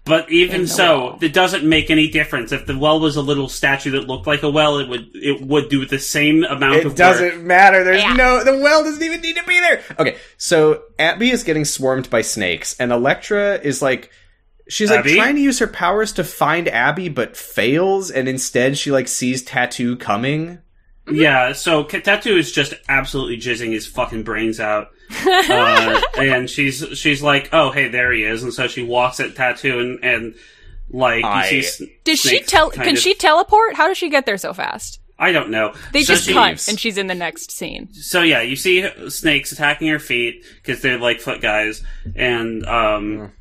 Speaker 2: But even
Speaker 3: In the
Speaker 2: so,
Speaker 3: well.
Speaker 2: it doesn't make any difference. If the well was a little statue that looked like a well, it would it would do the same amount of
Speaker 1: It
Speaker 2: work.
Speaker 1: doesn't matter. There's
Speaker 4: Yeah.
Speaker 1: no the well doesn't even need to be there. Okay, so Abby is getting swarmed by snakes, and Electra is like she's like
Speaker 2: Abby?
Speaker 1: trying to use her powers to find Abby, but fails, and instead she like sees Tattoo coming.
Speaker 2: Yeah, so Tattoo is just absolutely jizzing his fucking brains out. Uh, and she's she's like, "Oh, hey, there he is." And so she walks at Tattoo and and like you
Speaker 1: I-
Speaker 2: see s-
Speaker 3: Does she
Speaker 2: snakes
Speaker 3: tell?
Speaker 2: kind
Speaker 3: Can
Speaker 2: of-
Speaker 3: she teleport? How does she get there so fast?
Speaker 2: I don't know.
Speaker 3: They
Speaker 2: so
Speaker 3: just
Speaker 2: she-
Speaker 3: cut,
Speaker 1: leaves.
Speaker 3: and she's in the next scene.
Speaker 2: So yeah, you see snakes attacking her feet because they're like foot guys, and um,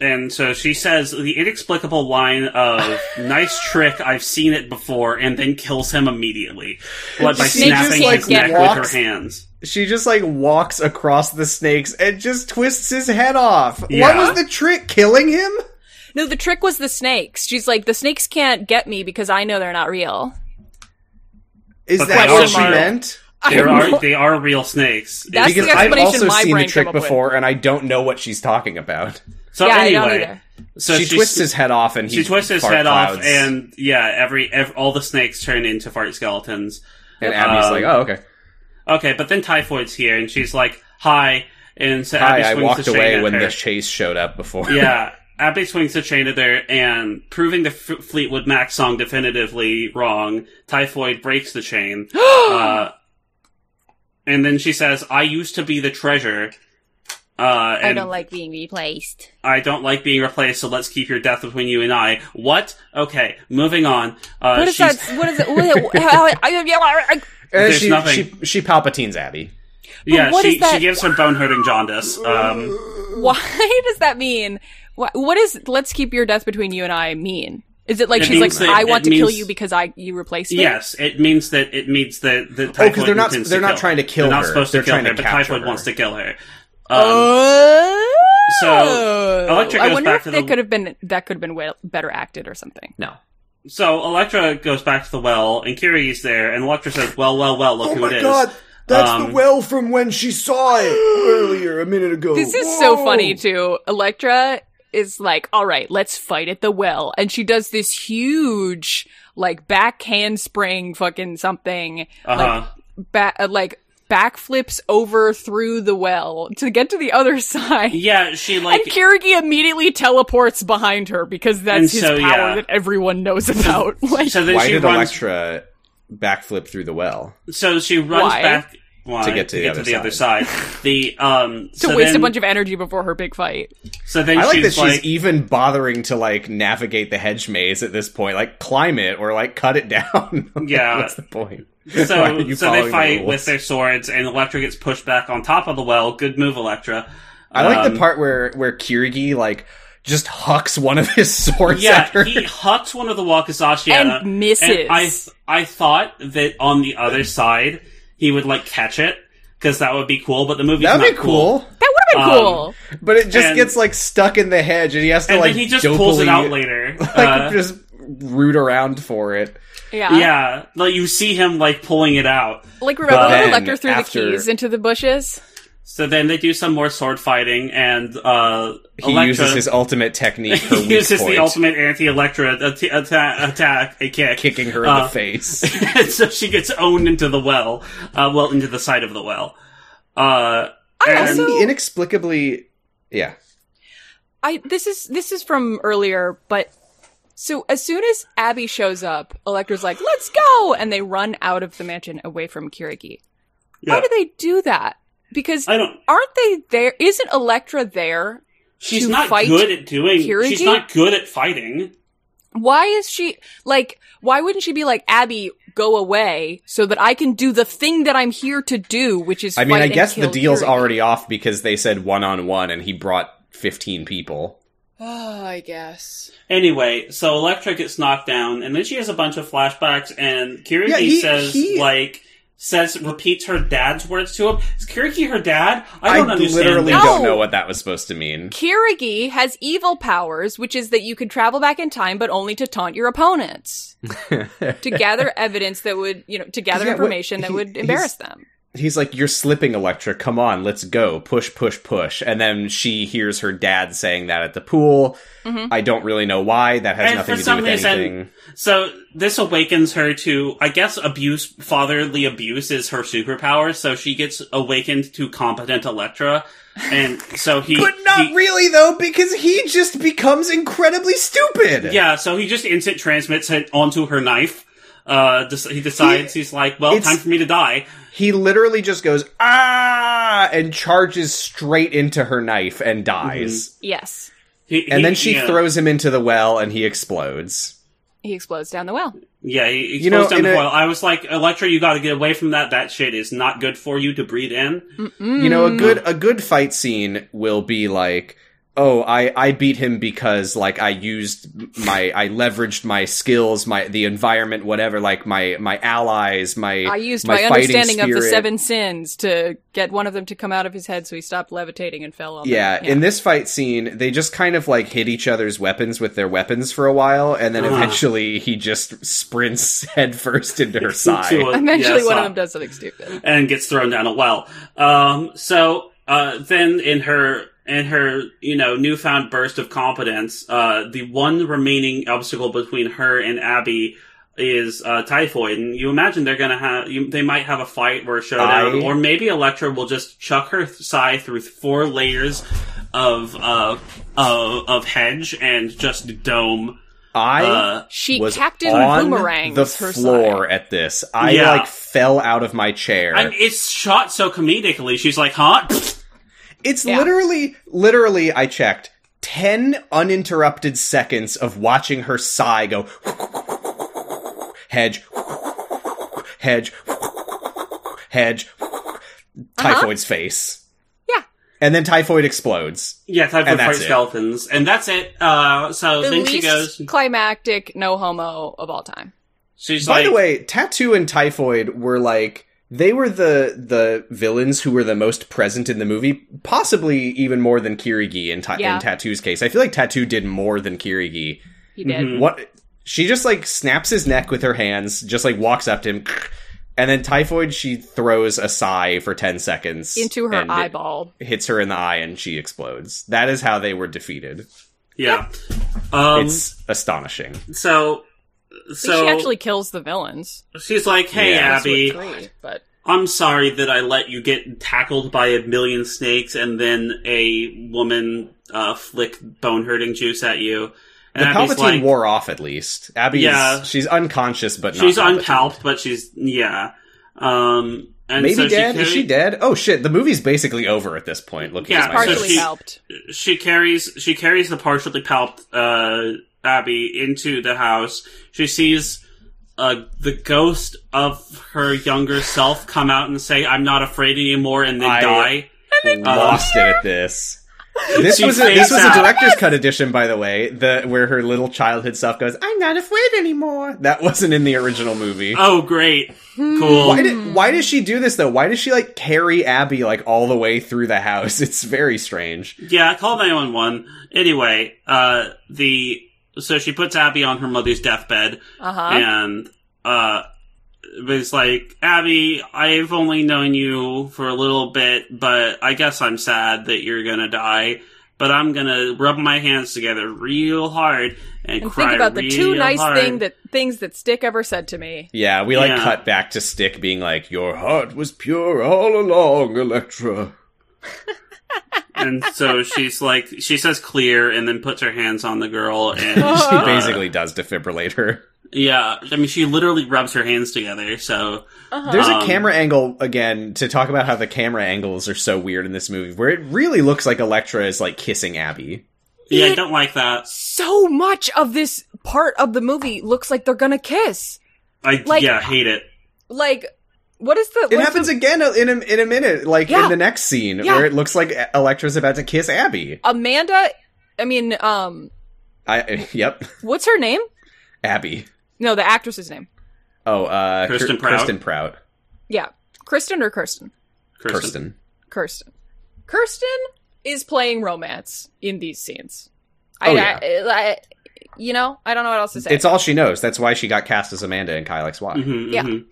Speaker 2: and so she says the inexplicable line of "Nice trick, I've seen it before," and then kills him immediately, like by
Speaker 1: Snake
Speaker 3: just,
Speaker 2: snapping
Speaker 3: like,
Speaker 2: his neck with
Speaker 1: walks-
Speaker 2: her hands.
Speaker 1: She just like walks across the snakes and just twists his head off. What
Speaker 2: Yeah.
Speaker 1: was the trick? Killing him?
Speaker 3: No, the trick was the snakes. She's like, the snakes can't get me because I know they're not real.
Speaker 1: Is
Speaker 2: But
Speaker 1: that
Speaker 2: they
Speaker 1: what
Speaker 2: are
Speaker 1: she
Speaker 2: smart.
Speaker 1: meant?
Speaker 2: There
Speaker 3: I
Speaker 2: are
Speaker 3: don't-
Speaker 2: they are real snakes.
Speaker 3: That's
Speaker 1: Because
Speaker 3: the
Speaker 1: I've
Speaker 3: explanation
Speaker 1: also
Speaker 3: my
Speaker 1: seen the
Speaker 3: brain
Speaker 1: trick
Speaker 3: came up with.
Speaker 1: before, and I don't know what she's talking about.
Speaker 2: so
Speaker 3: yeah, I don't
Speaker 2: anyway,
Speaker 3: either.
Speaker 2: so
Speaker 1: she twists his head off, and he
Speaker 2: she twists his
Speaker 1: fart
Speaker 2: head off,
Speaker 1: clouds.
Speaker 2: and yeah, every, ev all the snakes turn into fart skeletons.
Speaker 1: and Abby's
Speaker 2: um,
Speaker 1: like, "Oh, okay."
Speaker 2: Okay, but then Typhoid's here, and she's like, "Hi," and so
Speaker 1: Hi,
Speaker 2: Abby
Speaker 1: I
Speaker 2: swings
Speaker 1: walked
Speaker 2: the chain
Speaker 1: away
Speaker 2: at
Speaker 1: when
Speaker 2: her.
Speaker 1: the chase showed up before.
Speaker 2: yeah, Abby swings the chain at her, and proving the F- Fleetwood Mac song definitively wrong, Typhoid breaks the chain, uh, and then she says, "I used to be the treasure." Uh,
Speaker 4: I
Speaker 2: and
Speaker 4: don't like being replaced.
Speaker 2: I don't like being replaced, so let's keep your death between you and I. What? Okay, moving on. Uh,
Speaker 3: What is
Speaker 2: she's-
Speaker 3: that? What is it? What, how, I, I,
Speaker 1: and
Speaker 2: There's
Speaker 1: she,
Speaker 2: nothing.
Speaker 1: she she palpatines Abby.
Speaker 2: Yeah,
Speaker 3: what
Speaker 2: she,
Speaker 3: is that-
Speaker 2: she gives her bone hurting jaundice. Um,
Speaker 3: why does that mean? What, what is "Let's keep your death between you and I" mean? Is it like
Speaker 2: It
Speaker 3: she's like,
Speaker 2: means that-
Speaker 3: "I want
Speaker 2: it
Speaker 3: to kill
Speaker 2: means- um,
Speaker 3: you because I you replaced me"?
Speaker 2: Yes, it means that it means that the typhoid.
Speaker 1: Oh, they're not-
Speaker 2: intends
Speaker 1: they're not
Speaker 2: kill
Speaker 1: trying to kill
Speaker 2: They're not
Speaker 1: her.
Speaker 2: supposed
Speaker 1: They're
Speaker 2: to kill
Speaker 1: trying to
Speaker 2: her, but
Speaker 1: capture
Speaker 2: typhoid
Speaker 1: her.
Speaker 2: wants to kill her. Um,
Speaker 3: Oh.
Speaker 2: So, Electra
Speaker 3: I
Speaker 2: goes
Speaker 3: wonder
Speaker 2: back
Speaker 3: if
Speaker 2: to
Speaker 3: that
Speaker 2: the-
Speaker 3: could have been that could have been well, better acted or something.
Speaker 1: No,
Speaker 2: so Electra goes back to the well, and Kiri's there, and Electra says, "Well, well, well, look who it is."
Speaker 1: Oh that's
Speaker 2: Um,
Speaker 1: well from when she saw it earlier a minute ago.
Speaker 3: This is so
Speaker 1: Whoa.
Speaker 3: funny too. Electra is like, all right, let's fight at the well. And she does this huge, like, back handspring fucking something,
Speaker 2: Uh-huh.
Speaker 3: ba- uh, like, backflips over through the well to get to the other side.
Speaker 2: yeah, she like.
Speaker 3: and Kirigi immediately teleports behind her because
Speaker 2: And
Speaker 3: that's his
Speaker 2: so,
Speaker 3: power
Speaker 2: yeah.
Speaker 3: that everyone knows about. Like,
Speaker 2: so then
Speaker 1: Why
Speaker 2: she
Speaker 1: did
Speaker 2: runs.
Speaker 1: Elektra backflip through the well?
Speaker 2: so she runs
Speaker 3: Why?
Speaker 2: back why?
Speaker 1: To get to the other
Speaker 2: the other side. The um.
Speaker 3: to
Speaker 2: so
Speaker 3: waste
Speaker 2: then,
Speaker 3: a bunch of energy before her big fight.
Speaker 2: So then
Speaker 1: I like that
Speaker 2: she's
Speaker 1: she's
Speaker 2: like,
Speaker 1: even bothering to like navigate the hedge maze at this point, like climb it or like cut it down.
Speaker 2: Yeah.
Speaker 1: what's the point? Why are
Speaker 2: so
Speaker 1: you
Speaker 2: so they
Speaker 1: following the
Speaker 2: fight
Speaker 1: rules?
Speaker 2: with their swords, and Electra gets pushed back on top of the well. Good move, Electra.
Speaker 1: I like
Speaker 2: Um,
Speaker 1: the part where where Kirigi like just hucks one of his swords at
Speaker 2: Yeah,
Speaker 1: her.
Speaker 2: he hucks one of the Wakasashiana
Speaker 3: And misses.
Speaker 2: and I I thought that on the other side he would like catch it because that would be cool. But the movie's
Speaker 1: That'd
Speaker 2: not
Speaker 1: be cool.
Speaker 3: That would have been
Speaker 2: Um,
Speaker 3: cool.
Speaker 1: But it just
Speaker 2: And-
Speaker 1: gets like stuck in the hedge, and he has to
Speaker 2: And
Speaker 1: like
Speaker 2: then he just
Speaker 1: dopily,
Speaker 2: pulls it out later.
Speaker 1: like
Speaker 2: Uh,
Speaker 1: just root around for it.
Speaker 3: Yeah.
Speaker 2: yeah, like you see him like pulling it out.
Speaker 3: Like remember
Speaker 1: Then,
Speaker 3: when Lecter threw
Speaker 1: after-
Speaker 3: the keys into the bushes?
Speaker 2: So then they do some more sword fighting, and uh,
Speaker 1: He
Speaker 2: Elektra
Speaker 1: uses his ultimate technique. Her
Speaker 2: he
Speaker 1: weak
Speaker 2: uses
Speaker 1: point,
Speaker 2: the ultimate anti-Electra at- atta- attack, a kick,
Speaker 1: kicking her in
Speaker 2: Uh,
Speaker 1: the face.
Speaker 2: and so she gets owned into the well, uh, well into the side of the well. Uh,
Speaker 3: I
Speaker 2: and-
Speaker 1: And
Speaker 3: also-
Speaker 1: he inexplicably, yeah,
Speaker 3: I this is this is from earlier, but so as soon as Abby shows up, Electra's like, "Let's go!" and they run out of the mansion away from Kiriki.
Speaker 2: yeah.
Speaker 3: Why do they do that? Because
Speaker 2: I don't.
Speaker 3: aren't they there? Isn't Electra there?
Speaker 2: She's
Speaker 3: to
Speaker 2: not
Speaker 3: fight
Speaker 2: good at doing. She's
Speaker 3: Kirigi?
Speaker 2: not good at fighting.
Speaker 3: Why is she like? Why wouldn't she be like Abby? Go away so that I can do the thing that I'm here to do, which is.
Speaker 1: I mean,
Speaker 3: fight
Speaker 1: I
Speaker 3: and
Speaker 1: guess the
Speaker 3: kill
Speaker 1: deal's
Speaker 3: Kiriki.
Speaker 1: already off because they said one on one, and he brought fifteen people.
Speaker 3: Oh, I guess.
Speaker 2: Anyway, so Electra gets knocked down, and then she has a bunch of flashbacks, and Kiriki
Speaker 1: Yeah, he-
Speaker 2: says,
Speaker 1: he-
Speaker 2: like, says, repeats her dad's words to him. Is Kiriki her dad? I don't understand.
Speaker 1: literally
Speaker 2: this.
Speaker 3: No.
Speaker 1: don't know what that was supposed to mean.
Speaker 3: Kirigi has evil powers, which is that you could travel back in time, but only to taunt your opponents. to gather evidence that would, you know, to gather
Speaker 1: Yeah, what-
Speaker 3: information that
Speaker 1: he-
Speaker 3: would
Speaker 1: he's-
Speaker 3: embarrass them.
Speaker 1: He's like, "You're slipping, Electra. Come on, let's go. Push, push, push." And then she hears her dad saying that at the pool.
Speaker 3: Mm-hmm.
Speaker 1: I don't really know why. That has
Speaker 2: And
Speaker 1: nothing
Speaker 2: for
Speaker 1: to do
Speaker 2: some
Speaker 1: with
Speaker 2: reason-
Speaker 1: anything.
Speaker 2: So this awakens her to, I guess, abuse. Fatherly abuse is her superpower, so she gets awakened to competent Electra, and so he,
Speaker 1: But not
Speaker 2: he-
Speaker 1: really though, because he just becomes incredibly stupid.
Speaker 2: yeah, so he just instant transmits it onto her knife. Uh, des- he decides he's like, well,
Speaker 1: it's-
Speaker 2: time for me to die.
Speaker 1: He literally just goes ah and charges straight into her knife and dies.
Speaker 2: Mm-hmm.
Speaker 3: Yes.
Speaker 2: He-
Speaker 1: And
Speaker 2: he-
Speaker 1: then she
Speaker 2: yeah.
Speaker 1: throws him into the well and he explodes.
Speaker 3: He explodes down the well.
Speaker 2: Yeah, he, he
Speaker 1: You know,
Speaker 2: explodes down
Speaker 1: in
Speaker 2: the
Speaker 1: a-
Speaker 2: foil. I was like, Electra, you got to get away from that. That shit is not good for you to breathe in.
Speaker 1: You know,
Speaker 2: Mm.
Speaker 1: a good a good fight scene will be like, "Oh, I I beat him because like I used my I leveraged my skills, my the environment, whatever, like my my allies, my
Speaker 3: I used
Speaker 1: my
Speaker 3: my,
Speaker 1: fighting
Speaker 3: understanding of the
Speaker 1: spirit."
Speaker 3: seven sins to get one of them to come out of his head so he stopped levitating and fell on the-
Speaker 1: Yeah, in this fight scene, they just kind of like hit each other's weapons with their weapons for a while, and then
Speaker 2: Ah.
Speaker 1: eventually he just sprints headfirst into her
Speaker 2: To
Speaker 1: side.
Speaker 2: a-
Speaker 3: Eventually
Speaker 2: yeah,
Speaker 3: one
Speaker 2: so-
Speaker 3: of them does something stupid.
Speaker 2: and gets thrown down a well. Um, so uh, then, in her in her you know newfound burst of competence, uh, the one remaining obstacle between her and Abby is uh, typhoid, and you imagine they're gonna have you, they might have a fight or a showdown,
Speaker 1: I-
Speaker 2: or maybe Electra will just chuck her th- sigh through four layers of uh, of, of hedge and just dome.
Speaker 1: I
Speaker 2: Uh,
Speaker 3: She
Speaker 1: was
Speaker 3: captain
Speaker 1: on
Speaker 3: boomerangs
Speaker 1: the
Speaker 3: her
Speaker 1: floor
Speaker 3: side.
Speaker 1: at this. I
Speaker 2: Yeah.
Speaker 1: like fell out of my chair.
Speaker 2: and it's shot so comedically. She's like, "Huh."
Speaker 1: It's
Speaker 3: Yeah.
Speaker 1: literally, literally, I checked, 10 uninterrupted seconds of watching her sigh go, hedge, hedge, hedge, Typhoid's face.
Speaker 3: Uh-huh. Yeah.
Speaker 1: And then Typhoid explodes.
Speaker 2: Yeah, type
Speaker 1: And
Speaker 2: of fight
Speaker 1: that's it.
Speaker 2: skeletons, and that's it. Uh, so
Speaker 3: The
Speaker 2: then she
Speaker 3: least
Speaker 2: goes.
Speaker 3: climactic no homo of all time.
Speaker 2: She's
Speaker 1: By
Speaker 2: like,
Speaker 1: the way, Tattoo and Typhoid were like, they were the the villains who were the most present in the movie, possibly even more than Kirigi in, ta-
Speaker 3: Yeah.
Speaker 1: in Tattoo's case. I feel like Tattoo did more than Kirigi.
Speaker 3: He did.
Speaker 2: Mhm.
Speaker 1: What she just like snaps his neck with her hands, just like walks up to him, and then typhoid she throws a sigh for ten seconds
Speaker 3: Into her
Speaker 1: and it
Speaker 3: eyeball.
Speaker 1: hits her in the eye, and she explodes. That is how they were defeated.
Speaker 2: yeah. Um,
Speaker 1: it's astonishing.
Speaker 2: so,
Speaker 3: At least
Speaker 2: so
Speaker 3: she actually kills the villains.
Speaker 2: she's like, "Hey,
Speaker 1: Yeah.
Speaker 3: That's
Speaker 2: Abby,
Speaker 3: what's great, but
Speaker 2: I'm sorry that I let you get tackled by a million snakes and then a woman uh, flick bone hurting juice at you." And
Speaker 1: The
Speaker 2: Abby's
Speaker 1: Palpatine
Speaker 2: like,
Speaker 1: wore off at least. Abby's
Speaker 2: Yeah.
Speaker 1: she's unconscious, but not
Speaker 2: she's
Speaker 1: Palpatine.
Speaker 2: unpalped, but she's yeah. Um, and
Speaker 1: Maybe
Speaker 2: so
Speaker 1: dead?
Speaker 2: She
Speaker 1: is she
Speaker 2: carry-
Speaker 1: dead? Oh shit! The movie's basically over at this point. Looking
Speaker 2: Yeah,
Speaker 1: at my
Speaker 2: so
Speaker 1: notes.
Speaker 3: partially
Speaker 2: she-
Speaker 3: helped.
Speaker 2: she carries she carries the partially palped uh, Abby into the house. She sees uh, the ghost of her younger self come out and say, "I'm not afraid anymore," and then
Speaker 1: I-
Speaker 2: die.
Speaker 1: lost it at this. This
Speaker 2: She
Speaker 1: was a, this
Speaker 2: fades
Speaker 1: was a
Speaker 2: out.
Speaker 1: director's cut edition, by the way, the where her little childhood self goes, "I'm not afraid anymore." That wasn't in the original movie.
Speaker 2: Oh, great. Cool.
Speaker 1: why did, why does she do this though? Why does she like carry Abby like all the way through the house? It's very strange.
Speaker 2: Yeah, I called 911. Anyway, uh, the, so she puts Abby on her mother's deathbed
Speaker 3: Uh
Speaker 2: and, uh, but it's like, Abby, I've only known you for a little bit, but I guess I'm sad that you're gonna die. But I'm gonna rub my hands together real hard and,
Speaker 3: And
Speaker 2: cry
Speaker 3: think about the two
Speaker 2: real
Speaker 3: nice
Speaker 2: hard.
Speaker 3: thing that things that Stick ever said to me.
Speaker 1: Yeah, we like
Speaker 2: Yeah.
Speaker 1: cut back to Stick being like, "Your heart was pure all along, Electra."
Speaker 2: and so she's like, she says clear and then puts her hands on the girl and
Speaker 1: She
Speaker 3: Uh-huh.
Speaker 2: uh,
Speaker 1: basically does defibrillate her.
Speaker 2: yeah, I mean, she literally rubs her hands together. So
Speaker 1: There's a
Speaker 2: Um,
Speaker 1: camera angle again to talk about how the camera angles are so weird in this movie, where it really looks like Electra is like kissing Abby.
Speaker 2: yeah, I
Speaker 3: It-
Speaker 2: don't like that.
Speaker 3: So much of this part of the movie looks like they're gonna kiss.
Speaker 2: I
Speaker 3: Like-
Speaker 2: yeah, hate it.
Speaker 3: Like, what is the?
Speaker 1: It
Speaker 3: what's
Speaker 1: happens
Speaker 3: The,
Speaker 1: again in a, in a minute, like
Speaker 3: Yeah.
Speaker 1: in the next scene,
Speaker 3: Yeah.
Speaker 1: where it looks like Electra's about to kiss Abby.
Speaker 3: Amanda. I mean, um,
Speaker 1: I yep,
Speaker 3: what's her name?
Speaker 1: Abby.
Speaker 3: No, the actress's name.
Speaker 1: Oh, uh, Kir-
Speaker 2: Kirsten Prout.
Speaker 1: Kirsten Prout.
Speaker 3: Yeah, Kristen or Kirsten.
Speaker 2: Kirsten.
Speaker 1: Kirsten.
Speaker 3: Kirsten. Kirsten is playing romance in these scenes.
Speaker 1: Oh,
Speaker 3: I,
Speaker 1: yeah.
Speaker 3: I, I- you know, I don't know what else to say.
Speaker 1: It's all she knows. That's why she got cast as Amanda in Kyle X Y.
Speaker 2: Mhm,
Speaker 3: Yeah.
Speaker 2: mhm.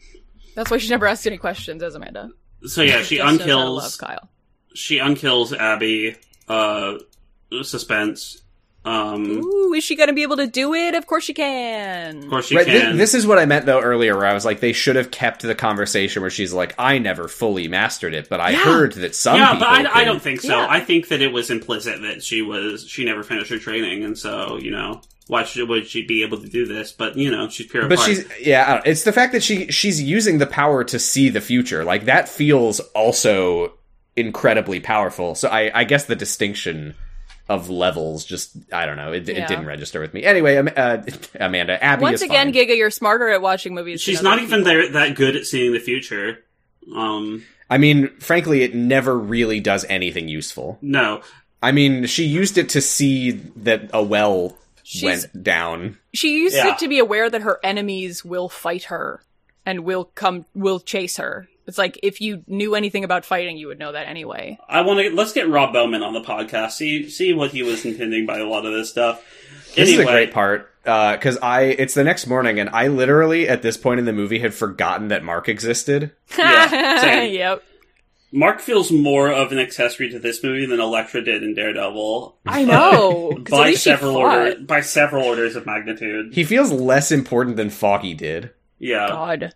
Speaker 3: That's why she never asked any questions as Amanda.
Speaker 2: So yeah, she
Speaker 3: Just knows how to love
Speaker 2: unkills.
Speaker 3: Kyle.
Speaker 2: She unkills Abby. Uh, suspense. Um,
Speaker 3: Ooh, is she gonna be able to do it? Of course she can.
Speaker 2: of course she
Speaker 1: right, thi-
Speaker 2: can.
Speaker 1: this is what I meant though earlier, where I was like, they should have kept the conversation where she's like, "I never fully mastered it, but I
Speaker 3: Yeah.
Speaker 1: heard that some
Speaker 2: yeah,
Speaker 1: people."
Speaker 2: but I, I
Speaker 1: can-
Speaker 2: don't think so.
Speaker 3: Yeah.
Speaker 2: I think that it was implicit that she was she never finished her training, and so you know why should, would she be able to do this? But you know she's pure. of
Speaker 1: But
Speaker 2: heart.
Speaker 1: she's yeah, I don't- it's the fact that she she's using the power to see the future. Like that feels also incredibly powerful. So I I guess the distinction of levels just I don't know. It,
Speaker 3: Yeah.
Speaker 1: it didn't register with me. Anyway, Am- uh, Amanda Abby
Speaker 3: Once
Speaker 1: is
Speaker 3: again,
Speaker 1: fine.
Speaker 3: Giga, you're smarter at watching movies. than
Speaker 2: she's
Speaker 3: other
Speaker 2: not even
Speaker 3: people.
Speaker 2: there, that good at seeing the future. Um,
Speaker 1: I mean, frankly, it never really does anything useful.
Speaker 2: no,
Speaker 1: I mean, she used it to see that a well
Speaker 3: She's-
Speaker 1: went down.
Speaker 3: She used
Speaker 2: Yeah.
Speaker 3: it to be aware that her enemies will fight her and will come will chase her. It's like if you knew anything about fighting, you would know that anyway.
Speaker 2: I want to let's get Rob Bowman on the podcast. See see what he was intending by a lot of this stuff.
Speaker 1: This
Speaker 2: anyway,
Speaker 1: is a great part because I it's the next morning and I literally at this point in the movie had forgotten that Mark existed.
Speaker 2: Yeah, same.
Speaker 3: yep.
Speaker 2: Mark feels more of an accessory to this movie than Elektra did in Daredevil
Speaker 3: I know. 'Cause at
Speaker 2: by
Speaker 3: least she
Speaker 2: several
Speaker 3: fought.
Speaker 2: order, by several orders of magnitude.
Speaker 1: He feels less important than Foggy did.
Speaker 2: yeah,
Speaker 3: God.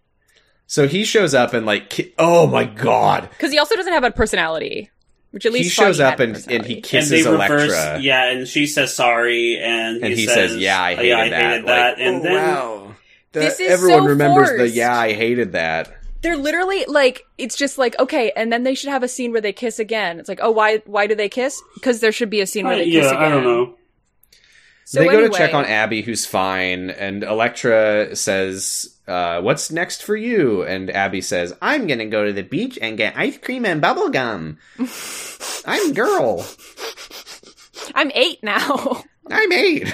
Speaker 1: So he shows up and like, ki- oh my god,
Speaker 3: Because he also doesn't have a personality, which at least
Speaker 1: he shows
Speaker 3: Foggy had
Speaker 1: up
Speaker 3: a
Speaker 1: and, and he
Speaker 3: personality.
Speaker 1: kisses
Speaker 2: and they reverse.
Speaker 1: Electra,
Speaker 2: Yeah, and she says sorry, and he,
Speaker 1: and he
Speaker 2: says, "Oh,
Speaker 1: says, "Yeah, I hated
Speaker 2: yeah, I
Speaker 1: that."
Speaker 2: hated that.
Speaker 1: Like,
Speaker 2: and
Speaker 1: oh,
Speaker 2: then
Speaker 1: wow, The-
Speaker 3: This is
Speaker 1: everyone
Speaker 3: so
Speaker 1: remembers the
Speaker 3: forced.
Speaker 1: "Yeah, I hated that."
Speaker 3: They're literally like it's just like okay, and then they should have a scene where they kiss again. It's like oh, why why do they kiss? Because there should be a scene where
Speaker 2: I-
Speaker 3: they kiss
Speaker 2: yeah,
Speaker 3: again.
Speaker 2: I don't know.
Speaker 3: So
Speaker 1: they go
Speaker 3: anyway,
Speaker 1: to check on Abby, who's fine, and Electra says, uh, "What's next for you?" And Abby says, "I'm gonna go to the beach and get ice cream and bubble gum. I'm girl.
Speaker 3: I'm eight now.
Speaker 1: I'm eight.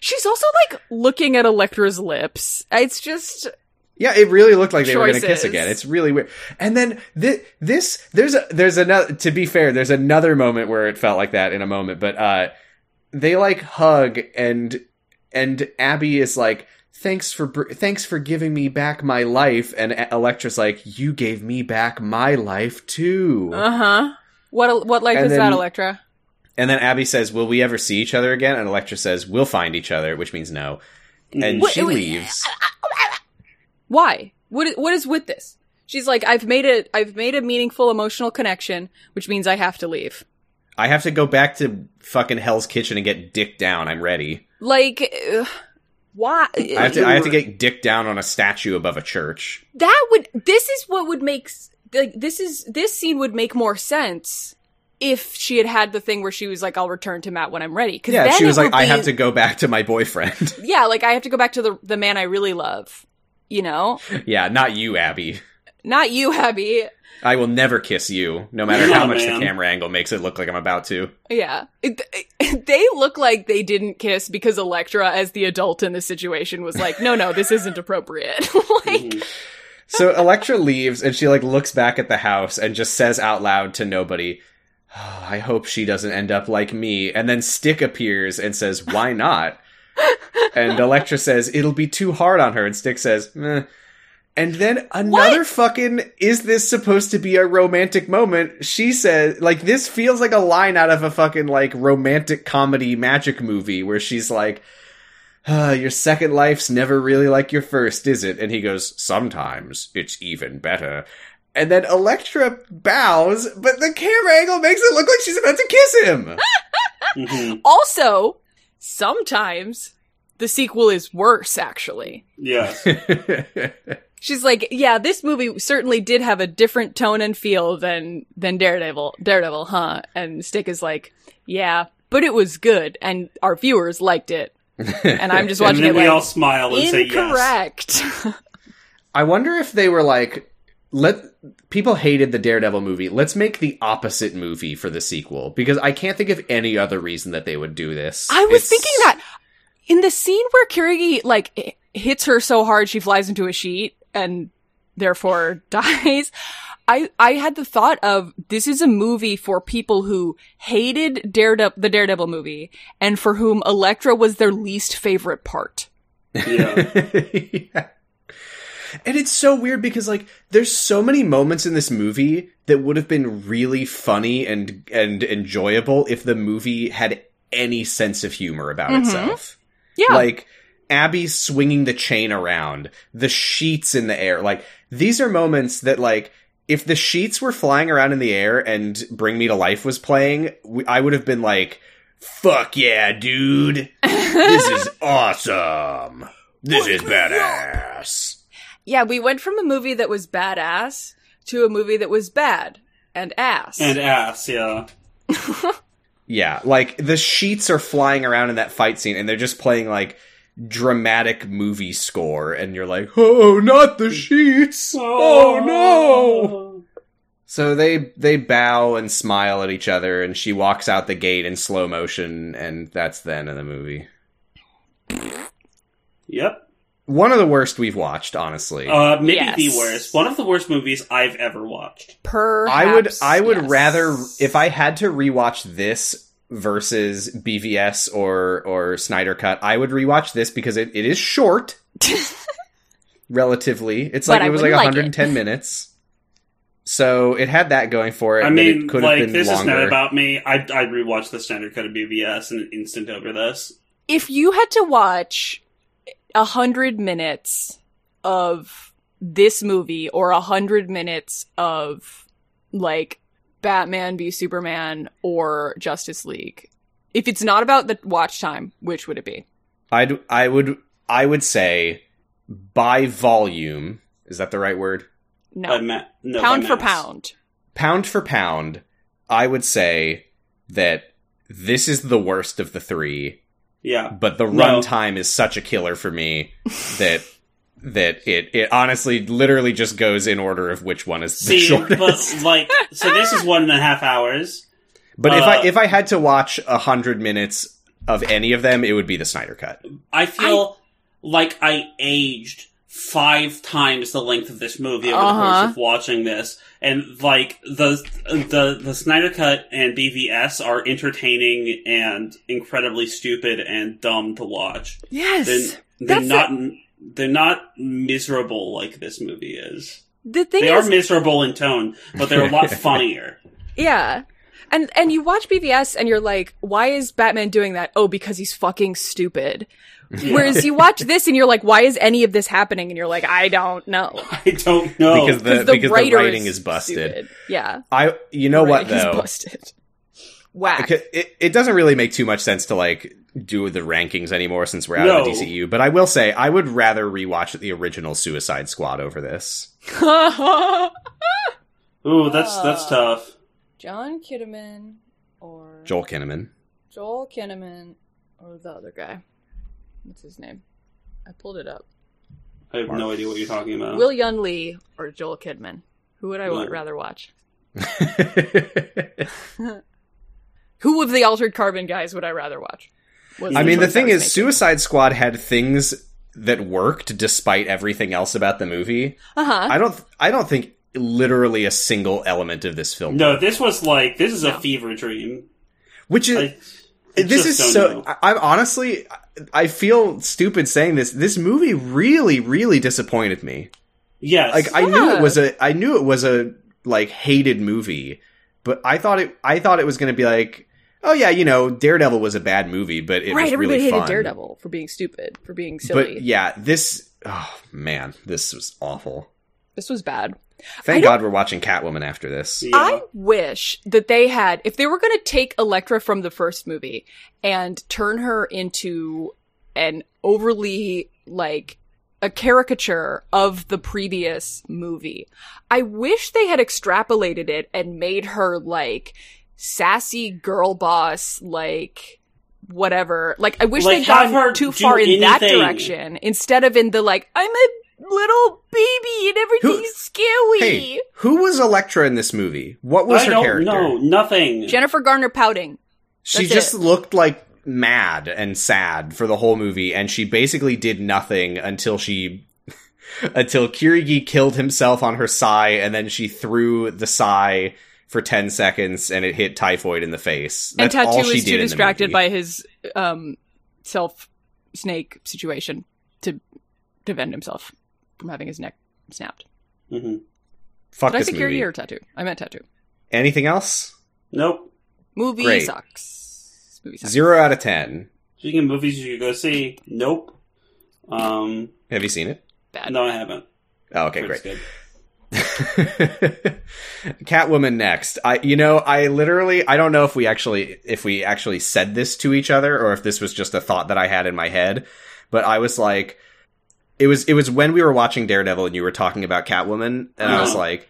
Speaker 3: She's also like looking at Electra's lips. It's just
Speaker 1: Yeah, it really looked like they were going to kiss
Speaker 3: Choices.
Speaker 1: again. It's really weird. And then thi- this, there's a, there's another. To be fair, there's another moment where it felt like that in a moment, but uh, they like hug and and Abby is like, "Thanks for br- thanks for giving me back my life," and A- Electra's like, "You gave me back my life too."
Speaker 3: uh huh. What what life
Speaker 1: And
Speaker 3: is
Speaker 1: then-
Speaker 3: that, Electra?
Speaker 1: And then Abby says, "Will we ever see each other again?" And Electra says, "We'll find each other," which means no. And
Speaker 3: Wait,
Speaker 1: she
Speaker 3: wait.
Speaker 1: leaves.
Speaker 3: Why? What i- what is with this? She's like, I've made a I've made a meaningful emotional connection, which means I have to leave.
Speaker 1: I have to go back to fucking Hell's Kitchen and get dick down. I'm ready.
Speaker 3: Like, ugh, why?
Speaker 1: I have to, I have to get dick down on a statue above a church.
Speaker 3: that would. This is what would make s- like this is this scene would make more sense if she had had the thing where she was like, I'll return to Matt when I'm ready. Because
Speaker 1: Yeah,
Speaker 3: then
Speaker 1: she was
Speaker 3: it
Speaker 1: like,
Speaker 3: would
Speaker 1: I
Speaker 3: be-
Speaker 1: have to go back to my boyfriend.
Speaker 3: Yeah, like I have to go back to the the man I really love. You know,
Speaker 1: yeah, not you, Abby.
Speaker 3: Not you, Abby.
Speaker 1: I will never kiss you, no matter
Speaker 2: Yeah,
Speaker 1: how much
Speaker 2: man.
Speaker 1: the camera angle makes it look like I'm about to.
Speaker 3: Yeah. It- it- they look like they didn't kiss because Electra, as the adult in the situation, was like, no, no, this isn't appropriate. like,
Speaker 2: Mm-hmm,
Speaker 1: So Electra leaves and she like looks back at the house and just says out loud to nobody, "Oh, I hope she doesn't end up like me. And then Stick appears and says, Why not? And Electra says, It'll be too hard on her. And Stick says, "Meh." And then another fucking, is this supposed to be a romantic moment? She says, like, this feels like a line out of a fucking, like, romantic comedy magic movie where she's like, "Ah, your second life's never really like your first, is it? And he goes, sometimes it's even better. And then Electra bows, but the camera angle makes it look like she's about to kiss him.
Speaker 2: Mhm.
Speaker 3: also, sometimes the sequel is worse, actually.
Speaker 2: Yeah.
Speaker 3: She's like, yeah, this movie certainly did have a different tone and feel than than Daredevil, Daredevil, huh? And Stick is like, yeah, but it was good, and our viewers liked it, and I'm just
Speaker 2: And
Speaker 3: watching
Speaker 2: then
Speaker 3: it
Speaker 2: we
Speaker 3: like
Speaker 2: all smile and say yes.
Speaker 3: incorrect.
Speaker 1: I wonder if they were like, let people hated the Daredevil movie. Let's make the opposite movie for the sequel because I can't think of any other reason that they would do this.
Speaker 3: I was
Speaker 1: It's-
Speaker 3: thinking that in the scene where Kirigi like h- hits her so hard she flies into a sheet and therefore dies. I I had the thought of this is a movie for people who hated Daredevil the Daredevil movie and for whom Elektra was their least favorite part.
Speaker 2: Yeah.
Speaker 1: Yeah. And it's so weird because like there's so many moments in this movie that would have been really funny and and enjoyable if the movie had any sense of humor about
Speaker 3: Mhm.
Speaker 1: itself.
Speaker 3: Yeah.
Speaker 1: Like Abby swinging the chain around, the sheets in the air. Like these are moments that like if the sheets were flying around in the air and Bring Me to Life was playing, we- I would have been like, "Fuck yeah, dude. This is awesome. This is badass."
Speaker 3: yeah, we went from a movie that was badass to a movie that was bad and ass.
Speaker 2: And ass, yeah.
Speaker 1: Yeah, like the sheets are flying around in that fight scene and they're just playing like dramatic movie score and you're like, "Oh, not the sheets." Oh no.
Speaker 2: Oh.
Speaker 1: So they they bow and smile at each other, and she walks out the gate in slow motion, and that's the end of the movie.
Speaker 2: Yep.
Speaker 1: One of the worst we've watched, honestly.
Speaker 2: Uh, maybe
Speaker 3: Yes.
Speaker 2: the worst. One of the worst movies I've ever watched.
Speaker 3: Perhaps,
Speaker 1: I would I would
Speaker 3: yes.
Speaker 1: rather if I had to rewatch this versus BVS or or Snyder Cut, I would rewatch this because it, it is short relatively. It's
Speaker 3: But
Speaker 1: like
Speaker 3: I
Speaker 1: it was like
Speaker 3: wouldn't like it.
Speaker 1: 110 minutes. So it had that going for it.
Speaker 2: I
Speaker 1: but
Speaker 2: mean,
Speaker 1: it could have
Speaker 2: like,
Speaker 1: been
Speaker 2: this
Speaker 1: longer.
Speaker 2: is not about me. I'd, I'd rewatch the Snyder Cut of BBS in an instant over this.
Speaker 3: if you had to watch a hundred minutes of this movie or a hundred minutes of like Batman v Superman or Justice League, if it's not about the watch time, which would it be?
Speaker 1: I'd I would I would say by volume is that the right word?
Speaker 3: No,
Speaker 2: By ma- Uh, no, by
Speaker 3: pound for
Speaker 2: mass.
Speaker 3: pound.
Speaker 1: Pound for pound, I would say that this is the worst of the three,
Speaker 2: Yeah.
Speaker 1: but the
Speaker 2: No.
Speaker 1: runtime is such a killer for me that that it it honestly literally just goes in order of which one is the
Speaker 2: See,
Speaker 1: shortest.
Speaker 2: but, like, so this
Speaker 3: Ah!
Speaker 2: is one and a half hours.
Speaker 1: But if I
Speaker 2: uh,
Speaker 1: if I had to watch a hundred minutes of any of them, it would be the Snyder cut.
Speaker 2: I feel like I aged five times the length of this movie over the
Speaker 3: Uh-huh.
Speaker 2: course of watching this, and like the the the Snyder Cut and BVS are entertaining and incredibly stupid and dumb to watch.
Speaker 3: Yes.
Speaker 2: They're, they're not
Speaker 3: That's
Speaker 2: they're not miserable like this movie is.
Speaker 3: the thing
Speaker 2: They
Speaker 3: is,
Speaker 2: are miserable in tone, but they're a lot funnier.
Speaker 3: Yeah. And and you watch BVS and you're like, why is Batman doing that? Oh, because he's fucking stupid. Whereas you watch this and you're like, why is any of this happening? And you're like, I don't know.
Speaker 2: I don't know.
Speaker 1: Because the, because the writing is busted.
Speaker 3: stupid. Yeah.
Speaker 1: I you know what
Speaker 3: Writing is
Speaker 1: though?
Speaker 3: busted. Whack.
Speaker 1: Okay, it, it doesn't really make too much sense to like do the rankings anymore since we're out of the
Speaker 2: No.
Speaker 1: DCU. But I will say I would rather rewatch the original Suicide Squad over this.
Speaker 2: Ooh, that's
Speaker 3: Ah.
Speaker 2: that's tough.
Speaker 3: John Kinnaman or
Speaker 1: Joel Kinnaman.
Speaker 3: Joel Kinnaman or the other guy. What's his name? I pulled it up.
Speaker 2: I have no idea what you're talking about.
Speaker 3: Will Yun Lee or Joel Kidman? Who would I wa-
Speaker 2: Ooh.
Speaker 3: rather watch? Who of the Altered Carbon guys would I rather watch? Was
Speaker 1: I mean, the
Speaker 3: choice
Speaker 1: thing
Speaker 3: was
Speaker 1: is,
Speaker 3: making.
Speaker 1: Suicide Squad had things that worked despite everything else about the movie.
Speaker 3: Uh-huh.
Speaker 1: I don't. I don't think literally a single element of this film.
Speaker 2: no,
Speaker 1: worked.
Speaker 2: this was like this is
Speaker 3: No.
Speaker 2: a fever dream.
Speaker 1: which is
Speaker 2: I, I
Speaker 1: this
Speaker 2: just
Speaker 1: is
Speaker 2: don't
Speaker 1: so.
Speaker 2: know.
Speaker 1: I, I'm honestly, I- I feel stupid saying this. This movie really, really disappointed me.
Speaker 2: yes,
Speaker 1: Like I knew
Speaker 3: Yeah.
Speaker 1: it was a. I knew it was a like hated movie, but I thought it. I thought it was going to be like. Oh yeah, you know, Daredevil was a bad movie, but it
Speaker 3: right,
Speaker 1: was
Speaker 3: everybody
Speaker 1: really
Speaker 3: hated
Speaker 1: fun.
Speaker 3: Daredevil for being stupid, for being silly.
Speaker 1: But yeah, this oh man, this was awful.
Speaker 3: This was bad.
Speaker 1: Thank
Speaker 3: I don't-
Speaker 1: God we're watching Catwoman after this.
Speaker 2: Yeah.
Speaker 3: I wish that they had, if they were going to take Elektra from the first movie and turn her into an overly, like, a caricature of the previous movie, I wish they had extrapolated it and made her, like, sassy girl boss, like, whatever. Like, I wish
Speaker 2: Like,
Speaker 3: they'd gone
Speaker 2: have her
Speaker 3: too
Speaker 2: do
Speaker 3: far in that
Speaker 2: anything.
Speaker 3: direction instead of in the, like, I'm a little baby and everything's scary.
Speaker 1: Hey, who was Elektra in this movie? What was
Speaker 2: I
Speaker 1: her
Speaker 2: don't
Speaker 1: character?
Speaker 2: know nothing.
Speaker 3: Jennifer Garner pouting.
Speaker 1: She
Speaker 3: That's
Speaker 1: just
Speaker 3: it.
Speaker 1: looked like mad and sad for the whole movie, and she basically did nothing until she until Kirigi killed himself on her sigh, and then she threw the sigh for ten seconds, and it hit Typhoid in the face. That's
Speaker 3: and
Speaker 1: all
Speaker 3: Tattoo
Speaker 1: she
Speaker 3: is
Speaker 1: did
Speaker 3: too
Speaker 1: in the
Speaker 3: distracted
Speaker 1: movie.
Speaker 3: by his um, self snake situation to defend himself from having his neck snapped.
Speaker 2: hmm
Speaker 1: fuck
Speaker 3: Did I
Speaker 1: this
Speaker 3: say Kirigi
Speaker 1: movie.
Speaker 3: or Tattoo? I meant Tattoo.
Speaker 1: Anything else?
Speaker 2: Nope.
Speaker 3: Movie
Speaker 1: Great.
Speaker 3: sucks. Movie sucks.
Speaker 1: Zero out of ten.
Speaker 2: Speaking of movies you should go see, nope. Um,
Speaker 1: Have you seen it?
Speaker 3: Bad.
Speaker 2: no, I haven't.
Speaker 1: Oh, okay,
Speaker 2: It's
Speaker 1: great.
Speaker 2: good.
Speaker 1: Catwoman next. I you know, I literally I don't know if we actually if we actually said this to each other or if this was just a thought that I had in my head, but I was like it was it was when we were watching Daredevil and you were talking about Catwoman and I was
Speaker 2: Uh-huh.
Speaker 1: like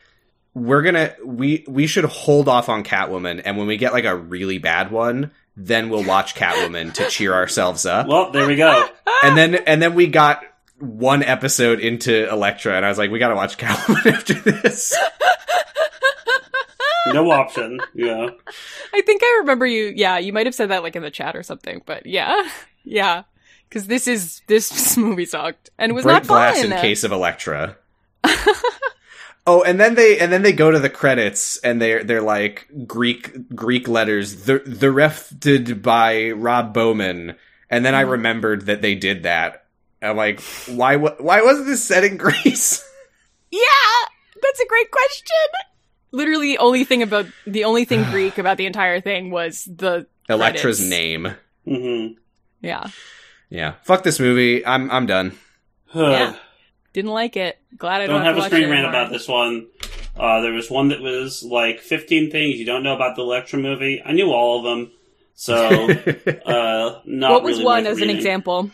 Speaker 1: we're going to we we should hold off on Catwoman and when we get like a really bad one, then we'll watch Catwoman to cheer ourselves up
Speaker 2: Well, there we go.
Speaker 1: and then and then we got one episode into Elektra, and I was like, we gotta watch Catwoman after this.
Speaker 2: No option. Yeah.
Speaker 3: I think I remember you. Yeah, you might have said that like in the chat or something, but yeah, yeah. Because this is this movie sucked and it was
Speaker 1: Break
Speaker 3: not
Speaker 1: glass
Speaker 3: fun.
Speaker 1: in case of Elektra. oh, and then they and then they go to the credits, and they're they're like Greek Greek letters. The the ref did by Rob Bowman, and then I
Speaker 3: Mm-hmm.
Speaker 1: remembered that they did that. I'm like, why? wa- Why was this set in Greece?
Speaker 3: Yeah, that's a great question. Literally, only thing about the only thing Greek about the entire thing was the
Speaker 1: Elektra's
Speaker 3: Credits.
Speaker 1: name.
Speaker 2: Mm-hmm.
Speaker 3: yeah.
Speaker 1: Yeah, fuck this movie. I'm I'm done.
Speaker 3: Yeah. Didn't like it. Glad I
Speaker 2: don't
Speaker 3: don't,
Speaker 2: have
Speaker 3: to
Speaker 2: a
Speaker 3: watch
Speaker 2: screen
Speaker 3: it
Speaker 2: rant
Speaker 3: anymore.
Speaker 2: about this one. Uh, there was one that was like 15 things you don't know about the Electra movie. I knew all of them, so uh, not
Speaker 3: What was
Speaker 2: really
Speaker 3: one
Speaker 2: worth
Speaker 3: as an
Speaker 2: reading.
Speaker 3: example?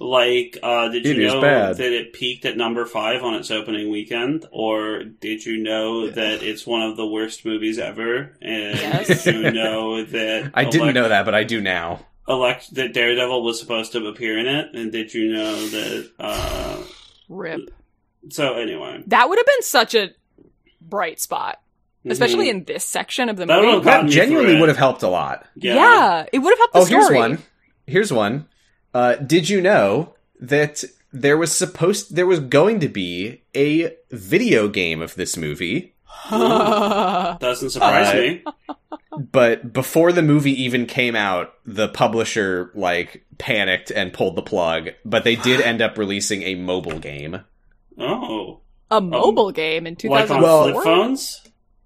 Speaker 2: Like, uh, did
Speaker 1: It
Speaker 2: you
Speaker 1: is
Speaker 2: know
Speaker 1: bad.
Speaker 2: that it peaked at number five on its opening weekend, or did you know that it's one of the worst movies ever? And
Speaker 3: Yes.
Speaker 2: did you know that
Speaker 1: I didn't
Speaker 2: Elec-
Speaker 1: know that, but I do now.
Speaker 2: elect- that Daredevil was supposed to appear in it, and did you know that? Uh,
Speaker 3: Rip.
Speaker 2: so anyway,
Speaker 3: That would have been such a bright spot, especially
Speaker 2: Mhm.
Speaker 3: in this section of the
Speaker 2: That
Speaker 3: movie.
Speaker 2: would've
Speaker 1: That
Speaker 2: me
Speaker 1: genuinely
Speaker 2: through it.
Speaker 1: would have helped a lot.
Speaker 3: yeah. it would have helped the
Speaker 1: oh,
Speaker 3: story.
Speaker 1: here's one. Here's one. Uh, did you know that there was supposed there was going to be a video game of this movie,
Speaker 2: Doesn't surprise
Speaker 1: Uh,
Speaker 2: me.
Speaker 1: but before the movie even came out, the publisher like panicked and pulled the plug. But they did end up releasing a mobile game.
Speaker 2: Oh,
Speaker 3: a mobile game in
Speaker 2: like on
Speaker 3: 2004.
Speaker 2: flip phones?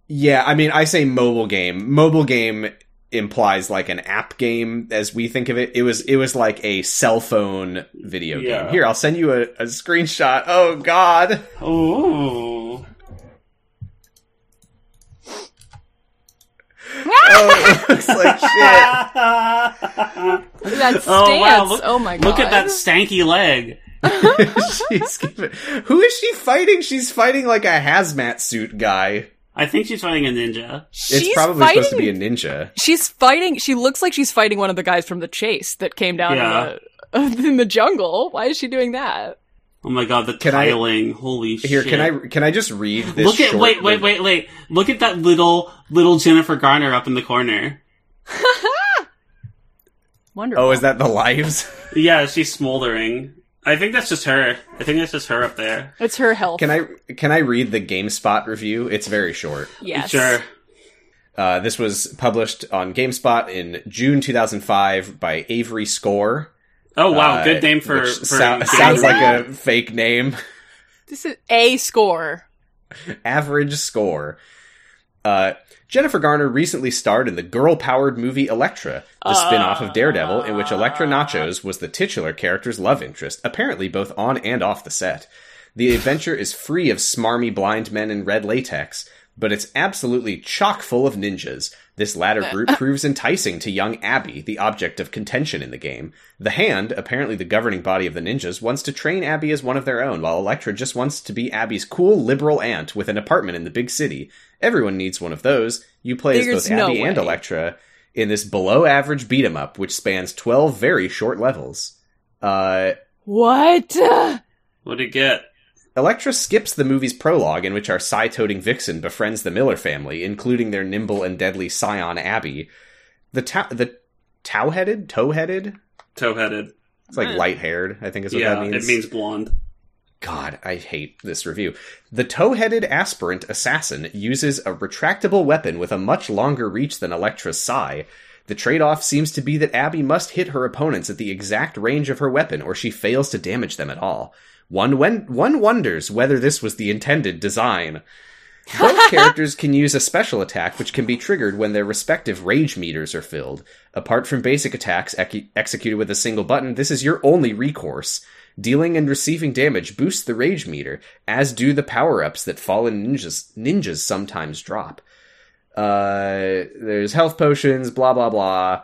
Speaker 1: Yeah, I mean, I say mobile game. Mobile game implies like an app game as we think of it. It was it was like a cell phone video
Speaker 2: Yeah.
Speaker 1: game. Here, I'll send you a, a screenshot. Oh god.
Speaker 2: Oh,
Speaker 3: Ah!
Speaker 1: Oh, it looks like shit.
Speaker 3: that stance.
Speaker 2: Oh,
Speaker 3: Oh,
Speaker 2: wow, look-
Speaker 3: my god.
Speaker 2: look at that stanky leg.
Speaker 1: She's giving- Who is she fighting? She's fighting like a hazmat suit guy.
Speaker 2: I think she's fighting a ninja.
Speaker 1: It's
Speaker 3: She's
Speaker 1: probably
Speaker 3: fighting
Speaker 1: supposed to be a ninja.
Speaker 3: She's fighting. She looks like she's fighting one of the guys from the chase that came down
Speaker 2: Yeah.
Speaker 3: in, the, in the jungle. Why is she doing that?
Speaker 2: Oh my god, the
Speaker 1: Can I-
Speaker 2: tiling! Holy shit!
Speaker 1: Here, can I can I just read this?
Speaker 2: look at
Speaker 1: short
Speaker 2: wait wait
Speaker 1: little-
Speaker 2: wait wait look at that little little Jennifer Garner up in the corner.
Speaker 3: Wonderful.
Speaker 1: Oh, is that the lives?
Speaker 2: Yeah, she's smoldering. I think that's just her. I think that's just her up there.
Speaker 3: It's her health.
Speaker 1: Can I can I read the GameSpot review? It's very short.
Speaker 3: Yes.
Speaker 2: Sure.
Speaker 1: Uh, this was published on GameSpot in June 2005 by Avery Score.
Speaker 2: Oh wow,
Speaker 1: uh,
Speaker 2: good name for, for
Speaker 1: which sou-
Speaker 2: game.
Speaker 1: sounds like a fake name.
Speaker 3: This is a score.
Speaker 1: average score. Uh, Jennifer Garner recently starred in the girl powered movie Elektra, the spin off of Daredevil, in which Elektra Nachos was the titular character's love interest, apparently both on and off the set. The adventure is free of smarmy blind men in red latex, but it's absolutely chock full of ninjas. This latter group proves enticing to young Abby, the object of contention in the game. The Hand, apparently the governing body of the ninjas, wants to train Abby as one of their own, while Elektra just wants to be Abby's cool liberal aunt with an apartment in the big city. Everyone needs one of those. You play as
Speaker 3: There's
Speaker 1: both
Speaker 3: no
Speaker 1: Abby and
Speaker 3: way.
Speaker 1: Elektra in this below average beat 'em up, which spans 12 very short levels. Uh,
Speaker 3: What?
Speaker 2: What'd it get?
Speaker 1: Electra skips the movie's prologue, in which our psi toting vixen befriends the Miller family, including their nimble and deadly scion Abby. The ta- the tow headed, toe headed.
Speaker 2: Toe headed.
Speaker 1: It's like light haired. I think is what
Speaker 2: Eh. Yeah,
Speaker 1: that means.
Speaker 2: it means blonde.
Speaker 1: God, I hate this review. The tow headed aspirant assassin uses a retractable weapon with a much longer reach than Electra's psi. The trade off seems to be that Abby must hit her opponents at the exact range of her weapon or she fails to damage them at all. One, wen- one wonders whether this was the intended design. Both characters can use a special attack which can be triggered when their respective rage meters are filled. Apart from basic attacks ec- executed with a single button, this is your only recourse. Dealing and receiving damage boosts the rage meter, as do the power ups that fallen ninjas, ninjas sometimes drop. Uh, there's health potions, blah blah blah.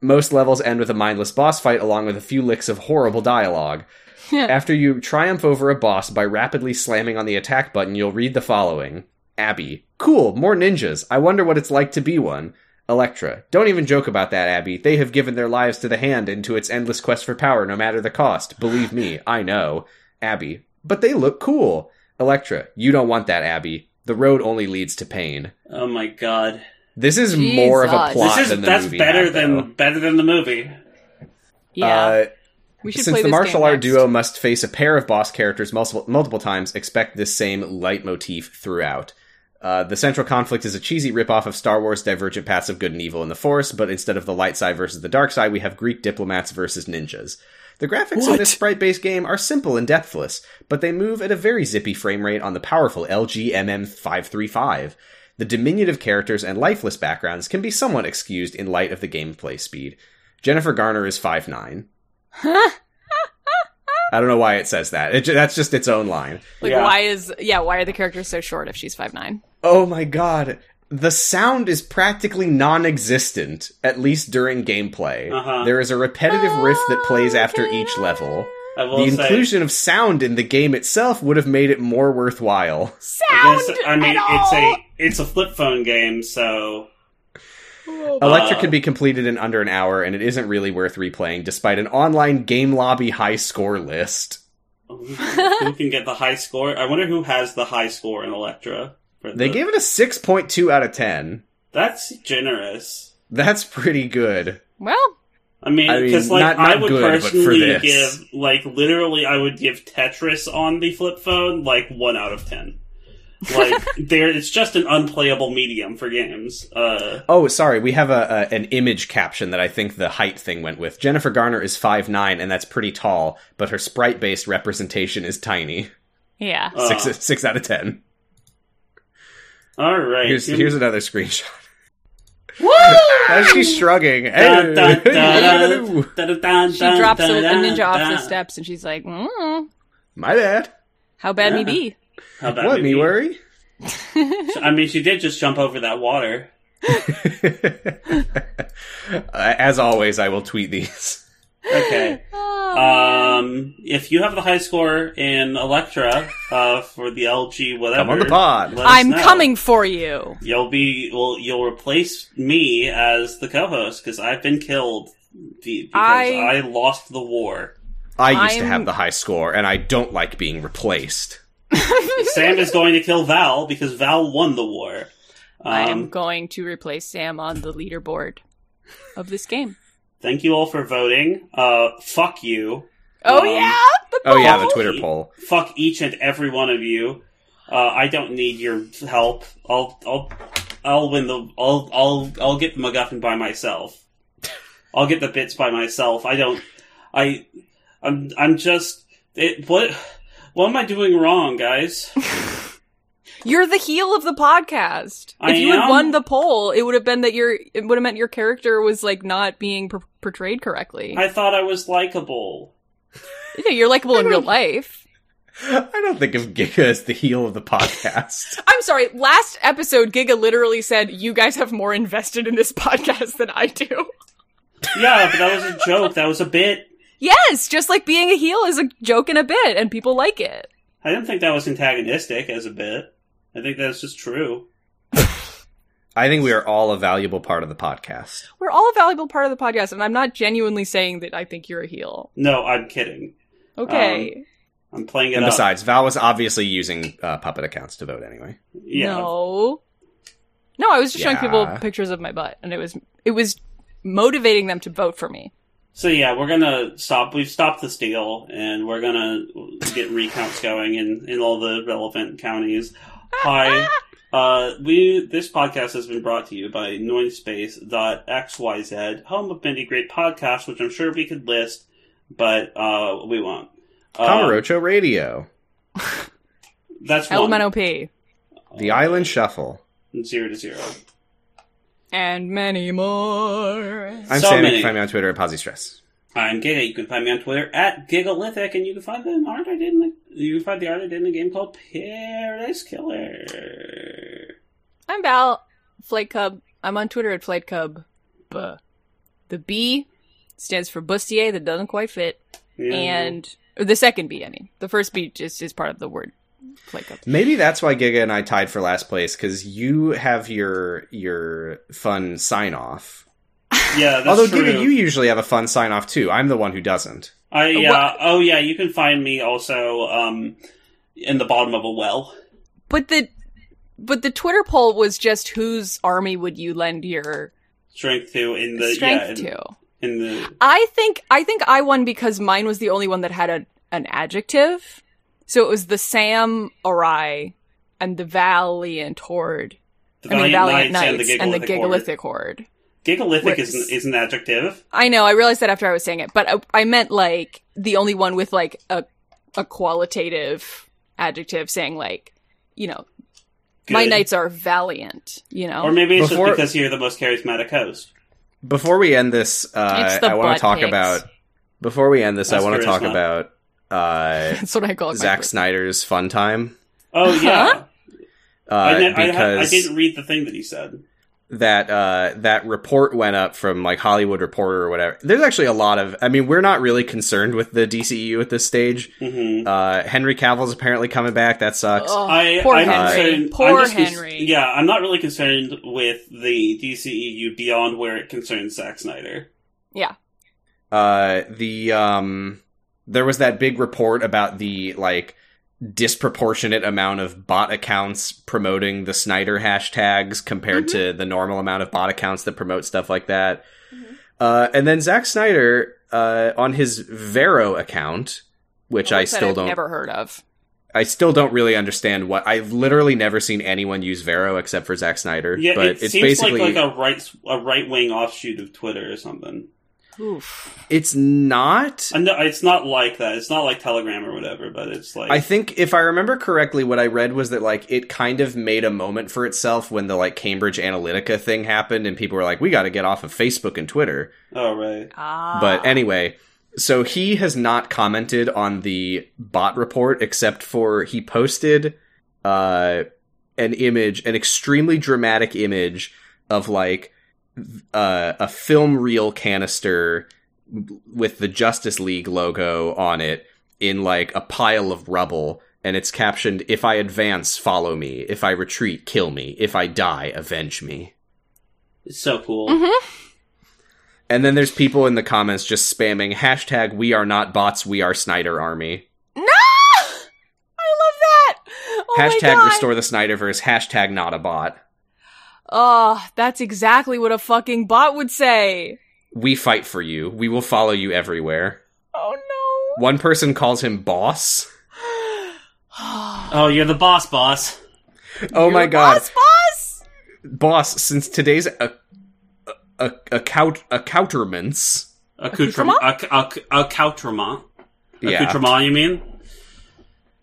Speaker 1: Most levels end with a mindless boss fight along with a few licks of horrible dialogue. After you triumph over a boss by rapidly slamming on the attack button, you'll read the following Abby, cool, more ninjas. I wonder what it's like to be one. Electra, don't even joke about that, Abby. They have given their lives to the hand and to its endless quest for power, no matter the cost. Believe me, I know. Abby, but they look cool. Electra, you don't want that, Abby. The road only leads to pain.
Speaker 2: Oh my god.
Speaker 1: This is more of a
Speaker 3: Jesus.
Speaker 1: plot
Speaker 2: This is
Speaker 1: than the
Speaker 2: that's
Speaker 1: movie.
Speaker 2: better
Speaker 1: had,
Speaker 2: than
Speaker 1: though.
Speaker 2: better than the movie.
Speaker 3: Yeah.
Speaker 1: Uh,
Speaker 3: we should
Speaker 1: Since
Speaker 3: play
Speaker 1: the
Speaker 3: this
Speaker 1: martial
Speaker 3: game
Speaker 1: art
Speaker 3: next.
Speaker 1: duo must face a pair of boss characters multiple, multiple times, expect this same leitmotif throughout. Uh, the central conflict is a cheesy ripoff of Star Wars' divergent paths of good and evil in the Force, but instead of the light side versus the dark side, we have Greek diplomats versus ninjas. The graphics in this sprite based game are simple and depthless, but they move at a very zippy frame rate on the powerful LG MM535. The diminutive characters and lifeless backgrounds can be somewhat excused in light of the gameplay speed. Jennifer Garner is 5'9. I don't know why it says that. It, ju- that's just its own line.
Speaker 3: Like,
Speaker 2: Yeah.
Speaker 3: why is yeah? Why are the characters so short if she's five nine?
Speaker 1: Oh my god. The sound is practically non existent, at least during gameplay.
Speaker 2: Uh-huh.
Speaker 1: There is a repetitive riff that plays after each level.
Speaker 2: I will
Speaker 1: The
Speaker 2: say
Speaker 1: inclusion of sound in the game itself would have made it more worthwhile.
Speaker 4: Sound
Speaker 2: this- I
Speaker 4: at
Speaker 2: mean
Speaker 4: all.
Speaker 2: it's a it's a flip phone game, so
Speaker 1: Electra
Speaker 2: Wow.
Speaker 1: can be completed in under an hour, and it isn't really worth replaying, despite an online game lobby high score list.
Speaker 2: Oh, who can get the high score? I wonder who has the high score in Electra. For
Speaker 1: They
Speaker 2: the-
Speaker 1: gave it a 6.2 out of 10.
Speaker 2: that's generous.
Speaker 1: That's pretty good.
Speaker 3: Well,
Speaker 2: I mean,
Speaker 1: I mean,
Speaker 2: because like
Speaker 1: not-
Speaker 2: I
Speaker 1: not
Speaker 2: would
Speaker 1: good, but for
Speaker 2: personally
Speaker 1: this.
Speaker 2: give like literally, I would give Tetris on the flip phone like one out of ten. Like there, it's just an unplayable medium for games. Uh,
Speaker 1: Oh, sorry, we have a, a an image caption that I think the height thing went with. Jennifer Garner is 5'9", and that's pretty tall, but her sprite-based representation is tiny.
Speaker 3: yeah.
Speaker 2: uh,
Speaker 1: Six, six out of 10.
Speaker 2: all right.
Speaker 1: Here's,
Speaker 2: Give-
Speaker 1: here's another screenshot.
Speaker 3: Woo!
Speaker 1: As she's shrugging.
Speaker 2: Dun, dun,
Speaker 1: Hey.
Speaker 2: dun, dun, dun,
Speaker 3: She
Speaker 2: dun,
Speaker 3: drops a,
Speaker 2: dun,
Speaker 3: a
Speaker 2: dun,
Speaker 3: ninja off the
Speaker 2: dun.
Speaker 3: steps, and she's like, mm,
Speaker 1: My bad.
Speaker 3: "How bad me
Speaker 2: Yeah.
Speaker 3: be?"
Speaker 2: How about
Speaker 1: What, me worry?
Speaker 2: I mean, she did just jump over that water.
Speaker 1: As always, I will tweet these.
Speaker 2: Okay.
Speaker 4: Oh.
Speaker 2: Um, if you have the high score in Electra uh, for the LG whatever,
Speaker 1: Come on the pod.
Speaker 2: let us
Speaker 3: I'm
Speaker 2: know.
Speaker 3: coming for you.
Speaker 2: You'll be well. You'll replace me as the co-host because I've been killed be- because
Speaker 3: I-
Speaker 2: I... lost the war.
Speaker 1: I used to
Speaker 3: I'm-
Speaker 1: have the high score, and I don't like being replaced.
Speaker 2: Sam is going to kill Val because Val won the war.
Speaker 3: I am
Speaker 2: Um,
Speaker 3: going to replace Sam on the leaderboard of this game.
Speaker 2: thank you all for voting. Uh, fuck you.
Speaker 3: Oh
Speaker 2: Um,
Speaker 3: yeah, the
Speaker 1: Oh yeah, the
Speaker 3: poll!
Speaker 1: Twitter poll.
Speaker 2: Fuck each and every one of you. Uh, I don't need your help. I'll, I'll, I'll win the. I'll, I'll, I'll get the MacGuffin by myself. I'll get the bits by myself. I don't. I, I'm, I'm just. It, what, what am I doing wrong, guys?
Speaker 3: You're the heel of the podcast.
Speaker 2: I
Speaker 3: if you had
Speaker 2: am?
Speaker 3: won the poll, it would have been that your it would have meant your character was like not being per- portrayed correctly.
Speaker 2: I thought I was likable.
Speaker 3: yeah, you're likable in real life.
Speaker 1: I don't think of Giga as the heel of the podcast.
Speaker 3: I'm sorry. Last episode, Giga literally said, "You guys have more invested in this podcast than I do."
Speaker 2: Yeah, but that was a joke. That was a bit.
Speaker 3: Yes, just like being a heel is a joke and a bit, and people like it.
Speaker 2: I didn't think that was antagonistic as a bit. I think that's just true.
Speaker 1: I think we are all a valuable part of the podcast.
Speaker 3: We're all a valuable part of the podcast, and I'm not genuinely saying that I think you're a heel.
Speaker 2: No, I'm kidding.
Speaker 3: Okay.
Speaker 2: I'm playing it
Speaker 1: and
Speaker 2: up.
Speaker 1: besides, Val was obviously using uh, puppet accounts to vote anyway.
Speaker 2: yeah,
Speaker 3: No. No, I was just showing people
Speaker 1: Yeah.
Speaker 3: pictures of my butt, and it was it was motivating them to vote for me.
Speaker 2: So yeah, we're gonna stop. We've stopped the steal, and we're gonna get recounts going in in all the relevant counties. Hi, uh, we this podcast has been brought to you by Noinspace.xyz, home of many great podcasts, which I'm sure we could list, but uh, we won't. Uh,
Speaker 1: Camarocho Radio,
Speaker 2: that's one
Speaker 3: LMNOP.
Speaker 1: The Island Shuffle.
Speaker 2: zero to zero.
Speaker 3: And many more.
Speaker 1: I'm
Speaker 2: So
Speaker 1: Sam. You
Speaker 2: many.
Speaker 1: can find me on Twitter at Posy Stress.
Speaker 2: I'm Giga. You can find me on Twitter at Gigalithic, and you can find the art I did in the, you can find the art I did in a game called Paradise Killer.
Speaker 3: I'm Val Flight Cub. I'm on Twitter at Flight Cub. Buh. The B stands for bustier that doesn't quite fit,
Speaker 2: Yeah.
Speaker 3: and or the second B. I mean, the first B just is part of the word Flight Cub.
Speaker 1: Maybe that's why Giga and I tied for last place because you have your your fun sign off.
Speaker 2: yeah, that's
Speaker 1: Although
Speaker 2: true.
Speaker 1: Giga, you Uh, usually have a fun sign off too. I'm the one who doesn't.
Speaker 2: I yeah.
Speaker 3: What?
Speaker 2: Oh yeah, you can find me also um in the bottom of a well.
Speaker 3: But the but the Twitter poll was just whose army would you lend your
Speaker 2: Strength two in the
Speaker 3: strength
Speaker 2: yeah,
Speaker 3: to?
Speaker 2: in, in the
Speaker 3: I think I think I won because mine was the only one that had a, an adjective. So it was the Sam Arai and the Valiant Horde.
Speaker 2: the
Speaker 3: I mean,
Speaker 2: Valiant
Speaker 3: Valiant
Speaker 2: Knights,
Speaker 3: Knights and the
Speaker 2: Gigalithic.
Speaker 3: Gigalithic Horde.
Speaker 2: Gigalithic
Speaker 3: Wait.
Speaker 2: is an, is an adjective.
Speaker 3: I know. I realized that after I was saying it, but I, I meant like the only one with like a a qualitative adjective saying like, you know, my
Speaker 2: Good.
Speaker 3: knights are valiant. You know,
Speaker 2: Or maybe it's
Speaker 1: Before-
Speaker 2: just because you're the most charismatic host.
Speaker 1: Before we end this, uh,
Speaker 3: It's the
Speaker 1: I want
Speaker 3: butt
Speaker 1: to talk
Speaker 3: pics.
Speaker 1: about. Before we end this,
Speaker 2: That's
Speaker 1: I want to talk
Speaker 2: charisma.
Speaker 1: about uh,
Speaker 3: that's what I call it. my
Speaker 1: Zack
Speaker 3: first-
Speaker 1: Snyder's fun time
Speaker 2: Oh yeah,
Speaker 3: Huh?
Speaker 1: uh,
Speaker 2: I, ne- I, ha- I
Speaker 1: because
Speaker 2: didn't read the thing that he said.
Speaker 1: that uh, that report went up from like Hollywood Reporter or whatever. There's actually a lot of. I mean, we're not really concerned with the DCEU at this stage.
Speaker 2: hmm
Speaker 1: Uh, Henry Cavill's apparently coming back. That sucks.
Speaker 3: Ugh,
Speaker 2: I,
Speaker 3: Oh, poor
Speaker 2: I'm
Speaker 1: Henry.
Speaker 2: concerned.
Speaker 3: Poor
Speaker 2: I'm just cons-
Speaker 3: Henry.
Speaker 2: yeah, I'm not really concerned with the DCEU beyond where it concerns Zack Snyder.
Speaker 1: Uh, the um, there was that big report about the like disproportionate amount of bot accounts promoting the Snyder hashtags compared to
Speaker 3: Mm-hmm.
Speaker 1: the normal amount of bot accounts that promote stuff like that.
Speaker 3: Mhm.
Speaker 1: Uh, and then Zack Snyder uh, on his Vero account, which
Speaker 3: a
Speaker 1: I
Speaker 3: website
Speaker 1: still
Speaker 3: I've
Speaker 1: don't
Speaker 3: never heard of.
Speaker 1: I still don't really understand what I've literally never seen anyone use Vero except for Zack Snyder.
Speaker 2: Yeah,
Speaker 1: but
Speaker 2: it
Speaker 1: it's
Speaker 2: seems
Speaker 1: basically
Speaker 2: like like a right a right wing offshoot of Twitter or something.
Speaker 3: Oof.
Speaker 1: it's not.
Speaker 2: Uh, No, it's not like that. It's not like Telegram or whatever, but it's like
Speaker 1: I think if I remember correctly, what I read was that like it kind of made a moment for itself when the like Cambridge Analytica thing happened, and people were like, "We got to get off of Facebook and Twitter."
Speaker 2: oh right,
Speaker 3: Ah.
Speaker 1: But anyway, so he has not commented on the bot report except for he posted uh, an image, an extremely dramatic image of like th- uh, a film reel canister with the Justice League logo on it in like a pile of rubble. And it's captioned, if I advance, follow me. If I retreat, kill me. If I die, avenge me.
Speaker 3: Mm-hmm.
Speaker 2: it's so cool.
Speaker 3: Mhm.
Speaker 1: And then there's people in the comments just spamming hashtag we are not bots, we are Snyder Army.
Speaker 3: No! I love that. Oh my
Speaker 1: hashtag
Speaker 3: God.
Speaker 1: restore the Snyderverse, hashtag not a bot.
Speaker 3: Oh, that's exactly what a fucking bot would say.
Speaker 1: We fight for you. We will follow you everywhere.
Speaker 3: Oh no.
Speaker 1: One person calls him boss.
Speaker 2: Oh, you're the boss, boss.
Speaker 1: Oh
Speaker 3: You're
Speaker 1: my
Speaker 3: a
Speaker 1: god.
Speaker 3: Boss, boss.
Speaker 1: boss since today's a a a, cout a counterments.
Speaker 2: Accoutrement. acc- acc- Accoutrement.
Speaker 1: Yeah,
Speaker 2: Accoutrement, you mean?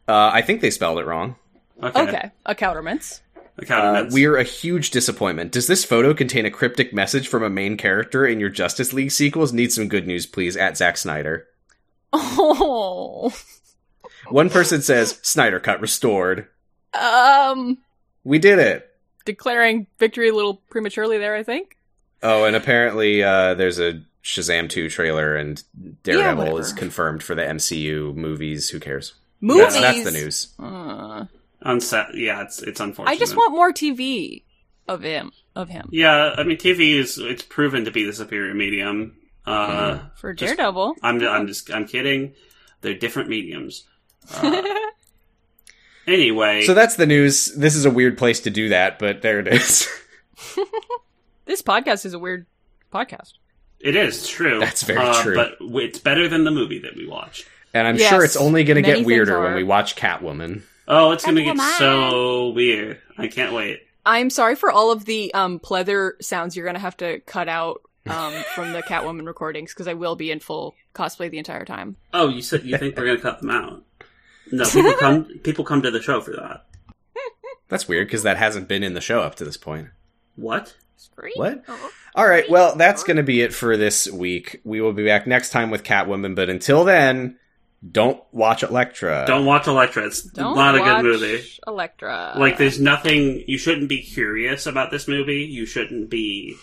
Speaker 1: uh, I think they spelled it wrong.
Speaker 3: Okay, a counterments.
Speaker 1: Uh,
Speaker 2: Accoutrements.
Speaker 1: we're a huge disappointment. Does this photo contain a cryptic message from a main character in your Justice League sequels? Need some good news, please. At Zack Snyder.
Speaker 3: Oh.
Speaker 1: One person says Snyder cut restored.
Speaker 3: Um,
Speaker 1: We did it.
Speaker 3: declaring victory a little prematurely there, I think.
Speaker 1: Oh, and apparently uh, there's a Shazam 2 trailer, and Daredevil
Speaker 3: whatever.
Speaker 1: is confirmed for the MCU movies. Who cares?
Speaker 3: Movies.
Speaker 1: That's, that's the news.
Speaker 3: Uh,
Speaker 2: Unsa- yeah, it's it's unfortunate.
Speaker 3: I just want more TV of him, of him.
Speaker 2: Yeah, I mean, TV is it's proven to be the superior medium. Uh,
Speaker 1: Mm-hmm.
Speaker 3: For Daredevil.
Speaker 2: I'm I'm just I'm kidding. They're different mediums. Uh, anyway,
Speaker 1: So that's the news. This is a weird place to do that, but there it is.
Speaker 3: this podcast is a weird podcast.
Speaker 2: it is true.
Speaker 1: That's very
Speaker 2: Uh,
Speaker 1: true.
Speaker 2: But w- it's better than the movie that we watched.
Speaker 1: And I'm
Speaker 3: Yes,
Speaker 1: sure it's only going to
Speaker 3: many
Speaker 1: get
Speaker 3: things
Speaker 1: weirder when
Speaker 3: are.
Speaker 1: we watch Catwoman.
Speaker 2: Oh, it's gonna get
Speaker 4: Catwoman.
Speaker 2: so weird. I can't wait.
Speaker 3: I'm sorry for all of the um pleather sounds you're gonna have to cut out um from the Catwoman recordings because I will be in full cosplay the entire time.
Speaker 2: Oh, you said you think we're gonna cut them out? No, people come people come to the show for that.
Speaker 1: That's weird because that hasn't been in the show up to this point.
Speaker 2: What?
Speaker 4: Scream.
Speaker 1: What?
Speaker 4: Oh.
Speaker 1: All right, well, that's going to be it for this week. We will be back next time with Catwoman, but until then, don't watch Elektra.
Speaker 2: Uh, Don't watch Electra. It's
Speaker 3: Don't
Speaker 2: not a
Speaker 3: watch uh,
Speaker 2: good movie.
Speaker 3: Electra.
Speaker 2: Like, there's nothing. You shouldn't be curious about this movie. You shouldn't be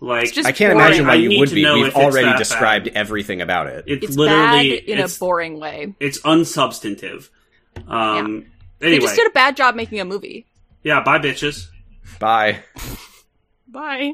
Speaker 2: like.
Speaker 3: It's just-
Speaker 1: I can't
Speaker 3: Boring.
Speaker 1: imagine why
Speaker 2: I
Speaker 1: you
Speaker 2: need
Speaker 1: would
Speaker 2: to
Speaker 1: be.
Speaker 2: know if
Speaker 1: We've
Speaker 2: it's
Speaker 1: already
Speaker 2: that
Speaker 1: described everything about it.
Speaker 2: it's,
Speaker 3: it's
Speaker 2: literally
Speaker 3: bad in
Speaker 2: it's,
Speaker 3: a boring way.
Speaker 2: it's unsubstantive. Um.
Speaker 3: They
Speaker 2: Anyway,
Speaker 3: just did a bad job making a movie.
Speaker 2: yeah. Bye, bitches.
Speaker 1: Bye.
Speaker 3: Bye.